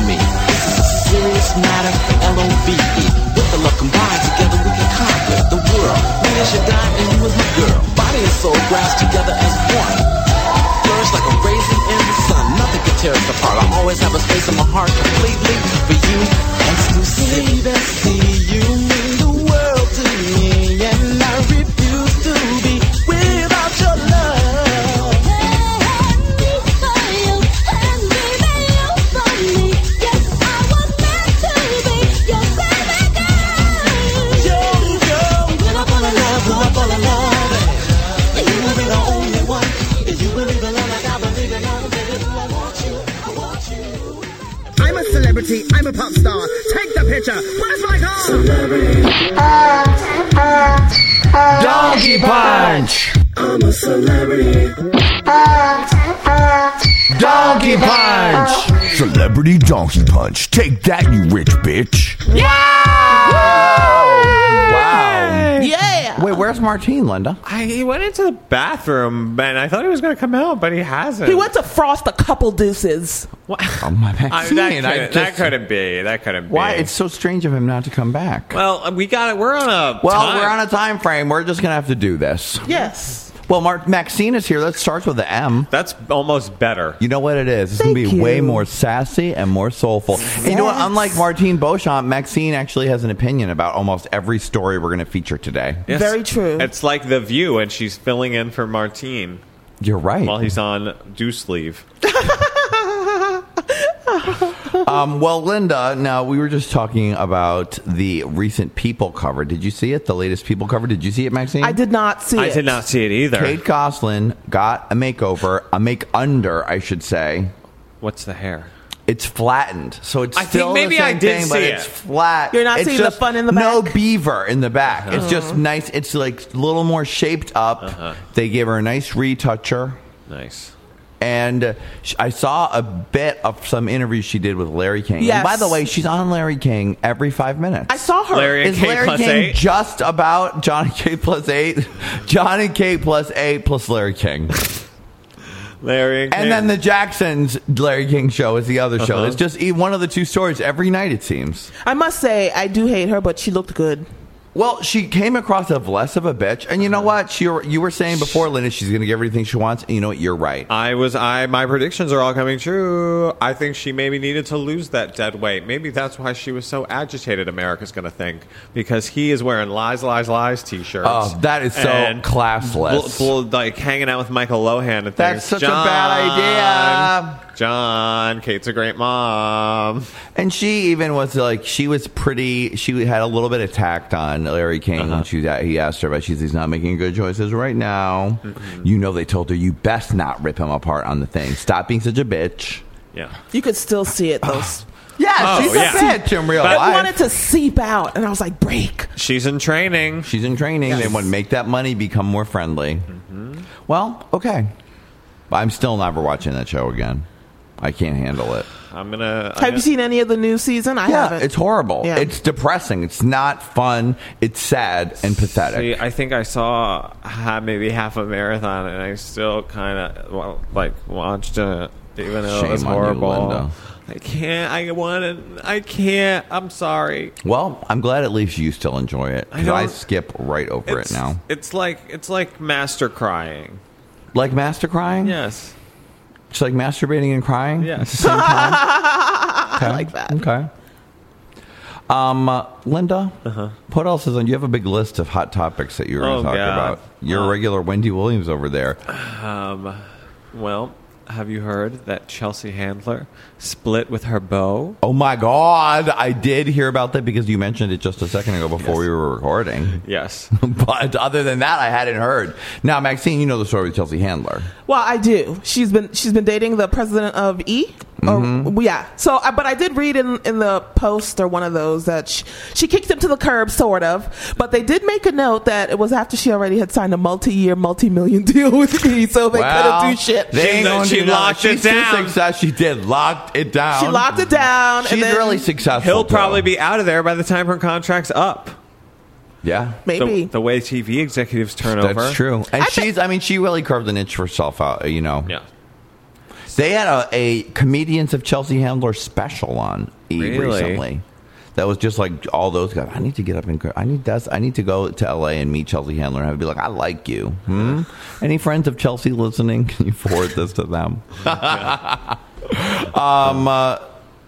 Speaker 1: E.
Speaker 18: she was my girl. Body and soul grasped together as one. Flourished like a raisin in the sun. Nothing could tear us apart. I always have a space in my heart completely for you. Exclusive. See, you mean the world to me, and I refuse to be without your love. Yo, yo, when I fall in love, when I fall in love, and you will be the only one. And you believe in love like I believe in love, baby. I want you, I want you.
Speaker 1: I'm a celebrity. I'm a pop star. Take the picture. Where's my car?
Speaker 18: Doggy punch. I'm a celebrity. Donkey punch.
Speaker 19: Celebrity donkey punch. Take that, you rich bitch.
Speaker 2: Wow.
Speaker 5: Yeah.
Speaker 2: Wait, where's Martine, Linda?
Speaker 3: I, he went into the bathroom, and I thought he was going to come out, but he hasn't.
Speaker 5: He went to frost a couple deuces.
Speaker 2: Oh my
Speaker 3: I,
Speaker 2: vaccine.
Speaker 3: that, couldn't,
Speaker 2: I
Speaker 3: that
Speaker 2: just-
Speaker 3: couldn't be. That couldn't be.
Speaker 2: Why? It's so strange of him not to come back.
Speaker 3: well, we got it. We're on a
Speaker 2: Well,
Speaker 3: time.
Speaker 2: we're on a time frame. We're just gonna have to do this.
Speaker 5: Yes.
Speaker 2: Well, Mark Maxine is here. That starts with the M.
Speaker 3: That's almost better.
Speaker 2: You know what it is? It's gonna be way more sassy and more soulful. And you know what? Unlike Martine Beauchamp, Maxine actually has an opinion about almost every story we're gonna feature today.
Speaker 3: Yes.
Speaker 5: Very true.
Speaker 3: It's like The View, and she's filling in for Martine.
Speaker 2: You're right.
Speaker 3: While he's on Deuce Leave.
Speaker 2: Um, well, Linda, now we were just talking about the recent People cover. Did you see it? The latest People cover. Did you see it, Maxine?
Speaker 5: I did not see it.
Speaker 3: see it either.
Speaker 2: Kate Goslin got a makeover, a make under, I should say.
Speaker 3: What's the hair?
Speaker 2: It's flattened, so it's
Speaker 3: I think
Speaker 2: still the
Speaker 3: maybe I
Speaker 2: same
Speaker 3: did
Speaker 2: thing, but
Speaker 3: see
Speaker 2: it's
Speaker 3: it.
Speaker 2: flat.
Speaker 5: You're not
Speaker 2: It's
Speaker 5: seeing the
Speaker 2: just
Speaker 5: fun in the
Speaker 2: No beaver in the back.
Speaker 5: Uh-huh.
Speaker 2: It's just nice. It's like a little more shaped up. They gave her a nice retoucher.
Speaker 3: Uh-huh. Nice.
Speaker 2: And uh, sh- I saw a bit of some interviews she did with Larry King.
Speaker 5: Yes.
Speaker 2: And by the way, she's on Larry King every five minutes. I
Speaker 5: saw her. Larry and
Speaker 2: Is
Speaker 5: Kate
Speaker 2: Larry
Speaker 5: plus
Speaker 2: King
Speaker 5: eight?
Speaker 2: just about Johnny K plus eight? Johnny K plus eight plus Larry King.
Speaker 3: Larry and,
Speaker 2: And then the Jacksons Larry King show is the other show.
Speaker 5: Uh-huh.
Speaker 2: It's just e- one of the two stories every night, it seems.
Speaker 5: I must say, I do hate her, but she looked good.
Speaker 2: Well, she came across as less of a bitch. And you know what? She, you were saying before, Linda, she's going to get everything she wants. And you know what? You're right.
Speaker 3: I was I my predictions are all coming true. I think she maybe needed to lose that dead weight. Maybe that's why she was so agitated. America's going to think because he is wearing lies, lies, lies t-shirts.
Speaker 2: Oh, that is so
Speaker 3: And
Speaker 2: classless.
Speaker 3: bl- bl- like hanging out with Michael Lohan and
Speaker 2: That's such
Speaker 3: things.
Speaker 2: a bad
Speaker 3: idea. John, Kate's a great mom.
Speaker 2: And she even was like, she was pretty. She had a little bit of tact on Larry King.
Speaker 3: Uh-huh.
Speaker 2: when She he asked her about. She says he's not making good choices right now. You know, they told her you best not rip him apart on the thing. Stop being such a bitch.
Speaker 3: Yeah.
Speaker 5: You could still see it though.
Speaker 2: Yeah,
Speaker 3: Oh,
Speaker 2: she's
Speaker 3: yeah.
Speaker 2: a bitch in real
Speaker 5: I
Speaker 2: life.
Speaker 5: wanted to seep out, and I was like, break.
Speaker 3: She's in training.
Speaker 2: She's in training. They want to make that money, become more friendly.
Speaker 3: Mm-hmm.
Speaker 2: Well, okay. I'm still never watching that show again. I can't handle it.
Speaker 3: I'm gonna.
Speaker 5: Have you seen any of the new season? I
Speaker 2: yeah,
Speaker 5: haven't.
Speaker 2: it's horrible.
Speaker 5: Yeah.
Speaker 2: It's depressing. It's not fun. It's sad and pathetic.
Speaker 3: See, I think I saw ha- maybe half a marathon, and I still kind of well, like watched it, even though it was
Speaker 2: Shame on you,
Speaker 3: horrible.
Speaker 2: Linda.
Speaker 3: I can't. I want to. I can't. I'm sorry.
Speaker 2: Well, I'm glad at least you still enjoy it. 'cause
Speaker 3: don't-
Speaker 2: I, skip right over it now.
Speaker 3: It's like it's like master crying.
Speaker 2: Like master crying?
Speaker 3: Yes.
Speaker 2: It's like masturbating and crying?
Speaker 3: Yes.
Speaker 2: I like that. Okay. Um, uh, Linda, what else is on? You have a big list of hot topics that you were going
Speaker 3: Oh,
Speaker 2: to talk
Speaker 3: God. Oh.
Speaker 2: about. You're a regular Wendy Williams over there.
Speaker 3: Um, well, have you heard that Chelsea Handler split with her beau?
Speaker 2: Oh my God, I did hear about that because you mentioned it just a second ago before we were recording.
Speaker 3: Yes.
Speaker 2: but other than that, I hadn't heard. Now, Maxine, you know the story with Chelsea Handler.
Speaker 5: Well, I do. She's been she's been dating the president of E.
Speaker 3: Oh.
Speaker 2: Mhm.
Speaker 5: Or, yeah. So, I, but I did read in in the post or one of those that she, she kicked him to the curb, sort of. But they did make a note that it was after she already had signed a multi year, multi million deal with E, so they couldn't do shit.
Speaker 2: They ain't gonna do nothing. She's too successful. She did locked it down.
Speaker 5: She locked it down.
Speaker 2: She's
Speaker 5: and then,
Speaker 2: really successful.
Speaker 3: He'll
Speaker 2: too.
Speaker 3: probably be out of there by the time her contract's up.
Speaker 2: Yeah,
Speaker 3: The, the way TV executives turn over.
Speaker 2: That's true. And she's, I mean, she really carved an inch for herself out, you know.
Speaker 3: Yeah.
Speaker 2: They had a, a Comedians of Chelsea Handler special on E
Speaker 3: Really?
Speaker 2: recently. that was just like all those guys. I need to get up and cr- I need that's I need to go to LA and meet Chelsea Handler and have her be like, I like you. Hmm? Any friends of Chelsea listening? Can you forward this to them? um. Uh,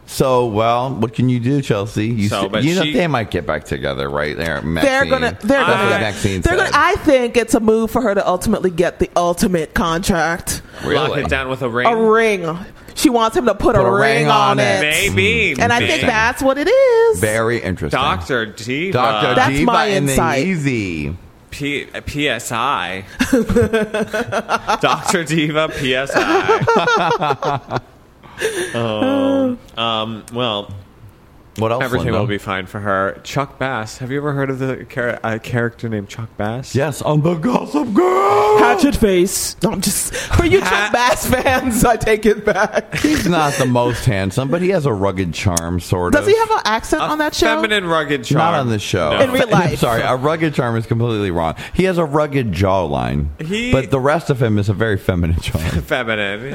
Speaker 2: so well, what can you do, Chelsea? You,
Speaker 3: So,
Speaker 2: s-
Speaker 3: but
Speaker 2: you know
Speaker 3: she-
Speaker 2: they might get back together, right? There,
Speaker 5: They're
Speaker 2: Maxine.
Speaker 5: gonna. They're
Speaker 2: That's what
Speaker 5: gonna.
Speaker 2: Maxine
Speaker 5: they're
Speaker 2: said.
Speaker 5: gonna. I think it's a move for her to ultimately get the ultimate contract.
Speaker 3: Lock it down with a ring.
Speaker 5: A ring. She wants him to put, a, ring, on it.
Speaker 3: Maybe.
Speaker 5: And I
Speaker 3: maybe.
Speaker 5: think that's what it is.
Speaker 2: Very interesting.
Speaker 3: Dr. Diva.
Speaker 2: Dr.
Speaker 5: That's
Speaker 2: Diva
Speaker 5: my
Speaker 2: and
Speaker 5: insight.
Speaker 2: the Easy.
Speaker 3: P- PSI. Dr. Diva PSI. oh. Um, well.
Speaker 2: What else,
Speaker 3: Everything
Speaker 2: Linda?
Speaker 3: will be fine for her. Chuck Bass. Have you ever heard of the char- uh, character named Chuck Bass?
Speaker 2: Yes, on the Gossip Girl.
Speaker 5: Hatchet face. No, I'm just for you Chuck Bass fans. I take it back.
Speaker 2: He's not the most handsome, but he has a rugged charm, sort
Speaker 5: Does
Speaker 2: of.
Speaker 5: he have an accent on that show?
Speaker 3: Feminine rugged charm.
Speaker 2: Not on this show.
Speaker 3: No. In real
Speaker 2: I'm
Speaker 5: life.
Speaker 2: sorry, a rugged charm is completely wrong. He has a rugged jawline,
Speaker 3: He-
Speaker 2: but the rest of him is a very feminine charm.
Speaker 3: Feminine.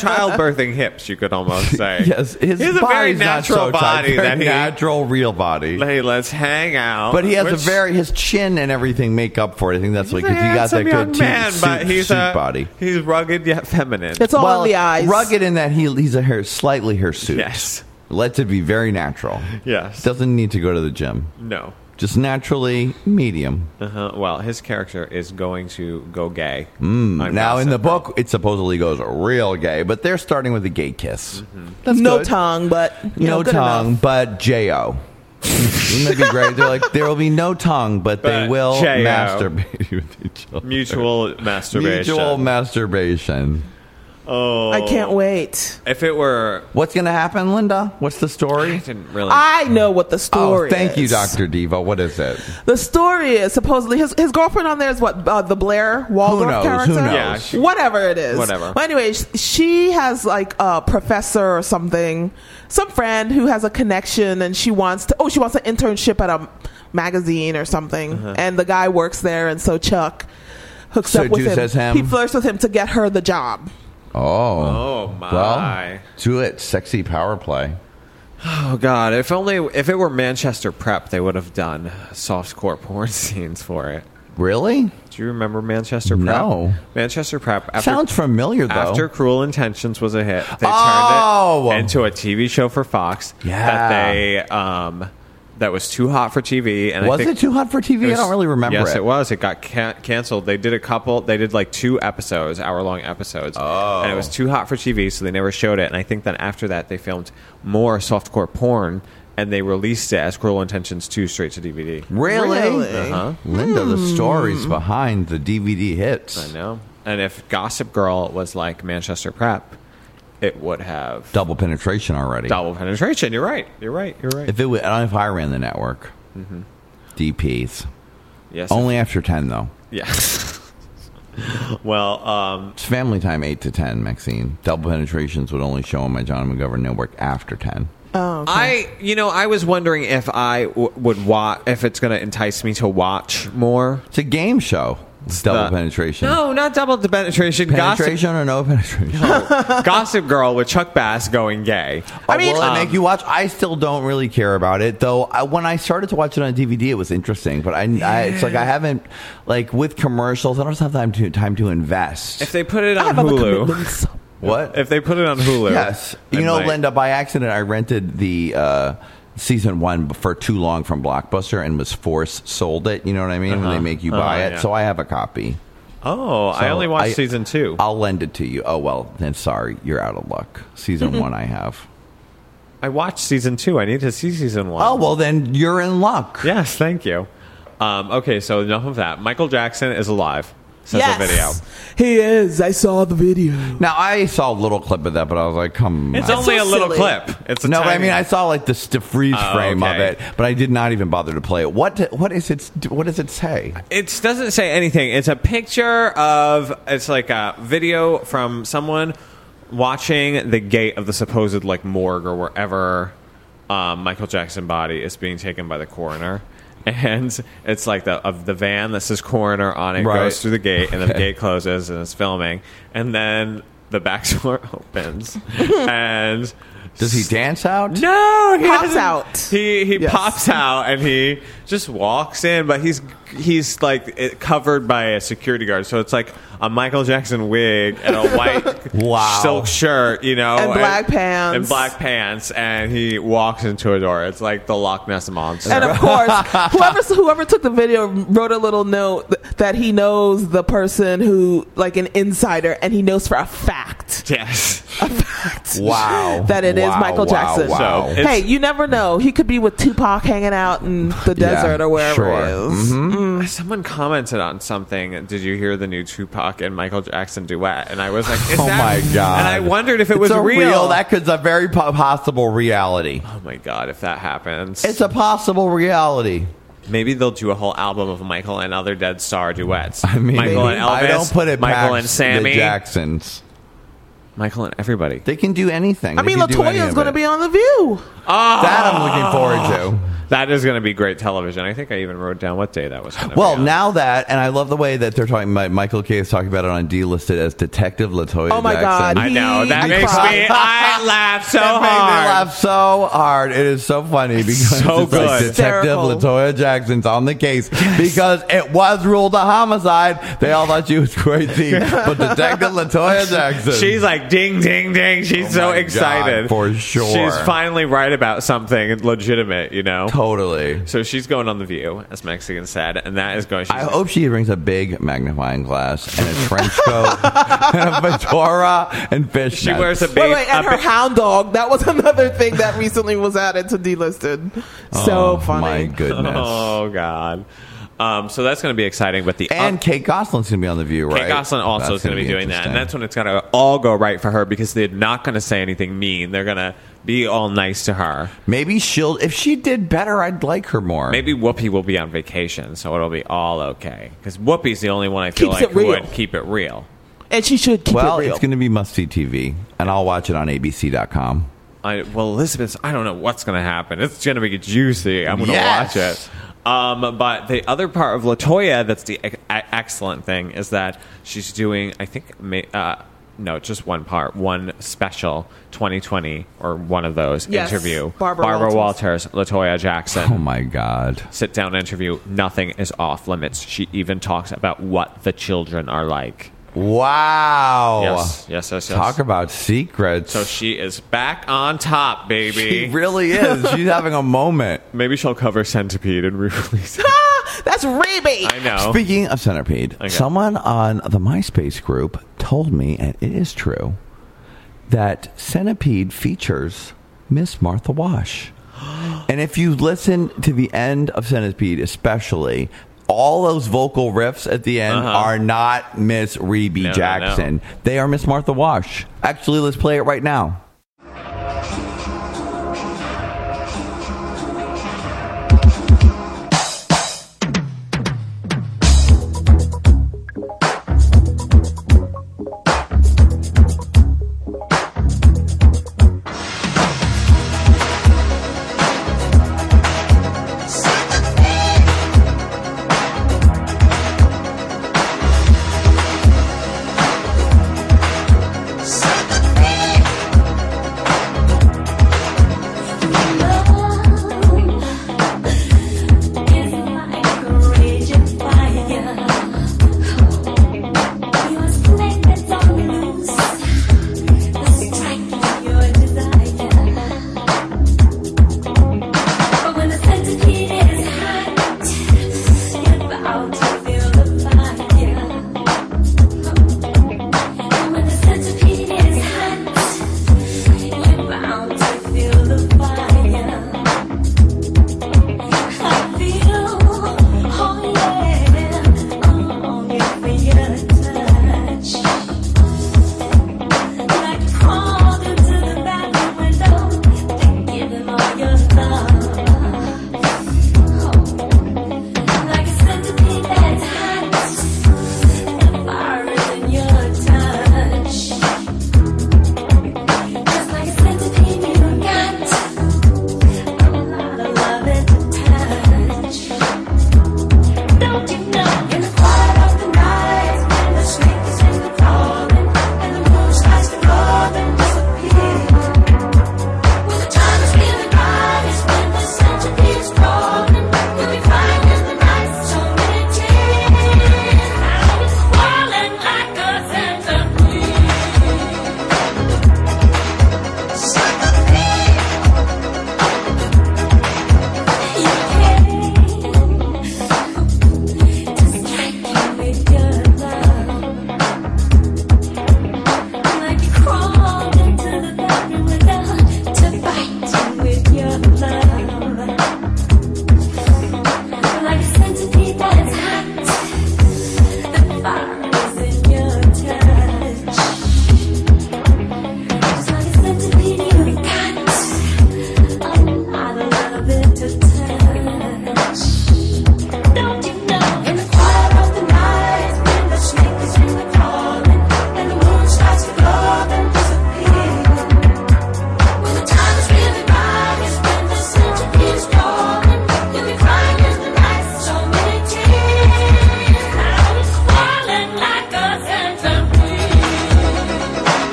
Speaker 3: Childbirthing hips, you could almost say.
Speaker 2: yes, his
Speaker 3: He has a very
Speaker 2: body's not
Speaker 3: natural
Speaker 2: so tight,
Speaker 3: body
Speaker 2: very
Speaker 3: that he-
Speaker 2: natural, real body.
Speaker 3: Hey, let's hang out.
Speaker 2: But he has a
Speaker 3: Which-
Speaker 2: very his chin and everything make up for it. I think that's what
Speaker 3: He's a
Speaker 2: because he got that
Speaker 3: handsome young
Speaker 2: good teen
Speaker 3: man,
Speaker 2: suit,
Speaker 3: but he's
Speaker 2: suit
Speaker 3: a-
Speaker 2: body.
Speaker 3: He's rugged yet feminine.
Speaker 2: Well, Rugged in that he he's a hair slightly hirsute. Yes, lets it be very natural.
Speaker 3: Yes.
Speaker 2: doesn't need to go to the gym.
Speaker 3: No.
Speaker 2: just naturally medium.
Speaker 3: Uh-huh. Well, his character is going to go gay.
Speaker 2: Mm.
Speaker 3: I'm
Speaker 2: Now in the book, it supposedly goes real gay, but they're starting with a gay kiss.
Speaker 3: Mm-hmm.
Speaker 5: no tongue, but you
Speaker 2: no
Speaker 5: know, good
Speaker 2: tongue,
Speaker 5: enough.
Speaker 2: but jo. Wouldn't that be great? They're like, there will be no tongue, but, they
Speaker 3: But
Speaker 2: will
Speaker 3: J.O..
Speaker 2: masturbate with each other.
Speaker 3: Mutual masturbation.
Speaker 2: Mutual masturbation.
Speaker 3: Oh.
Speaker 5: I can't wait.
Speaker 3: If it were.
Speaker 2: What's going to happen, Linda? What's the story? I
Speaker 3: didn't really.
Speaker 5: I know what the
Speaker 2: oh,
Speaker 5: story.
Speaker 2: thank you,
Speaker 5: is.
Speaker 2: Doctor Diva. What is it?
Speaker 5: The story is supposedly his, his girlfriend on there is what uh, the Blair Waldorf
Speaker 2: knows? Who
Speaker 5: character,
Speaker 2: knows? Yeah, she-
Speaker 5: whatever it is.
Speaker 2: Whatever.
Speaker 5: But anyway, sh- she has like a professor or something, some friend who has a connection, and she wants to. Oh, she wants an internship at a magazine or something,
Speaker 2: Uh-huh.
Speaker 5: and the guy works there, and so Chuck hooks
Speaker 2: So
Speaker 5: up with
Speaker 2: juices him?
Speaker 5: He flirts with him to get her the job.
Speaker 2: Oh.
Speaker 3: Oh,
Speaker 2: Well,
Speaker 3: my.
Speaker 2: do it. Sexy power play.
Speaker 3: Oh God! If only if it were Manchester Prep, they would have done softcore porn scenes for it.
Speaker 2: Really?
Speaker 3: Do you remember Manchester Prep?
Speaker 2: No.
Speaker 3: Manchester Prep after,
Speaker 2: Sounds familiar, though.
Speaker 3: After Cruel Intentions was a hit, they
Speaker 2: Oh!
Speaker 3: turned it into a TV show for Fox.
Speaker 2: Yeah.
Speaker 3: That they um, that was too hot for TV. And I
Speaker 2: Was
Speaker 3: think-
Speaker 2: it too hot for TV?
Speaker 3: It
Speaker 2: I don't really remember
Speaker 3: Yes,
Speaker 2: it.
Speaker 3: it was. It got can- canceled. They did a couple. They did like two episodes, hour long episodes. Oh, and it was too hot for TV, so they never showed it. And I think then after that, they filmed more softcore porn, and they released it as Cruel Intentions two straight to DVD.
Speaker 2: Really? Hmm.
Speaker 3: Uh-huh.
Speaker 2: Linda, the stories behind the DVD hits.
Speaker 3: I know. And if Gossip Girl was like Manchester Prep, it would have
Speaker 2: Double penetration already.
Speaker 3: double penetration. You're right. You're right. You're right.
Speaker 2: If it was, I don't know if I ran the network.
Speaker 3: Mhm.
Speaker 2: DPs.
Speaker 3: Yes.
Speaker 2: Only after 10, though.
Speaker 3: Yes. well, um,
Speaker 2: It's family time 8 to 10, Maxine. Double penetrations would only show on my John McGovern network after 10.
Speaker 5: Oh,
Speaker 3: I, you know, I was wondering if I w- would watch, if it's going to entice me to watch more.
Speaker 2: It's a game show. Double penetration.
Speaker 3: No, not double the penetration.
Speaker 2: Penetration or no penetration?
Speaker 3: Gossip, Gossip Girl with Chuck Bass going gay.
Speaker 2: I mean, will it make you watch? I still don't really care about it, though. I, when I started to watch it on DVD, it was interesting, but I, I it's like I haven't like with commercials. I don't have time to time to invest.
Speaker 3: If they put it on Hulu.
Speaker 2: What?
Speaker 3: If they put it on Hulu.
Speaker 2: Yes. You
Speaker 3: it
Speaker 2: know,
Speaker 3: might.
Speaker 2: Linda, by accident, I rented the uh, season one for too long from Blockbuster and was forced sold it. You know what I mean? When they
Speaker 3: Uh-huh.
Speaker 2: make you buy
Speaker 3: Uh-huh,
Speaker 2: it.
Speaker 3: yeah.
Speaker 2: So I have a copy.
Speaker 3: Oh, I
Speaker 2: So
Speaker 3: only watched
Speaker 2: I-
Speaker 3: season two.
Speaker 2: I'll lend it to you. Oh, well, then sorry. You're out of luck.
Speaker 3: Mm-hmm.
Speaker 2: Season one, I have.
Speaker 3: I watched season two. I need to see season one.
Speaker 2: Oh, well, then you're in luck.
Speaker 3: Yes, thank you. Um, okay, so enough of that. Michael Jackson is alive. Says the video.
Speaker 5: He is. I saw the video.
Speaker 2: Now, I saw a little clip of that, but I was like, come
Speaker 3: It's
Speaker 2: on.
Speaker 3: only a little
Speaker 5: silly.
Speaker 3: clip. It's a
Speaker 2: no, but I
Speaker 3: tiny-
Speaker 2: mean, I saw like the, the freeze
Speaker 3: Oh,
Speaker 2: frame
Speaker 3: okay.
Speaker 2: of it, but I did not even bother to play it. What what is it? What does it say?
Speaker 3: It doesn't say anything. It's a picture of it's like a video from someone watching the gate of the supposed like morgue or wherever um, Michael Jackson body is being taken by the coroner. And it's like the of the van that says coroner on it
Speaker 2: Right.
Speaker 3: goes through the gate and then the
Speaker 2: Okay.
Speaker 3: gate closes and it's filming and then the back door opens and
Speaker 2: Does he dance out?
Speaker 3: No, he
Speaker 5: Pops
Speaker 3: doesn't-
Speaker 5: out.
Speaker 3: He he pops out and he just walks in, but he's he's like it- covered by a security guard, so it's like a Michael Jackson wig and a white
Speaker 2: Wow.
Speaker 3: silk shirt, you know,
Speaker 5: And black pants.
Speaker 3: and black pants, and he walks into a door. It's like the Loch Ness monster.
Speaker 5: And of course, whoever whoever took the video wrote a little note th- that he knows the person who, like an insider, and he knows for a fact
Speaker 3: yes,
Speaker 2: Wow.
Speaker 5: that it is
Speaker 2: Wow,
Speaker 5: Michael
Speaker 2: wow,
Speaker 5: Jackson.
Speaker 2: wow. So
Speaker 5: hey,
Speaker 2: it's-
Speaker 5: you never know. He could be with Tupac hanging out in the desert or wherever it is.
Speaker 2: Mm-hmm.
Speaker 3: Mhm. Someone commented on something. Did you hear the new Tupac and Michael Jackson duet? And I was like, is
Speaker 2: oh
Speaker 3: that-
Speaker 2: my god!
Speaker 3: And I wondered if it
Speaker 2: It's
Speaker 3: was
Speaker 2: a
Speaker 3: real.
Speaker 2: That could a very po- possible reality.
Speaker 3: Oh my god, if that happens.
Speaker 2: It's a possible reality.
Speaker 3: Maybe they'll do a whole album of Michael and other Dead Star duets.
Speaker 2: I mean,
Speaker 3: Michael and Elvis.
Speaker 2: I don't put it
Speaker 3: Michael
Speaker 2: past
Speaker 3: and Sammy.
Speaker 2: the Jacksons.
Speaker 3: Michael and everybody.
Speaker 2: They can do anything.
Speaker 5: I mean, Latoya's going to be on the View.
Speaker 3: Oh,
Speaker 2: That I'm looking forward
Speaker 3: Ah, That is going to be great television. I think I even wrote down what day that was. gonna be
Speaker 2: Well,
Speaker 3: on.
Speaker 2: now that, and I love the way that they're talking. My, Michael K is talking about it on D listed as Detective Latoya.
Speaker 5: Oh my
Speaker 2: Jackson.
Speaker 5: God, I know, he- that makes
Speaker 3: me- I laugh so
Speaker 2: That made me
Speaker 3: hard.
Speaker 2: laugh so hard. It is so funny because
Speaker 3: so
Speaker 2: it's like
Speaker 3: good.
Speaker 2: Detective
Speaker 3: Hysterical.
Speaker 2: Latoya Jackson's on the case because it was ruled a homicide. They all thought she was crazy, but Detective Latoya Jackson.
Speaker 3: She's like ding, ding, ding. She's
Speaker 2: Oh
Speaker 3: so
Speaker 2: my God,
Speaker 3: excited
Speaker 2: for sure.
Speaker 3: She's finally right about something legitimate, you know.
Speaker 2: Totally.
Speaker 3: So she's going on the View, as Mexican said, and that is going. She's
Speaker 2: I hope she brings a big magnifying glass and a trench coat and a fedora and fishnets.
Speaker 3: She wears a big.
Speaker 5: Wait, wait, and
Speaker 3: a
Speaker 5: her
Speaker 3: big-
Speaker 5: hound dog. That was another thing that recently was added to delisted. So
Speaker 2: Oh,
Speaker 5: funny.
Speaker 2: My goodness.
Speaker 3: Oh God. Um, so that's going to be exciting. But the
Speaker 2: And Kate Goslin's going to be on the View, right?
Speaker 3: Kate Gosselin also
Speaker 2: That's
Speaker 3: is going to
Speaker 2: gonna
Speaker 3: be doing that,
Speaker 2: interesting.
Speaker 3: and that's when it's going to all go right for her because they're not going to say anything mean. They're going to be all nice to her.
Speaker 2: Maybe she'll. If she did better, I'd like her more.
Speaker 3: Maybe Whoopi will be on vacation, so it'll be all okay. Because Whoopi's the only one I feel
Speaker 5: Keeps
Speaker 3: like
Speaker 5: it real.
Speaker 3: would keep it real
Speaker 5: And she should keep
Speaker 2: well,
Speaker 5: it real.
Speaker 2: it's going to be must see TV, and I'll watch it on ABC.com.
Speaker 3: I, well, Elizabeth's. I don't know what's going to happen. It's going to be juicy. I'm going to
Speaker 2: Yes.
Speaker 3: watch it. Um, but the other part of Latoya that's the e- e- excellent thing is that she's doing. I think. ma- Uh, no, just one part, one special 2020 or one of those
Speaker 5: Yes,
Speaker 3: interview.
Speaker 5: Barbara
Speaker 3: Walters. Latoya Jackson.
Speaker 2: Oh my God!
Speaker 3: Sit down interview. Nothing is off limits. She even talks about what the children are like.
Speaker 2: Wow!
Speaker 3: Yes, yes, yes, yes.
Speaker 2: Talk about secrets.
Speaker 3: So she is back on top, baby.
Speaker 2: she really is. She's having a moment.
Speaker 3: Maybe she'll cover Centipede and re-release it.
Speaker 5: That's Rebe.
Speaker 3: I know.
Speaker 2: Speaking of centipede, someone on the MySpace group told me, and it is true, that centipede features Miss Martha Wash. And if you listen to the end of Centipede, especially, all those vocal riffs at the end
Speaker 3: Uh-huh.
Speaker 2: are not Miss Rebe
Speaker 3: No, no,
Speaker 2: Jackson. They are Miss Martha Wash. Actually, let's play it right now.
Speaker 18: Suck a dick. oh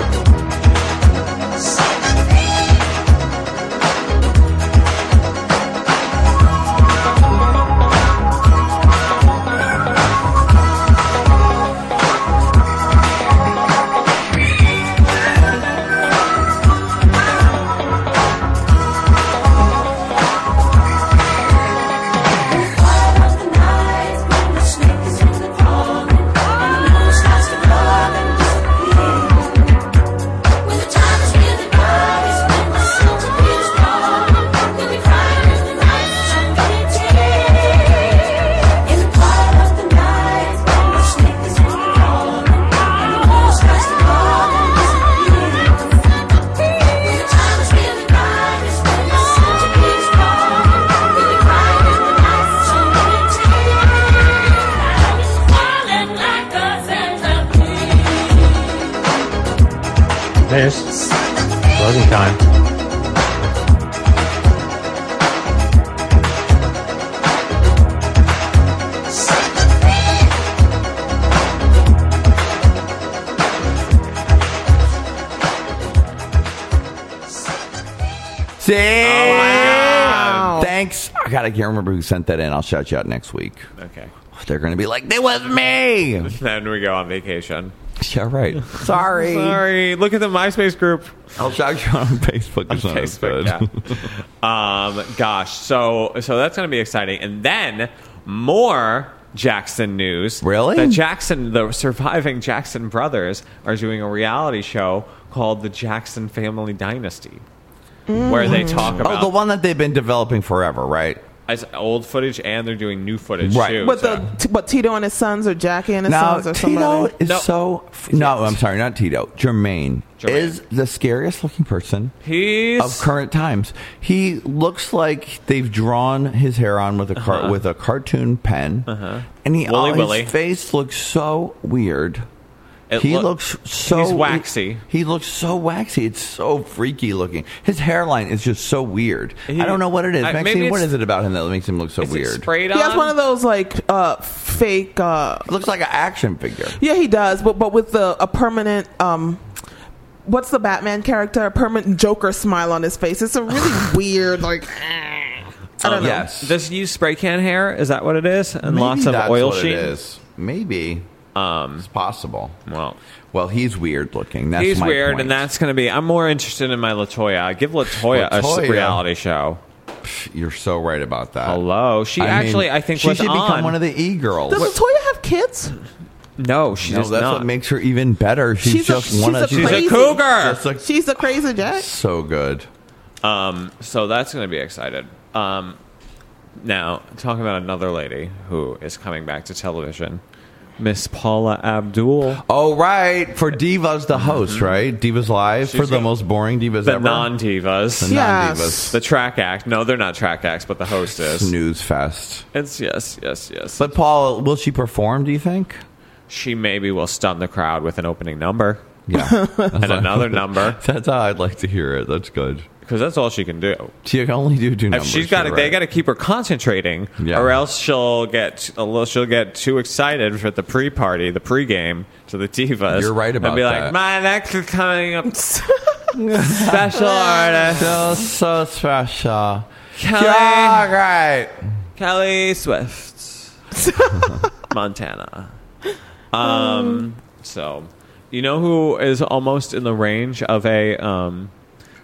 Speaker 18: oh,
Speaker 20: There's closing time.
Speaker 2: See?
Speaker 3: Oh,
Speaker 2: Thanks. I got. I can't remember who sent that in. I'll shout you out next week.
Speaker 3: Okay.
Speaker 2: They're gonna be like, "It was me."
Speaker 3: then we go on vacation.
Speaker 2: Yeah, right. Sorry.
Speaker 3: Sorry. Look at the MySpace group.
Speaker 2: I'll shout you out on Facebook.
Speaker 3: on Facebook. Yeah. um, gosh. So so that's going to be exciting. And then more Jackson news. Really? The Jackson, the surviving Jackson brothers, are doing a reality show called the Jackson Family Dynasty, where they talk about
Speaker 2: Oh, the one that they've been developing forever, right?
Speaker 3: it's old footage and they're doing new footage
Speaker 2: Right.
Speaker 3: too.
Speaker 5: But
Speaker 3: so-
Speaker 5: the t- but Tito and his sons or Jackie and his
Speaker 2: Now,
Speaker 5: sons or
Speaker 2: Tito
Speaker 5: somebody.
Speaker 2: is so. No, I'm sorry, not Tito. Jermaine, is the scariest looking person
Speaker 3: He's-
Speaker 2: of current times. He looks like they've drawn his hair on with a car-
Speaker 3: Uh-huh.
Speaker 2: with a cartoon pen,
Speaker 3: Uh-huh.
Speaker 2: and he
Speaker 3: Wooly
Speaker 2: all,
Speaker 3: Willy.
Speaker 2: his face looks so weird.
Speaker 3: It
Speaker 2: he
Speaker 3: loo-
Speaker 2: looks so
Speaker 3: he's waxy.
Speaker 2: He, he looks so waxy. It's so freaky looking. His hairline is just so weird.
Speaker 3: He-
Speaker 2: I don't know what it is.
Speaker 3: I- maybe
Speaker 2: Maxine, what
Speaker 3: it's-
Speaker 2: is it about him that makes him look so weird?
Speaker 3: sprayed
Speaker 5: He has one of those like uh, fake. Uh,
Speaker 2: looks like an action figure.
Speaker 5: Yeah, he does, but but with the a permanent um what's the Batman character? A permanent Joker smile on his face. It's a really weird like I don't know.
Speaker 3: Yes. Does he use Um, spray can hair? Is that what it is? And
Speaker 2: Maybe
Speaker 3: lots of
Speaker 2: that's
Speaker 3: oil
Speaker 2: what it
Speaker 3: sheen.
Speaker 2: is. Maybe. it's possible.
Speaker 3: Well,
Speaker 2: well, he's weird looking. That's
Speaker 3: He's
Speaker 2: my
Speaker 3: weird,
Speaker 2: point.
Speaker 3: and that's going to be. I'm more interested in my Latoya. Give Latoya, a s-
Speaker 2: Latoya.
Speaker 3: reality show.
Speaker 2: You're so right about that.
Speaker 3: Hello, she
Speaker 2: I mean,
Speaker 3: actually, I think,
Speaker 2: she
Speaker 3: was
Speaker 2: should
Speaker 3: on.
Speaker 2: become one of the e girls.
Speaker 5: Does Latoya have kids?
Speaker 3: No, she
Speaker 2: no,
Speaker 3: does
Speaker 2: that's
Speaker 3: not.
Speaker 2: what makes her even better. She's,
Speaker 5: She's a-
Speaker 2: just one
Speaker 5: she's
Speaker 2: of
Speaker 5: a She's a crazy-
Speaker 3: cougar.
Speaker 2: Just a-
Speaker 5: She's a crazy jack.
Speaker 2: so good.
Speaker 3: Um, so that's going to be excited. Um, now talking about another lady who is coming back to television, Miss Paula Abdul. Mm-hmm.
Speaker 2: Oh right, for Divas the host, right? Divas Live for the most boring divas
Speaker 3: the
Speaker 2: ever.
Speaker 3: non divas,
Speaker 2: The non-divas. Yes.
Speaker 3: the track act. No, they're not track acts, but the host is.
Speaker 2: snooze fest.
Speaker 3: It's yes, yes, yes.
Speaker 2: But Paul, will she perform? Do you think?
Speaker 3: she maybe will stun the crowd with an opening number.
Speaker 2: Yeah.
Speaker 3: and another number
Speaker 2: That's how I'd like to hear it. That's good.
Speaker 3: because that's all she can do.
Speaker 2: She can only do two numbers.
Speaker 3: if she's got to,
Speaker 2: you're
Speaker 3: they
Speaker 2: right.
Speaker 3: got to keep her concentrating,
Speaker 2: Yeah.
Speaker 3: or else she'll get a little, she'll get too excited for the pre-party, the pre-game to the divas.
Speaker 2: You're right about
Speaker 3: and be
Speaker 2: that.
Speaker 3: like, my next is coming up, special artist
Speaker 2: So, so special.
Speaker 3: Kelly,
Speaker 2: Yeah, right.
Speaker 3: Kelly Swift, Montana. Um, so you know who is almost in the range of a um,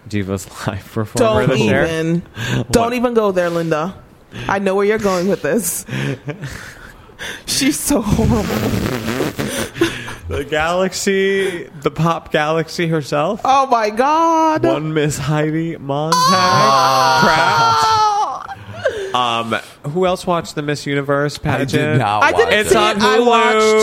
Speaker 3: divas live performer
Speaker 5: Don't
Speaker 3: this year?
Speaker 5: even don't even go there, Linda. I know where you're going with this. She's so horrible.
Speaker 3: The galaxy, the pop galaxy herself.
Speaker 5: Oh my god. Ah.
Speaker 3: One Miss Heidi Montag. Kraft. Um, who else watched the Miss Universe pageant?
Speaker 2: not I didn't watch
Speaker 3: it's
Speaker 2: see
Speaker 3: on
Speaker 2: it.
Speaker 5: I
Speaker 3: Hulu.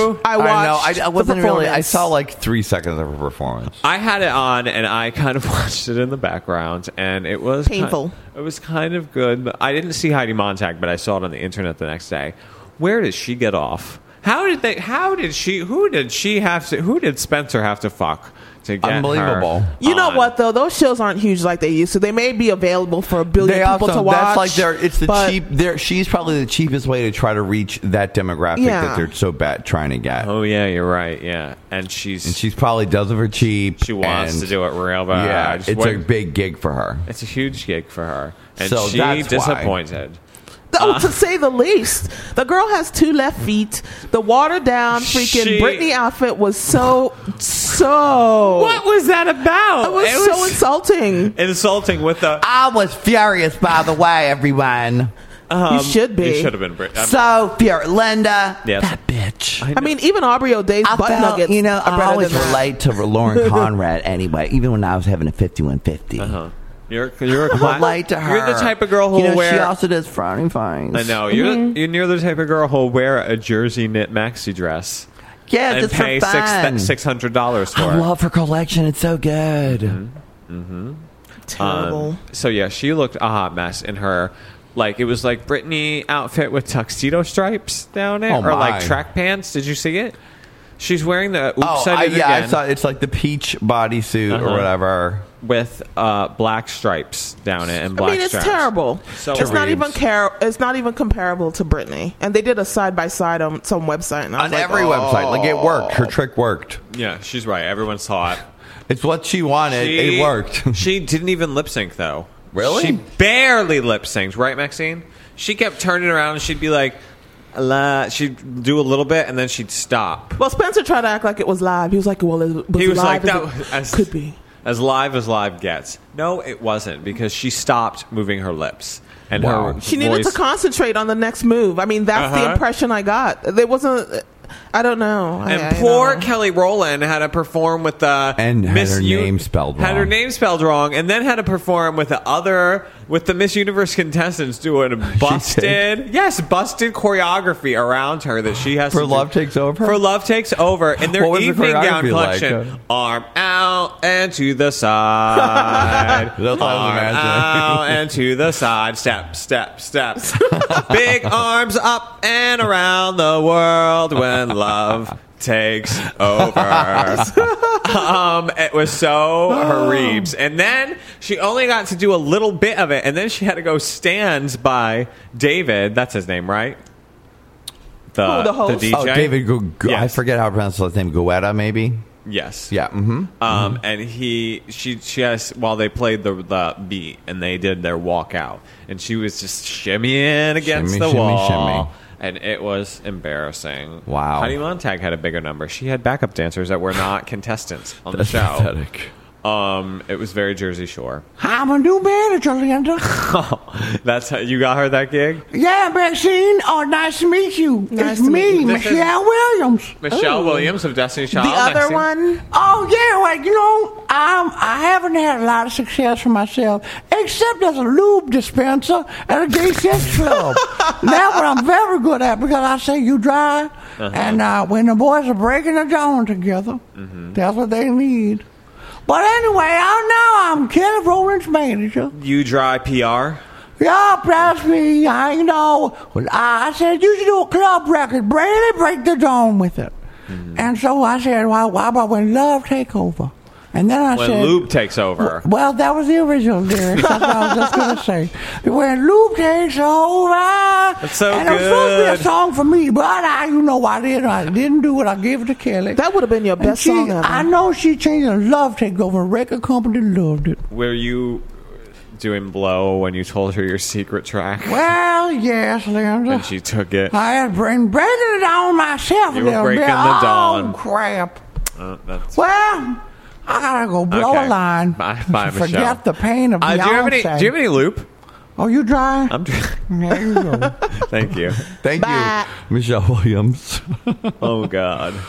Speaker 5: watched- I watched
Speaker 2: know. I, I
Speaker 5: the
Speaker 2: wasn't really. I
Speaker 5: performance.
Speaker 2: saw like three seconds of her performance.
Speaker 3: I had it on and I kind of watched it in the background and it was ki-
Speaker 2: Painful.
Speaker 3: it was kind of good. but I didn't see Heidi Montag, but I saw it on the internet the next day. Where does she get off? How did they how did she who did she have to who did Spencer have to fuck to get her
Speaker 2: Unbelievable.
Speaker 5: You know what though? Those shows aren't huge like they used to. They may be available for a billion
Speaker 2: They
Speaker 5: people
Speaker 2: also,
Speaker 5: to watch.
Speaker 2: that's like their. It's the
Speaker 5: but-
Speaker 2: cheap. They're, she's probably the cheapest way to try to reach that demographic
Speaker 5: Yeah.
Speaker 2: that they're so bad trying to get.
Speaker 3: Oh yeah, you're right. Yeah, and she's
Speaker 2: and she's probably does it for cheap. She
Speaker 3: wants to do it real bad.
Speaker 2: Yeah,
Speaker 3: Just
Speaker 2: it's
Speaker 3: what-
Speaker 2: a big gig for her.
Speaker 3: It's a huge gig for her. And
Speaker 2: So
Speaker 3: she
Speaker 2: that's why.
Speaker 3: disappointed.
Speaker 5: Oh,
Speaker 3: Uh.
Speaker 5: to say the least, the girl has two left feet. The watered down freaking
Speaker 3: She-
Speaker 5: Britney outfit was so so.
Speaker 3: What was that about?
Speaker 5: It was,
Speaker 3: It
Speaker 5: so
Speaker 3: was-
Speaker 5: insulting.
Speaker 3: Insulting with the
Speaker 2: I was furious, by the way, everyone.
Speaker 5: you should be.
Speaker 3: Um, You should have been Brit. I'm-
Speaker 2: So furious, Linda.
Speaker 3: Yes.
Speaker 2: bitch.
Speaker 5: I mean, even Aubrey O'Day's butt
Speaker 2: felt-
Speaker 5: nuggets.
Speaker 2: You know,
Speaker 5: are
Speaker 2: I
Speaker 5: better
Speaker 2: always
Speaker 5: than that.
Speaker 2: relate to Lauren Conrad anyway, even when I was having a 5150. Uh-huh.
Speaker 3: You're you're a
Speaker 2: I
Speaker 3: class,
Speaker 2: relate to her.
Speaker 3: You're the type of girl who
Speaker 2: you know,
Speaker 3: will wear.
Speaker 2: She also does frowny finds.
Speaker 3: I know you're
Speaker 5: Mm-hmm.
Speaker 3: you're near the type of girl who'll wear a jersey knit maxi dress.
Speaker 2: Yeah,
Speaker 3: and
Speaker 2: just for
Speaker 3: pay
Speaker 2: fun.
Speaker 3: six six hundred dollars for
Speaker 2: I
Speaker 3: it.
Speaker 2: love her collection. It's so good.
Speaker 3: hmm
Speaker 5: Terrible.
Speaker 3: Um, so yeah, she looked a hot mess in her. Like it was like Britney outfit with tuxedo stripes down it,
Speaker 2: Oh,
Speaker 3: or like
Speaker 2: my.
Speaker 3: track pants. Did you see it? She's wearing the oops,
Speaker 2: Oh,
Speaker 3: I
Speaker 2: I-
Speaker 3: did it
Speaker 2: yeah, I
Speaker 3: again.
Speaker 2: saw it's like the peach bodysuit or
Speaker 3: Uh-huh.
Speaker 2: whatever
Speaker 3: with uh, black stripes down it and
Speaker 5: I
Speaker 3: black
Speaker 5: mean, it's
Speaker 3: straps.
Speaker 5: terrible.
Speaker 3: So
Speaker 5: it's not
Speaker 3: Reeves.
Speaker 5: even car- It's not even comparable to Britney. And they did a side by side on some website. And I
Speaker 2: on
Speaker 5: was like,
Speaker 2: every
Speaker 5: "Oh."
Speaker 2: website. Like it worked. Her trick worked.
Speaker 3: Yeah, she's right. Everyone saw it.
Speaker 2: It's what she wanted. it worked.
Speaker 3: she didn't even lip sync though.
Speaker 2: Really?
Speaker 3: She barely lip synced, right, Maxine? She kept turning around and she'd be like, La. She'd do a little bit and then she'd stop.
Speaker 5: oh. Well, Spencer tried to act like it was live. He was like, "Well, it was
Speaker 3: He was
Speaker 5: live."
Speaker 3: like,
Speaker 5: as
Speaker 3: that
Speaker 5: it
Speaker 3: was- as-
Speaker 5: could be.
Speaker 3: As live as live gets. No, it wasn't because she stopped moving her lips and her
Speaker 5: She needed
Speaker 3: voice-
Speaker 5: to concentrate on the next move. I mean, that's the
Speaker 3: Uh-huh.
Speaker 5: impression I got. There wasn't. I don't know. I-
Speaker 3: And
Speaker 5: I
Speaker 3: poor Kelly Rowland had to perform with the
Speaker 2: and had
Speaker 3: Miss
Speaker 2: her
Speaker 3: U-
Speaker 2: name spelled
Speaker 3: had her
Speaker 2: wrong.
Speaker 3: name spelled wrong, and then had to perform with the other with the Miss Universe contestants doing a busted, yes, busted choreography around her that she has
Speaker 2: For
Speaker 3: to do.
Speaker 2: love takes over.
Speaker 3: For love takes over in their
Speaker 2: What was the
Speaker 3: evening gown
Speaker 2: choreography like? Uh,
Speaker 3: collection, arm out and to the side,
Speaker 2: That's what I was
Speaker 3: arm
Speaker 2: imagining.
Speaker 3: out and to the side, step, step, step, big arms up and around the world when love takes over. um, it was so her Reeves. And then she only got to do a little bit of it, and then she had to go stand by David. That's his name, right? The, the DJ.
Speaker 2: Oh, David. Gu- Gu- I forget how to pronounce his last name. Guetta, maybe.
Speaker 3: Yes.
Speaker 2: Yeah. Mm-hmm.
Speaker 3: Um, and he, she, she has, while they played the, the beat and they did their walkout, and she was just shimmying against
Speaker 2: Shimmy,
Speaker 3: the
Speaker 2: shimmy,
Speaker 3: wall.
Speaker 2: shimmy.
Speaker 3: And it was embarrassing.
Speaker 2: Wow.
Speaker 3: Heidi Montag had a bigger number. She had backup dancers that were not contestants on the
Speaker 2: That's
Speaker 3: show.
Speaker 2: pathetic.
Speaker 3: Um, it was very Jersey Shore.
Speaker 1: I'm a new manager, Linda.
Speaker 3: That's how you got her that gig?
Speaker 1: Yeah, Maxine. Oh, nice to meet you.
Speaker 5: Nice
Speaker 1: it's
Speaker 5: to meet
Speaker 1: me,
Speaker 5: you. Oh.
Speaker 3: This is-
Speaker 1: Michelle Williams.
Speaker 3: Michelle
Speaker 1: Ooh.
Speaker 3: Williams of Destiny's Child. Maxine.
Speaker 5: one.
Speaker 1: Oh yeah, well, you know, I'm, I haven't had a lot of success for myself, except as a lube dispenser at a gay sex club. That's what I'm very good at because I say you dry,
Speaker 18: Uh-huh.
Speaker 1: and uh, when the boys are breaking the down together,
Speaker 3: Mm.
Speaker 1: that's what they need. But anyway, I know I'm Kelly Rowland's manager.
Speaker 3: You dry PR.
Speaker 1: Yeah, that's me. I know. Well, I said you should do a club record, really break the dome with it.
Speaker 3: Hmm.
Speaker 1: And so I said, "Why? Why about when love take over?" And then I
Speaker 3: when
Speaker 1: said,
Speaker 3: Lube takes over.
Speaker 1: "Well, that was the original lyrics. That's what I was just gonna say. When love takes over." That's
Speaker 3: so
Speaker 1: and it was supposed to
Speaker 3: Oh, good.
Speaker 1: be a song for me, but I, you know, I didn't. I didn't do what I gave to Kelly. That
Speaker 5: would have been your best
Speaker 1: she,
Speaker 5: song ever.
Speaker 1: I know she changed. it. Love take over. Record company loved it.
Speaker 3: Were you doing blow when you told her your secret track?
Speaker 1: Well, yes, Linda.
Speaker 3: And she took it.
Speaker 1: I had been breaking it on myself.
Speaker 3: You were
Speaker 1: little
Speaker 3: breaking
Speaker 1: bit.
Speaker 3: the
Speaker 1: oh,
Speaker 3: dawn.
Speaker 1: crap.
Speaker 3: Uh, that's
Speaker 1: Well, I gotta go blow
Speaker 3: okay.
Speaker 1: a line.
Speaker 3: Bye, bye Michelle.
Speaker 1: Forget the pain of
Speaker 3: Uh, do you have any?
Speaker 1: Beyonce.
Speaker 3: Do you have any loop?
Speaker 1: Oh, you dry?
Speaker 3: I'm. Dry.
Speaker 1: There you go.
Speaker 3: Thank you.
Speaker 2: Thank you, Michelle Williams.
Speaker 3: oh God. Uh,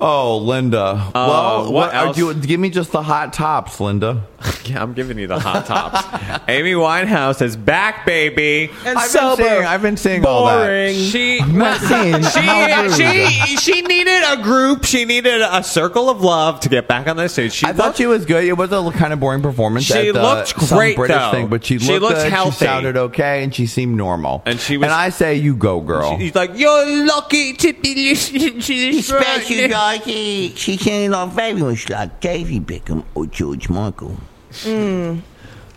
Speaker 2: Oh, Linda. well,
Speaker 3: what
Speaker 2: what,
Speaker 3: else?
Speaker 2: Are you, give me just the hot tops, Linda.
Speaker 3: Yeah, I'm giving you the hot tops. Amy Winehouse is back, baby.
Speaker 2: And I've been sober. saying- I've been saying all that. Boring.
Speaker 3: She,
Speaker 2: Maxine, how rude.
Speaker 3: she, she, she needed a group. She needed a circle of love to get back on the stage. She
Speaker 2: I thought she was good. It was a kind of boring performance.
Speaker 3: She
Speaker 2: at the-
Speaker 3: looked
Speaker 2: some
Speaker 3: great,
Speaker 2: British
Speaker 3: though.
Speaker 2: thing, but she
Speaker 3: She
Speaker 2: looked,
Speaker 3: looked
Speaker 2: good,
Speaker 3: healthy.
Speaker 2: She sounded okay, and she seemed normal. And
Speaker 3: she was-
Speaker 2: And I say, you go, girl.
Speaker 3: She's like,
Speaker 1: You're lucky to be listening to this
Speaker 21: Special Doggy. She sounded like fabulous, like Davy Beckham or George Michael.
Speaker 5: Mm.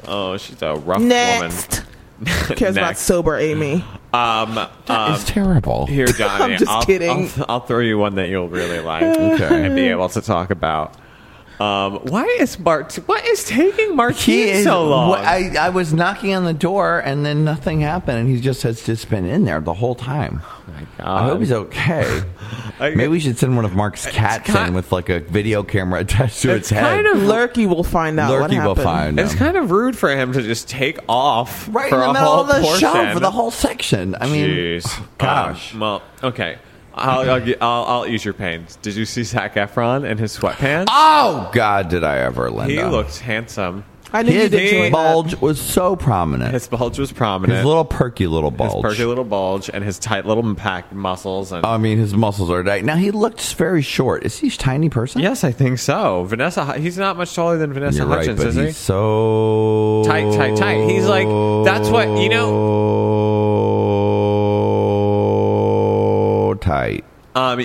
Speaker 3: oh, she's a rough
Speaker 5: Next.
Speaker 3: woman.
Speaker 5: Cares about
Speaker 3: Next.
Speaker 5: sober Amy.
Speaker 3: Um, um,
Speaker 2: is terrible.
Speaker 3: Here, Johnny,
Speaker 5: I'm just
Speaker 3: will
Speaker 5: kidding.
Speaker 3: I'll, I'll throw you one that you'll really like
Speaker 2: Okay.
Speaker 3: and be able to talk about. Um, why is Bart? What is taking
Speaker 2: He
Speaker 3: Martine
Speaker 2: is-
Speaker 3: so long?
Speaker 2: wh- I, I was knocking on the door, and then nothing happened, and he just has just been in there the whole time. Oh my
Speaker 3: God.
Speaker 2: I hope he's okay. Maybe we should send one of Mark's cats in with like a video camera attached to its, head.
Speaker 5: kind of lurky. We'll find out. what
Speaker 2: Lurky will
Speaker 5: happened.
Speaker 2: find
Speaker 3: it's kind of rude for him to just take off
Speaker 2: Right
Speaker 3: for
Speaker 2: in the
Speaker 3: a
Speaker 2: middle
Speaker 3: whole
Speaker 2: of the show,
Speaker 3: portion.
Speaker 2: for the whole section. I mean, oh,
Speaker 3: Jeez.
Speaker 2: gosh.
Speaker 3: Um, well, okay. I'll, I'll, gi- I'll, I'll ease your pain. Did you see Zac Efron in his sweatpants?
Speaker 2: Oh God, did I ever, Linda?
Speaker 3: he looked handsome.
Speaker 2: his bulge was so prominent.
Speaker 3: His bulge was prominent.
Speaker 2: His little perky little
Speaker 3: His
Speaker 2: bulge.
Speaker 3: perky little bulge and his tight little packed muscles and
Speaker 2: I mean, his muscles are tight. Now he looks very short. Is he a tiny person?
Speaker 3: Yes, I think so. Vanessa, Hu- he's not much taller than Vanessa
Speaker 2: You're right,
Speaker 3: Hutchins,
Speaker 2: but
Speaker 3: is
Speaker 2: he's
Speaker 3: he?
Speaker 2: so
Speaker 3: Tight, tight, tight. He's like that's what you know.
Speaker 2: tight.
Speaker 3: Um,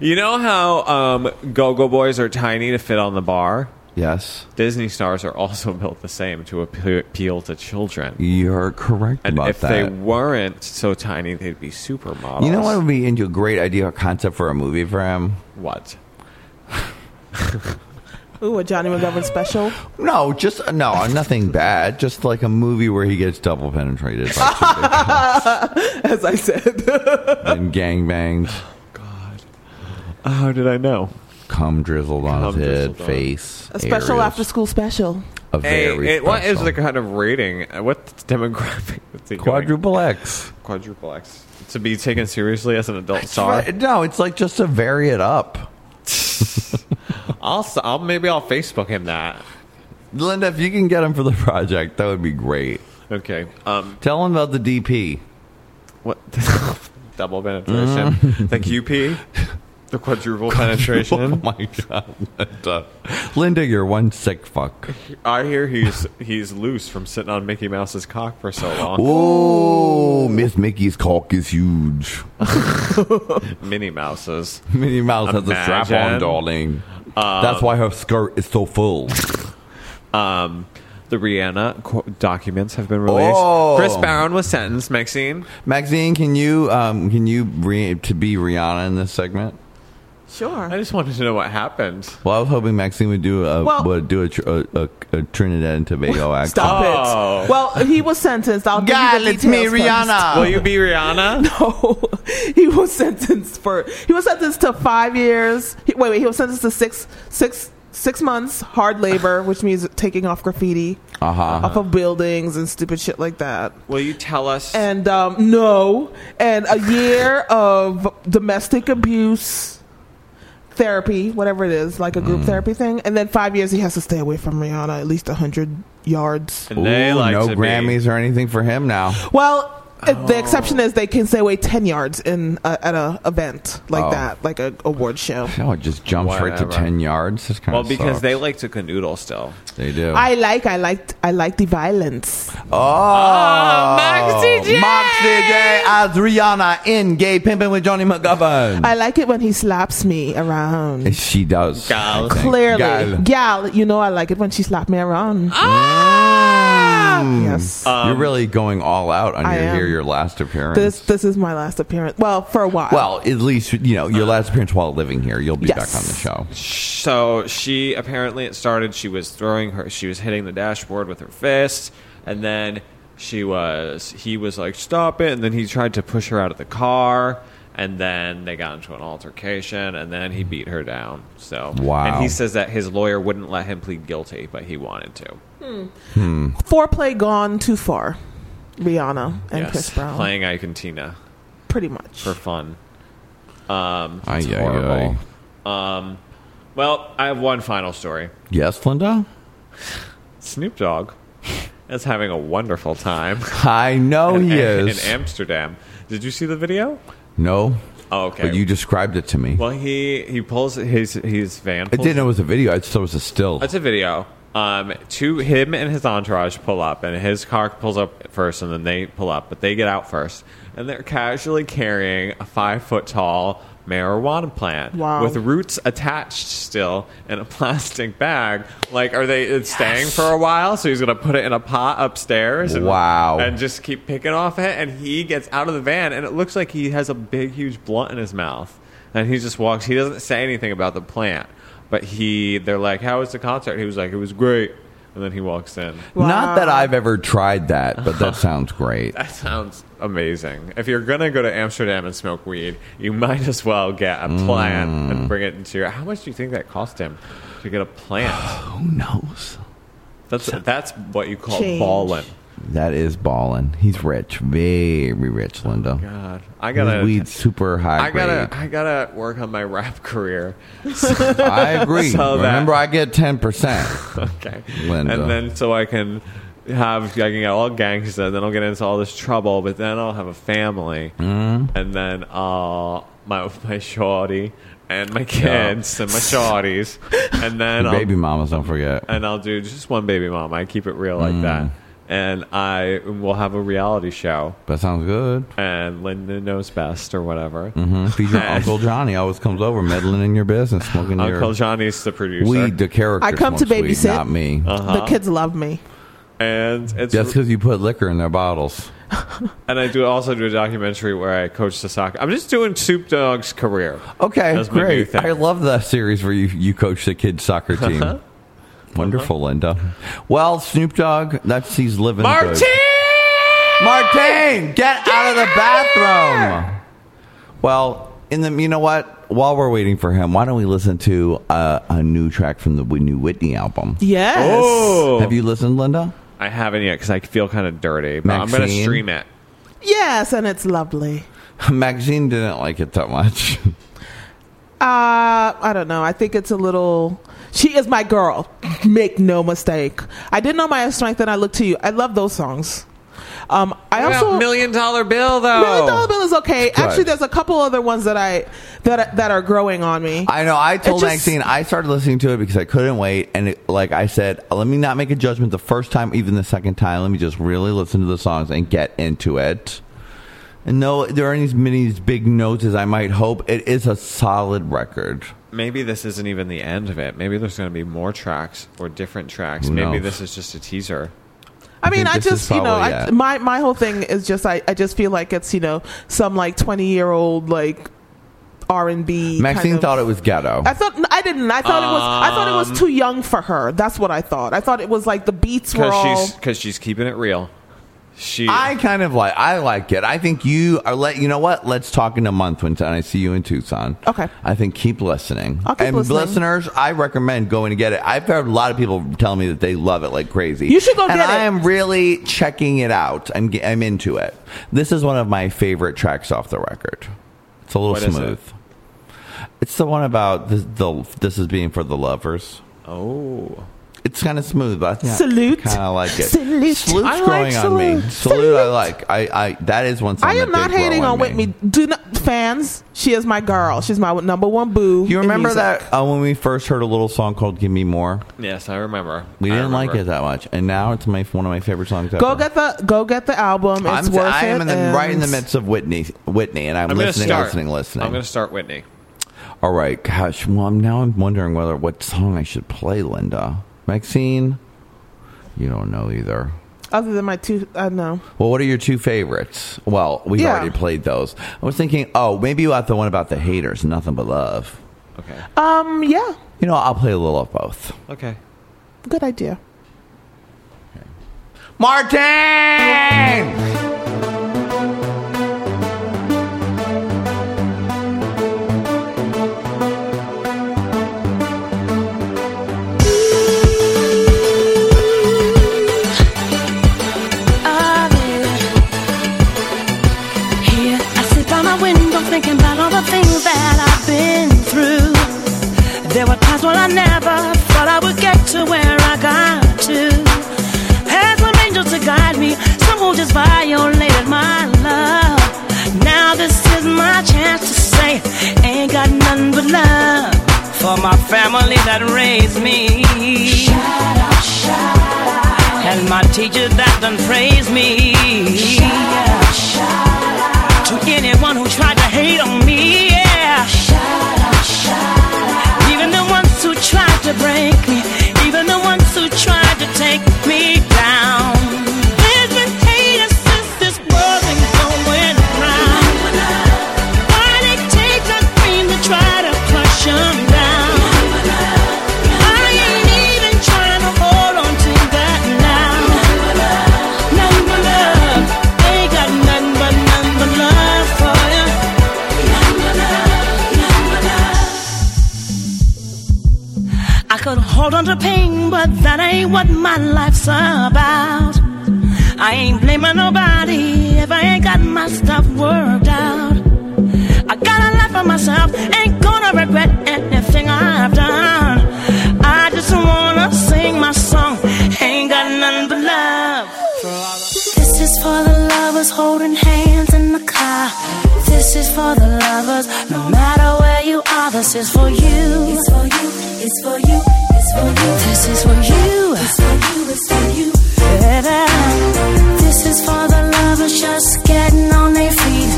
Speaker 3: you know how um, Go-Go Boys are tiny to fit on the bar?
Speaker 2: Yes.
Speaker 3: Disney stars are also built the same to appe- appeal to children.
Speaker 2: You're correct
Speaker 3: And
Speaker 2: about
Speaker 3: if
Speaker 2: that.
Speaker 3: they weren't so tiny, they'd be supermodels.
Speaker 2: You know what would be into a great idea or concept for a movie for him?
Speaker 3: What?
Speaker 5: Ooh, a Johnny McGovern special.
Speaker 2: No, just no, nothing bad. Just like a movie where he gets double penetrated by
Speaker 5: As I said.
Speaker 2: and gangbanged.
Speaker 3: God, how did I know?
Speaker 2: Cum drizzled on
Speaker 3: Cum
Speaker 2: his head,
Speaker 3: drizzled on.
Speaker 2: face,
Speaker 5: A special
Speaker 2: areas.
Speaker 5: after school special.
Speaker 2: A
Speaker 3: Hey,
Speaker 2: very
Speaker 3: it- what is
Speaker 2: special-
Speaker 3: the kind of rating? Uh, What demographic? is it going-
Speaker 2: Quadruple X.
Speaker 3: Quadruple X. To be taken seriously as an adult star.
Speaker 2: Right, No, it's like just to vary it up.
Speaker 3: I'll, s- I'll maybe I'll Facebook him that.
Speaker 2: Linda, if you can get him for the project, that would be great.
Speaker 3: Okay. Um,
Speaker 2: Tell him about the DP.
Speaker 3: What? Double penetration.
Speaker 2: Mm-hmm.
Speaker 3: The QP. The quadruple penetration.
Speaker 2: Mm. Oh my god, Linda. Linda, you're one sick fuck.
Speaker 3: I hear he's he's loose from sitting on Mickey Mouse's cock for so long.
Speaker 2: Oh, Miss Mickey's cock is huge.
Speaker 3: Minnie Mouse's.
Speaker 2: Minnie Mouse has a strap on,
Speaker 3: Imagine.
Speaker 2: darling.
Speaker 3: Um,
Speaker 2: That's why her skirt is so full.
Speaker 3: Um, the Rihanna co- documents have been released.
Speaker 2: Oh.
Speaker 3: Chris Brown was sentenced. Maxine.
Speaker 2: Maxine, can you um, can you re- to be Rihanna in this segment?
Speaker 5: Sure.
Speaker 3: I just wanted to know what happened.
Speaker 2: Well, I was hoping Maxine would do a
Speaker 5: Well-
Speaker 2: would do a, tr- a, a, a Trinidad and Tobago accent.
Speaker 5: Stop
Speaker 3: Oh.
Speaker 5: it. Well, he was sentenced. I'll God, give you the
Speaker 2: it's me,
Speaker 5: details
Speaker 2: Rihanna.
Speaker 5: first.
Speaker 2: Will you
Speaker 3: be Rihanna?
Speaker 5: No, he was sentenced for. He was sentenced to five years. He, wait, wait. He was sentenced to six, six, six months hard labor, which means taking off graffiti
Speaker 2: Uh-huh.
Speaker 5: off of buildings and stupid shit like that.
Speaker 3: Will you tell us?
Speaker 5: And um, no, and a year of domestic abuse therapy, whatever it is, like a
Speaker 3: Mm.
Speaker 5: group therapy thing, and then five years he has to stay away from Rihanna at least hundred yards.
Speaker 2: Ooh, no Grammys or anything for him now.
Speaker 5: Well, it-
Speaker 3: Oh.
Speaker 5: the exception is they can stay away ten yards in uh, at a event like
Speaker 2: Oh.
Speaker 5: that, like a award show.
Speaker 2: Oh, it just jumps right to
Speaker 3: Whatever.
Speaker 2: ten yards. That's kind
Speaker 3: well,
Speaker 2: of
Speaker 3: because they like to canoodle still.
Speaker 2: they
Speaker 3: Oh.
Speaker 2: do.
Speaker 5: I like, I liked, I like the violence.
Speaker 2: oh,
Speaker 5: Oh,
Speaker 2: Moxie Oh, J. Moxie J. as Rihanna in Gay Pimpin' with Johnny McGovern.
Speaker 5: I like it when he slaps me around.
Speaker 2: she does. I think.
Speaker 5: Clearly,
Speaker 2: Gal.
Speaker 5: gal. you know I like it when she slapped me around.
Speaker 2: Mm.
Speaker 5: Yes.
Speaker 2: You're really going all out on
Speaker 5: I
Speaker 2: your,
Speaker 5: am.
Speaker 2: here, your last appearance.
Speaker 5: This this is my last appearance. Well, for a while.
Speaker 2: well, at least, you know, your last appearance while living here. You'll be
Speaker 5: Uh, Yes.
Speaker 2: back on the show.
Speaker 3: So she apparently it started. She was throwing her. She was hitting the dashboard with her fist, and then she was. He was like, "Stop it!" And then he tried to push her out of the car, and then they got into an altercation, and then he beat her down. So
Speaker 2: Wow.
Speaker 3: And he says that his lawyer wouldn't let him plead guilty, but he wanted to.
Speaker 2: Hmm.
Speaker 5: foreplay gone too far. Rihanna and Chris Brown,
Speaker 3: playing Icontina
Speaker 5: pretty much.
Speaker 3: for fun. Um,
Speaker 2: Ay,
Speaker 3: it's
Speaker 2: ay,
Speaker 3: horrible. Um, well, I have one final story.
Speaker 2: Yes, Linda?
Speaker 3: Snoop Dogg is having a wonderful time.
Speaker 2: I know
Speaker 3: in,
Speaker 2: he
Speaker 3: Am-
Speaker 2: is.
Speaker 3: in Amsterdam. Did you see the video?
Speaker 2: no.
Speaker 3: Oh, okay.
Speaker 2: But you described it to me.
Speaker 3: Well, he he pulls his his van.
Speaker 2: I
Speaker 3: Pulls,
Speaker 2: didn't know it was a video. I just thought it was a still.
Speaker 3: It's a video. Um, to him and his entourage pull up, and his car pulls up first, and then they pull up, but they get out first, and they're casually carrying a five foot tall marijuana plant
Speaker 6: Wow.
Speaker 3: with roots attached still in a plastic bag. Like, are they it's staying for a while? So he's gonna put it in a pot upstairs. And,
Speaker 2: Wow.
Speaker 3: And just keep picking off it, and he gets out of the van, and it looks like he has a big, huge blunt in his mouth, and he just walks. He doesn't say anything about the plant, but he they're like, "How was the concert?" He was like, "It was great," and then he walks in.
Speaker 2: Not that I've ever tried that, but that sounds great.
Speaker 3: That sounds amazing. If you're gonna go to Amsterdam and smoke weed, you might as well get a plant
Speaker 2: Mm.
Speaker 3: and bring it into your. How much do you think that cost him to get a plant? Who
Speaker 2: knows?
Speaker 3: That's that's what you call
Speaker 2: Change.
Speaker 3: ballin'.
Speaker 2: That is ballin'. He's rich, very rich, Linda.
Speaker 3: Oh God. I gotta-
Speaker 2: His weed's super high.
Speaker 3: I gotta,
Speaker 2: grade.
Speaker 3: I gotta work on my rap career.
Speaker 2: I agree.
Speaker 3: So that-
Speaker 2: Remember, uh, I get ten percent.
Speaker 3: okay,
Speaker 2: Linda.
Speaker 3: and then so I can have, I can get all gangsta, then I'll get into all this trouble, but then I'll have a family,
Speaker 2: Hmm? Mm-hmm.
Speaker 3: and then I'll my my shorty and my kids and my shorties, and then I'll,
Speaker 2: baby mamas, don't forget.
Speaker 3: and I'll do just one baby mom. I keep it real like that. and I will have a reality show.
Speaker 2: Hmm. That sounds good.
Speaker 3: And Linda knows best, or whatever.
Speaker 2: Mm-hmm. Feature Uncle Johnny always comes over meddling in your business, smoking your
Speaker 3: Uncle Johnny's the producer.
Speaker 2: weed. The character
Speaker 5: I come to
Speaker 2: smokes weed,
Speaker 5: babysit.
Speaker 2: not me.
Speaker 5: The kids love me.
Speaker 3: and Uh-huh. it's
Speaker 2: That's because you put liquor in their bottles.
Speaker 3: and I do also do a documentary where I coach the soccer. I'm just doing Soup Dog's career.
Speaker 2: Okay,
Speaker 3: That's my new
Speaker 2: great.
Speaker 3: thing.
Speaker 2: I love the series where you, you coach the kids' soccer team.
Speaker 3: Uh-huh.
Speaker 2: Wonderful, Linda. Well, Snoop Dogg, that's he's living.
Speaker 18: Martine!
Speaker 2: good. Martine, get out of the bathroom. Well, in the you know what? While we're waiting for him, why don't we listen to uh, a new track from the new Whitney album?
Speaker 5: Yes.
Speaker 3: Oh.
Speaker 2: Have you listened, Linda?
Speaker 3: I haven't yet because I feel kind of dirty, but I'm going to
Speaker 2: Maxine?
Speaker 3: stream it.
Speaker 5: Yes, and it's lovely.
Speaker 2: Maxine didn't like it that much.
Speaker 5: Uh, I don't know. I think it's a little. She is my girl. Make no mistake. I didn't know my strength, and I look to you. I love those songs. Um, I
Speaker 3: What about
Speaker 5: also
Speaker 3: million dollar bill though.
Speaker 5: Million Dollar Bill is okay.
Speaker 2: Good.
Speaker 5: Actually, there's a couple other ones that I that that are growing on me.
Speaker 2: I know. I told
Speaker 5: It just-
Speaker 2: Maxine I started listening to it because I couldn't wait, and it, like I said, let me not make a judgment the first time, even the second time. Let me just really listen to the songs and get into it. And no, there aren't as many big notes as I might hope. It is a solid record.
Speaker 3: Maybe this isn't even the end of it. Maybe there's going to be more tracks or different tracks.
Speaker 2: Who
Speaker 3: Maybe
Speaker 2: knows?
Speaker 3: this is just a teaser.
Speaker 5: I mean, I
Speaker 3: think this
Speaker 5: just
Speaker 3: is
Speaker 5: you know,
Speaker 3: probably
Speaker 5: I,
Speaker 3: it.
Speaker 5: my my whole thing is just I, I just feel like it's you know some like twenty year old like R and B.
Speaker 2: Maxine
Speaker 5: kind of,
Speaker 2: thought it was ghetto.
Speaker 5: I thought I didn't. I thought it was. I thought it
Speaker 3: Um,
Speaker 5: was too young for her. That's what I thought. I thought it was like the beats were all.
Speaker 3: Because she's because she's keeping it real. She
Speaker 2: I kind of like. I like it. I think you are. Let you know what. Let's talk in a month when I see you in Tucson.
Speaker 5: Okay.
Speaker 2: I think keep listening.
Speaker 5: I'll keep
Speaker 2: and
Speaker 5: listening.
Speaker 2: listeners, I recommend going to get it. I've heard a lot of people tell me that they love it like crazy.
Speaker 5: You should go
Speaker 2: and
Speaker 5: get it.
Speaker 2: I am really checking it out. I'm ge- I'm into it. This is one of my favorite tracks off the record. It's a little
Speaker 3: What is it?
Speaker 2: smooth. It's the one about the, the this is being for the lovers.
Speaker 3: Oh.
Speaker 2: It's kind of smooth, but yeah,
Speaker 5: Salute.
Speaker 2: Kind of like it.
Speaker 5: Salute.
Speaker 2: Salute's
Speaker 5: I like
Speaker 2: growing on me.
Speaker 5: salute.
Speaker 2: Salute, I like. I, I that is one. Song
Speaker 5: I am
Speaker 2: that
Speaker 5: not
Speaker 2: did grow
Speaker 5: hating on
Speaker 2: me.
Speaker 5: Whitney. Do not fans. She is my girl. She's my number one boo.
Speaker 2: You remember that uh, when we first heard a little song called "Give Me More"?
Speaker 3: Yes, I remember.
Speaker 2: We
Speaker 3: I
Speaker 2: didn't like it
Speaker 3: remember.
Speaker 2: that much, and now it's my one of my favorite songs.
Speaker 5: Go
Speaker 2: ever.
Speaker 5: get the go get the album. It's
Speaker 2: I'm,
Speaker 5: worth
Speaker 2: I am
Speaker 5: it.
Speaker 2: in the, right in the
Speaker 5: and-
Speaker 2: midst of Whitney, Whitney, and I'm,
Speaker 3: I'm going to
Speaker 2: listening,
Speaker 3: start
Speaker 2: listening, listening.
Speaker 3: I'm going to start Whitney.
Speaker 2: All right, gosh. Well, I'm now I'm wondering whether what song I should play, Linda, Maxine. You don't know either.
Speaker 5: Other than my two, I know.
Speaker 2: Well, what are your two favorites? Well, we've
Speaker 5: Yeah.
Speaker 2: already played those. I was thinking, oh, maybe you have the one about the haters, nothing but love.
Speaker 3: Okay.
Speaker 5: Um. Yeah.
Speaker 2: You know, I'll play a little of both.
Speaker 3: Okay.
Speaker 5: Good idea.
Speaker 2: Martin!
Speaker 22: I'm here. I sit by my window thinking about all the things that I've been through. There were times when I never thought I would get to where I got to. Had some angels to guide me, some who just violated my love. Now this is my chance to say, ain't got nothing but love for my family that raised me. Shout out, shout out. And my teacher that done praised me. Shout out, shout out. To anyone who tried to hate on me, yeah. Shout out, shout out. Even the ones who tried to break me, even the ones who tried to take me down. There's been haters since this world been going around. Why they take the cream to try to crush 'em down? I ain't even trying to hold on to that now. Nothing but love. They got nothing but nothing but love for ya. I could hold on to pain, but that ain't what my life's about. I ain't blaming nobody if I ain't got my stuff worked out. I gotta laugh at myself, ain't gonna regret anything I've done. I just wanna sing my song, ain't got nothing but love.
Speaker 23: This is for the lovers holding hands in the car. This is for the lovers, no matter where you are. This is for you. It's for you. It's for you. It's for you. This is for you. It's for you. It's for you.
Speaker 22: baby. This is for the lovers just getting on their feet.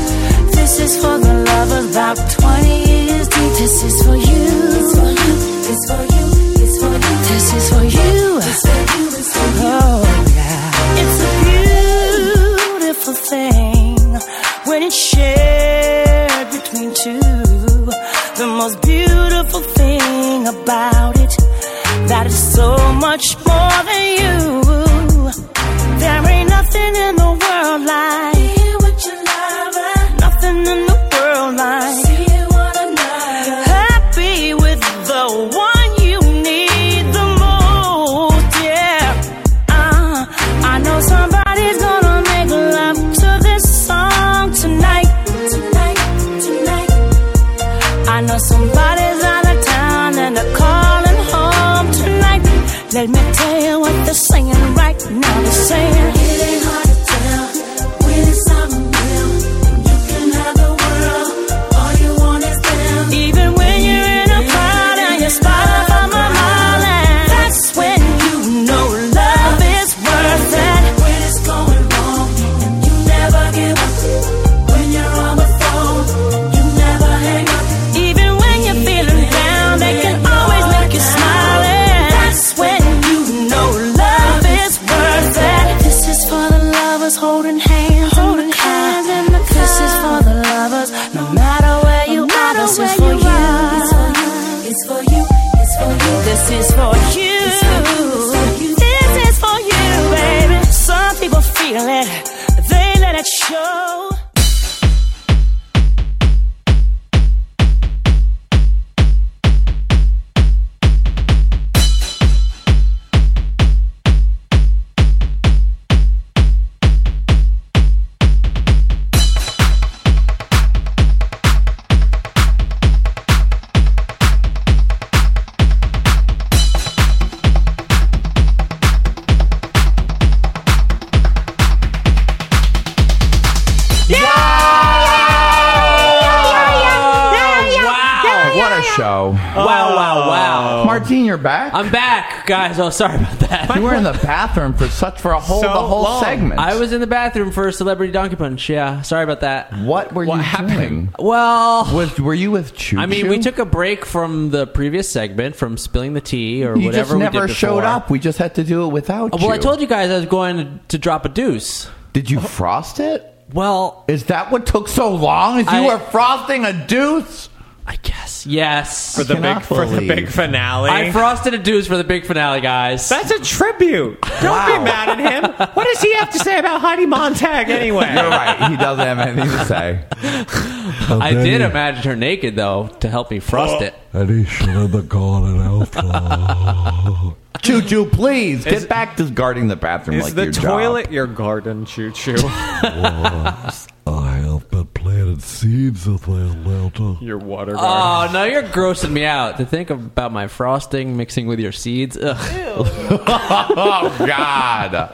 Speaker 22: This is for the lovers about 20 years deep. This is for you. It's for you. It's for you. This is for you. Oh, yeah. It's a beautiful thing when it's shared between two. The most beautiful thing about it that is so much more than you. There ain't nothing in the world like nothing in the world like happy with the one you need the most. Yeah, uh, I know somebody's gonna make love to this song tonight. Tonight, tonight. I know somebody's out of town and they're calling home tonight. Let me tell you what they're saying right now. They're saying it ain't hard to tell when it's something real. You can have the world, all you want is them. Even when you're in a crowd and you're spotted by my island, that's when you know love is worth it. When it's going wrong and you never give up. When you're on the phone, you never hang up. Even when you're feeling down, they can always make you smile. and That's when you know love is worth it. This is for the lovers holding hands, holding hands in the car. This is for the lovers, no matter where you are. This is for you. It's for you. It's for you. This is for you. This is for you, baby. Some people feel it, they let it show.
Speaker 3: Oh,
Speaker 2: what a show.
Speaker 4: Wow, wow, wow.
Speaker 2: Martine, you're back?
Speaker 4: I'm back, guys. Oh, sorry about that.
Speaker 2: You were in the bathroom for such for a whole the whole segment.
Speaker 4: I was in the bathroom for Celebrity Donkey Punch. Yeah, sorry about that.
Speaker 2: What were you happening?
Speaker 4: Well,
Speaker 2: was were you with Choo?
Speaker 4: I mean,
Speaker 2: Choo?
Speaker 4: we took a break from the previous segment from spilling the tea or
Speaker 2: you
Speaker 4: whatever.
Speaker 2: just never
Speaker 4: we did
Speaker 2: showed
Speaker 4: before.
Speaker 2: up. We just had to do it without
Speaker 4: Oh,
Speaker 2: you.
Speaker 4: Well, I told you guys I was going to, to drop a deuce.
Speaker 2: Did you frost it?
Speaker 4: Well,
Speaker 2: is that what took so long? Is you
Speaker 4: I-
Speaker 2: were frosting a deuce?
Speaker 4: Yes,
Speaker 2: For the I cannot big- for the believe. big
Speaker 3: finale.
Speaker 4: I frosted a deuce for the big finale, guys.
Speaker 3: That's a tribute. Don't be mad at him. What does he have to say about Heidi Montag anyway?
Speaker 2: You're right. He doesn't have anything to say.
Speaker 4: I did imagine her naked though to help me frost
Speaker 2: Oh.
Speaker 4: it.
Speaker 2: Choo choo, please get
Speaker 3: Is-
Speaker 2: back to guarding the bathroom
Speaker 3: Is
Speaker 2: like
Speaker 3: the
Speaker 2: your
Speaker 3: toilet your garden, Choo Choo?
Speaker 24: I have been planting seeds of Atlanta.
Speaker 3: Your water
Speaker 2: Uh,
Speaker 4: Oh no, you're grossing me out to think about my frosting mixing with your seeds. Ugh.
Speaker 2: oh God!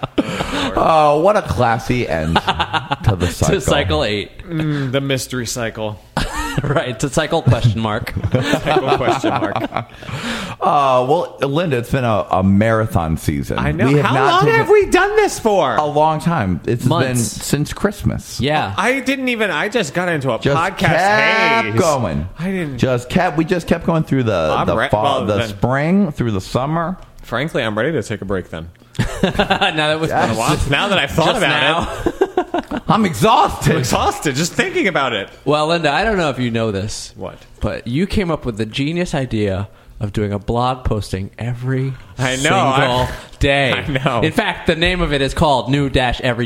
Speaker 2: Oh, what a classy end to the cycle.
Speaker 4: to cycle eight,
Speaker 3: Mm, the mystery cycle.
Speaker 4: right? To cycle question mark.
Speaker 3: cycle question mark.
Speaker 2: Uh, well, Linda, it's been a, a marathon season.
Speaker 3: I know.
Speaker 2: We have
Speaker 3: How
Speaker 2: not
Speaker 3: long
Speaker 2: taken-
Speaker 3: have we done this for?
Speaker 2: A long time. It's been
Speaker 3: Months.
Speaker 2: since Christmas.
Speaker 4: Yeah.
Speaker 3: I didn't even. I just got into a
Speaker 2: Just
Speaker 3: podcast.
Speaker 2: kept
Speaker 3: haze.
Speaker 2: going.
Speaker 3: I didn't.
Speaker 2: Just kept. We just kept going through the
Speaker 3: I'm
Speaker 2: the
Speaker 3: re-
Speaker 2: fall,
Speaker 3: well,
Speaker 2: the
Speaker 3: then-
Speaker 2: spring, through the summer.
Speaker 3: Frankly, I'm ready to take a break. Then
Speaker 4: now that was
Speaker 3: Been a while. now that I've thought
Speaker 4: Just
Speaker 3: about it,
Speaker 2: I'm exhausted.
Speaker 3: I'm exhausted just thinking about it.
Speaker 4: Well, Linda, I don't know if you know this.
Speaker 3: What?
Speaker 4: But you came up with the genius idea of doing a blog posting every
Speaker 3: I know,
Speaker 4: single
Speaker 3: I-
Speaker 4: day.
Speaker 3: I know.
Speaker 4: In fact, the name of it is called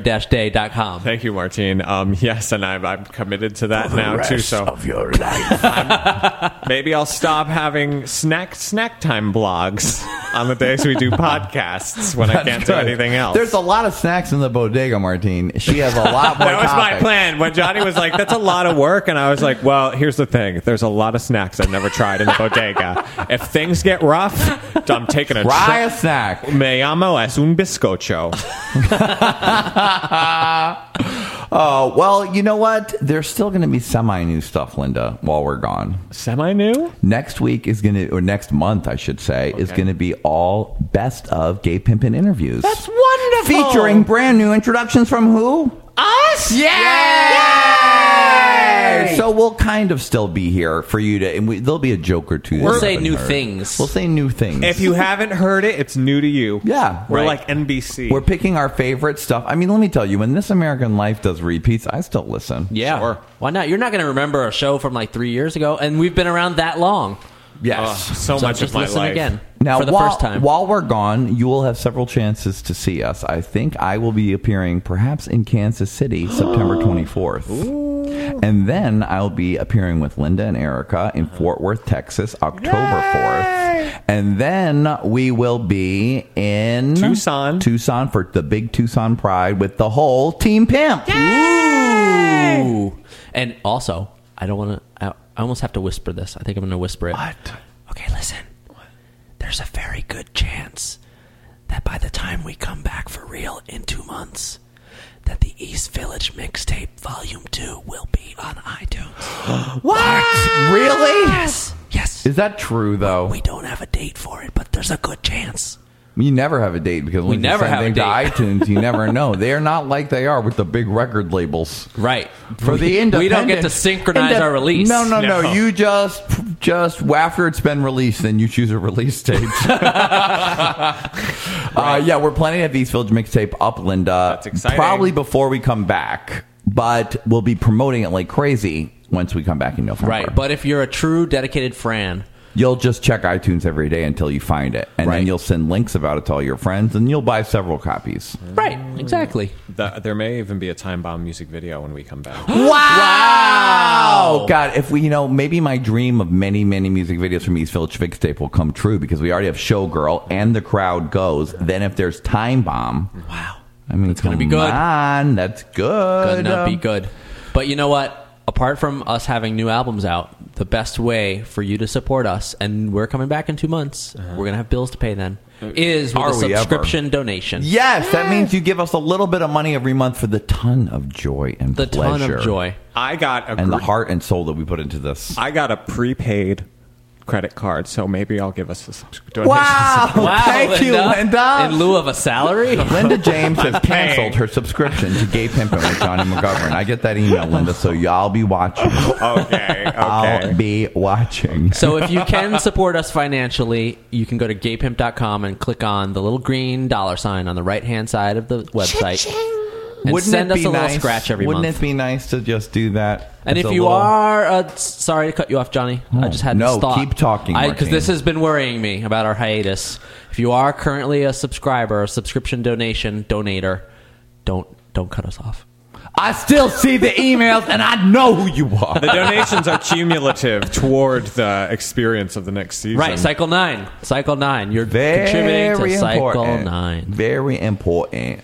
Speaker 4: new-every-day.com.
Speaker 3: Thank you, Martine. Um, yes, and I'm, I'm committed to that
Speaker 4: For the
Speaker 3: now too.
Speaker 4: rest
Speaker 3: So
Speaker 4: of
Speaker 2: your
Speaker 3: life, maybe I'll stop having snack snack time blogs on the days we do podcasts when I
Speaker 2: That's
Speaker 3: can't
Speaker 2: good.
Speaker 3: do anything else.
Speaker 2: There's a lot of snacks in the bodega, Martine. She has a lot more.
Speaker 3: that was my
Speaker 2: topics.
Speaker 3: plan. When Johnny was like, "That's a lot of work," and I was like, "Well, here's the thing. There's a lot of snacks I've never tried in the bodega. If things get rough, I'm taking a
Speaker 2: Try
Speaker 3: tri-
Speaker 2: a snack.
Speaker 3: Me llamo es un bizcocho.
Speaker 2: Oh well, you know what? There's still going to be semi-new stuff, Linda, while we're gone.
Speaker 3: Semi-new.
Speaker 2: Next week is going to, or next month, I should say, is
Speaker 3: Okay.
Speaker 2: going to be all best of gay pimpin' interviews.
Speaker 3: That's wonderful.
Speaker 2: Featuring brand new introductions from who?
Speaker 7: Us?
Speaker 2: Yeah.
Speaker 7: Yeah.
Speaker 2: So we'll kind of still be here for you to, and we, there'll be a joke or two. that
Speaker 6: We'll
Speaker 2: you
Speaker 6: say
Speaker 2: haven't
Speaker 6: new
Speaker 2: heard.
Speaker 6: things.
Speaker 2: We'll say new things.
Speaker 3: If you haven't heard it, it's new to you.
Speaker 2: Yeah,
Speaker 3: We're
Speaker 2: right.
Speaker 3: like NBC.
Speaker 2: We're picking our favorite stuff. I mean, let me tell you, when This American Life does repeats, I still listen.
Speaker 4: Yeah. Why not? You're not going to remember a show from like three years ago, and we've been around that long.
Speaker 2: Yes.
Speaker 4: so, just listen again
Speaker 2: Now,
Speaker 4: for the
Speaker 2: while,
Speaker 4: first time.
Speaker 2: while we're gone, you will have several chances to see us. I think I will be appearing perhaps in Kansas City September 24th. And then I'll be appearing with Linda and Erica in Fort Worth, Texas, October 4th. And then we will be in Tucson. Tucson for the big Tucson Pride with the whole Team Pimp.
Speaker 4: Ooh. And also, I don't want to. I, I almost have to whisper this. I think I'm going to whisper it. What? Okay, listen. There's a very good chance that by the time we come back for real in two months, that the East Village mixtape volume two will be on iTunes.
Speaker 2: what? Really?
Speaker 4: Yes. Yes.
Speaker 2: Is that true, though? We
Speaker 4: don't have a date for it, but there's a good chance.
Speaker 2: You never have a date because when
Speaker 4: never
Speaker 2: you
Speaker 4: have a
Speaker 2: send things to iTunes, you never know. They are not like they are with the big record labels,
Speaker 4: right?
Speaker 2: For the independent,
Speaker 4: We don't get to synchronize our release.
Speaker 2: No, no, no,
Speaker 4: No.
Speaker 2: You just just after it's been released, then you choose a release date. uh, yeah, we're planning to have East Village mixtape up, Linda. That's
Speaker 3: exciting.
Speaker 2: Probably before we come back, but we'll be promoting it like crazy once we come back in November.
Speaker 4: Right. But if you're a true dedicated Fran,
Speaker 2: You'll just check iTunes every day until you find it, and then you'll send links about it to all your friends, and you'll buy several copies.
Speaker 4: right? Exactly.
Speaker 3: Th- there may even be a time bomb music video when we come back.
Speaker 2: Oh God! If we, you know, maybe my dream of many, many music videos from East Village Mixtape will come true because we already have Showgirl and the crowd goes. Then if there's Time Bomb, wow! I mean, it's
Speaker 4: gonna be good.
Speaker 2: On, that's good. Um,
Speaker 4: Gonna be good. But you know what? Apart from us having new albums out, the best way for you to support us, and we're coming back in two months, we're gonna have bills to pay then, is with
Speaker 2: Uh-huh. Uh, Are
Speaker 4: a
Speaker 2: we ever?
Speaker 4: subscription donation.
Speaker 2: Yes, that means you give us a little bit of money every month for the ton of joy and
Speaker 4: The ton of
Speaker 2: pleasure.
Speaker 4: joy.
Speaker 3: I got a
Speaker 2: and the
Speaker 3: gr-
Speaker 2: heart and soul that we put into this.
Speaker 3: I got a prepaid credit card, so maybe I'll give us a subscription donation.
Speaker 2: Wow! Thank you, Linda.
Speaker 4: In lieu of a salary,
Speaker 2: Linda James has canceled her subscription to Gay Pimpin' with Johnny McGovern. I get that email, Linda, so y'all be watching.
Speaker 3: Okay,
Speaker 2: I'll be watching.
Speaker 4: So if you can support us financially, you can go to gaypimp.com and click on the little green dollar sign on the right hand side of the website. And
Speaker 2: Wouldn't
Speaker 4: send
Speaker 2: it
Speaker 4: us
Speaker 2: be
Speaker 4: a little
Speaker 2: nice-
Speaker 4: scratch every
Speaker 2: wouldn't
Speaker 4: month.
Speaker 2: it be nice to just do that?
Speaker 4: and
Speaker 2: It's
Speaker 4: if
Speaker 2: a
Speaker 4: you
Speaker 2: little-
Speaker 4: are, uh, s- sorry to cut you off, Johnny. I just had
Speaker 2: No,
Speaker 4: this thought.
Speaker 2: keep talking,
Speaker 4: because this
Speaker 2: Martine.
Speaker 4: has been worrying me about our hiatus. If you are currently a subscriber, a subscription donation donator, don't don't cut us off.
Speaker 2: I still see the emails and I know who you are.
Speaker 3: The donations are cumulative toward the experience of the next season.
Speaker 4: Right, cycle nine, cycle nine. You're
Speaker 2: Very
Speaker 4: contributing to cycle
Speaker 2: important.
Speaker 4: nine.
Speaker 2: Very important.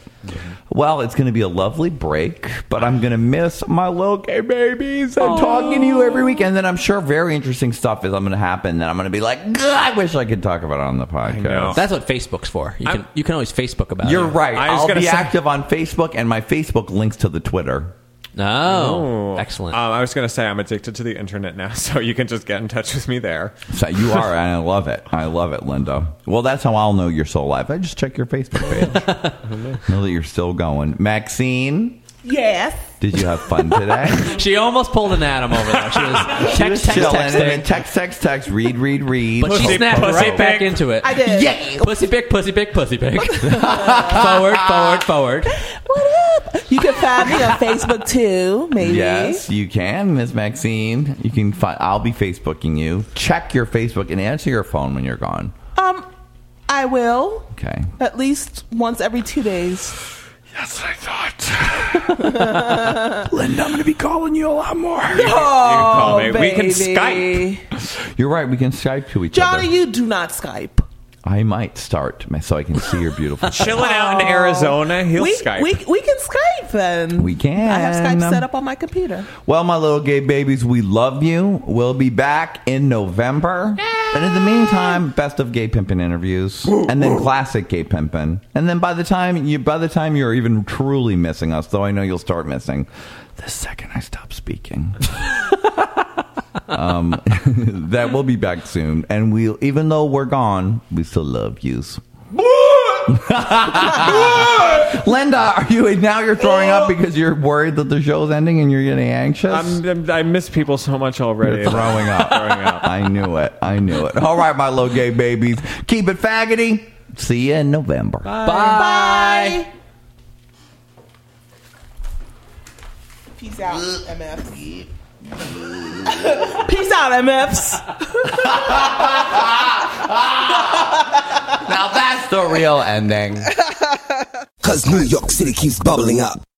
Speaker 2: Well, it's going to be a lovely break, but I'm going to miss my little gay babies. I'm talking to you every week, and then I'm sure very interesting stuff is I'm going to happen. Then I'm going to be like, "Gah, I wish I could talk about it on the podcast.
Speaker 4: That's what Facebook's for. You can you can always Facebook about it.
Speaker 2: You're right. I'll
Speaker 4: gonna
Speaker 2: be
Speaker 4: say-
Speaker 2: active on Facebook, and my Facebook links to the Twitter.
Speaker 4: Oh, excellent.
Speaker 3: Um, I was going to say I'm addicted to the internet now, so you can just get in touch with me there.
Speaker 2: So you are, and I love it. I love it, Linda. Well, that's how I'll know you're still alive. I just check your Facebook page. know that you're still going. Maxine,
Speaker 5: Yes.
Speaker 2: did you have fun today?
Speaker 4: She almost pulled an Adam over there. Oh, She was
Speaker 2: She was
Speaker 4: text, text,
Speaker 2: chilling
Speaker 4: text,
Speaker 2: and then
Speaker 4: text.
Speaker 2: text, text, text, read, read, read.
Speaker 4: But she snapped right back into it.
Speaker 5: I did.
Speaker 4: Yeah. Pussy pick, pussy pick, pussy pick. forward,
Speaker 2: Ah.
Speaker 4: forward, forward.
Speaker 5: You can find me on Facebook too, maybe.
Speaker 2: Yes, you can, Miss Maxine. You can find. I'll be Facebooking you. Check your Facebook and answer your phone when you're gone.
Speaker 5: Um, I will
Speaker 2: Okay.
Speaker 5: at least once every two days.
Speaker 2: Yes, I thought. Linda, I'm going to be calling you a lot more.
Speaker 5: You can- you can call me. We can
Speaker 2: Skype. You're right. We can Skype to each other.
Speaker 5: Johnny, you do not Skype.
Speaker 2: I might start my- so I can see your beautiful.
Speaker 3: Chilling out in Arizona, he'll
Speaker 5: we,
Speaker 3: Skype.
Speaker 5: We, we can Skype then.
Speaker 2: We can.
Speaker 5: I have Skype set up on my computer.
Speaker 2: Well, my little gay babies, we love you. We'll be back in November. And in the meantime, best of gay pimpin' interviews, and then classic gay pimpin'. And then by the time you by the time you're even truly missing us, though I know you'll start missing the second I stop speaking. um, that we'll be back soon, and we'll even though we're gone, we still love yous. Linda, are you now you're throwing up because you're worried that the show's ending and you're getting anxious?
Speaker 3: I'm, I'm, I miss people so much already.
Speaker 2: You're throwing up.
Speaker 3: throwing up.
Speaker 2: I knew it. I knew it. All right, my little gay babies. Keep it faggoty. See you in November.
Speaker 1: Bye.
Speaker 5: Bye. Peace out, MFs. Peace out, MFs.
Speaker 2: Now that's the real ending.
Speaker 9: Cause New York City keeps bubbling up.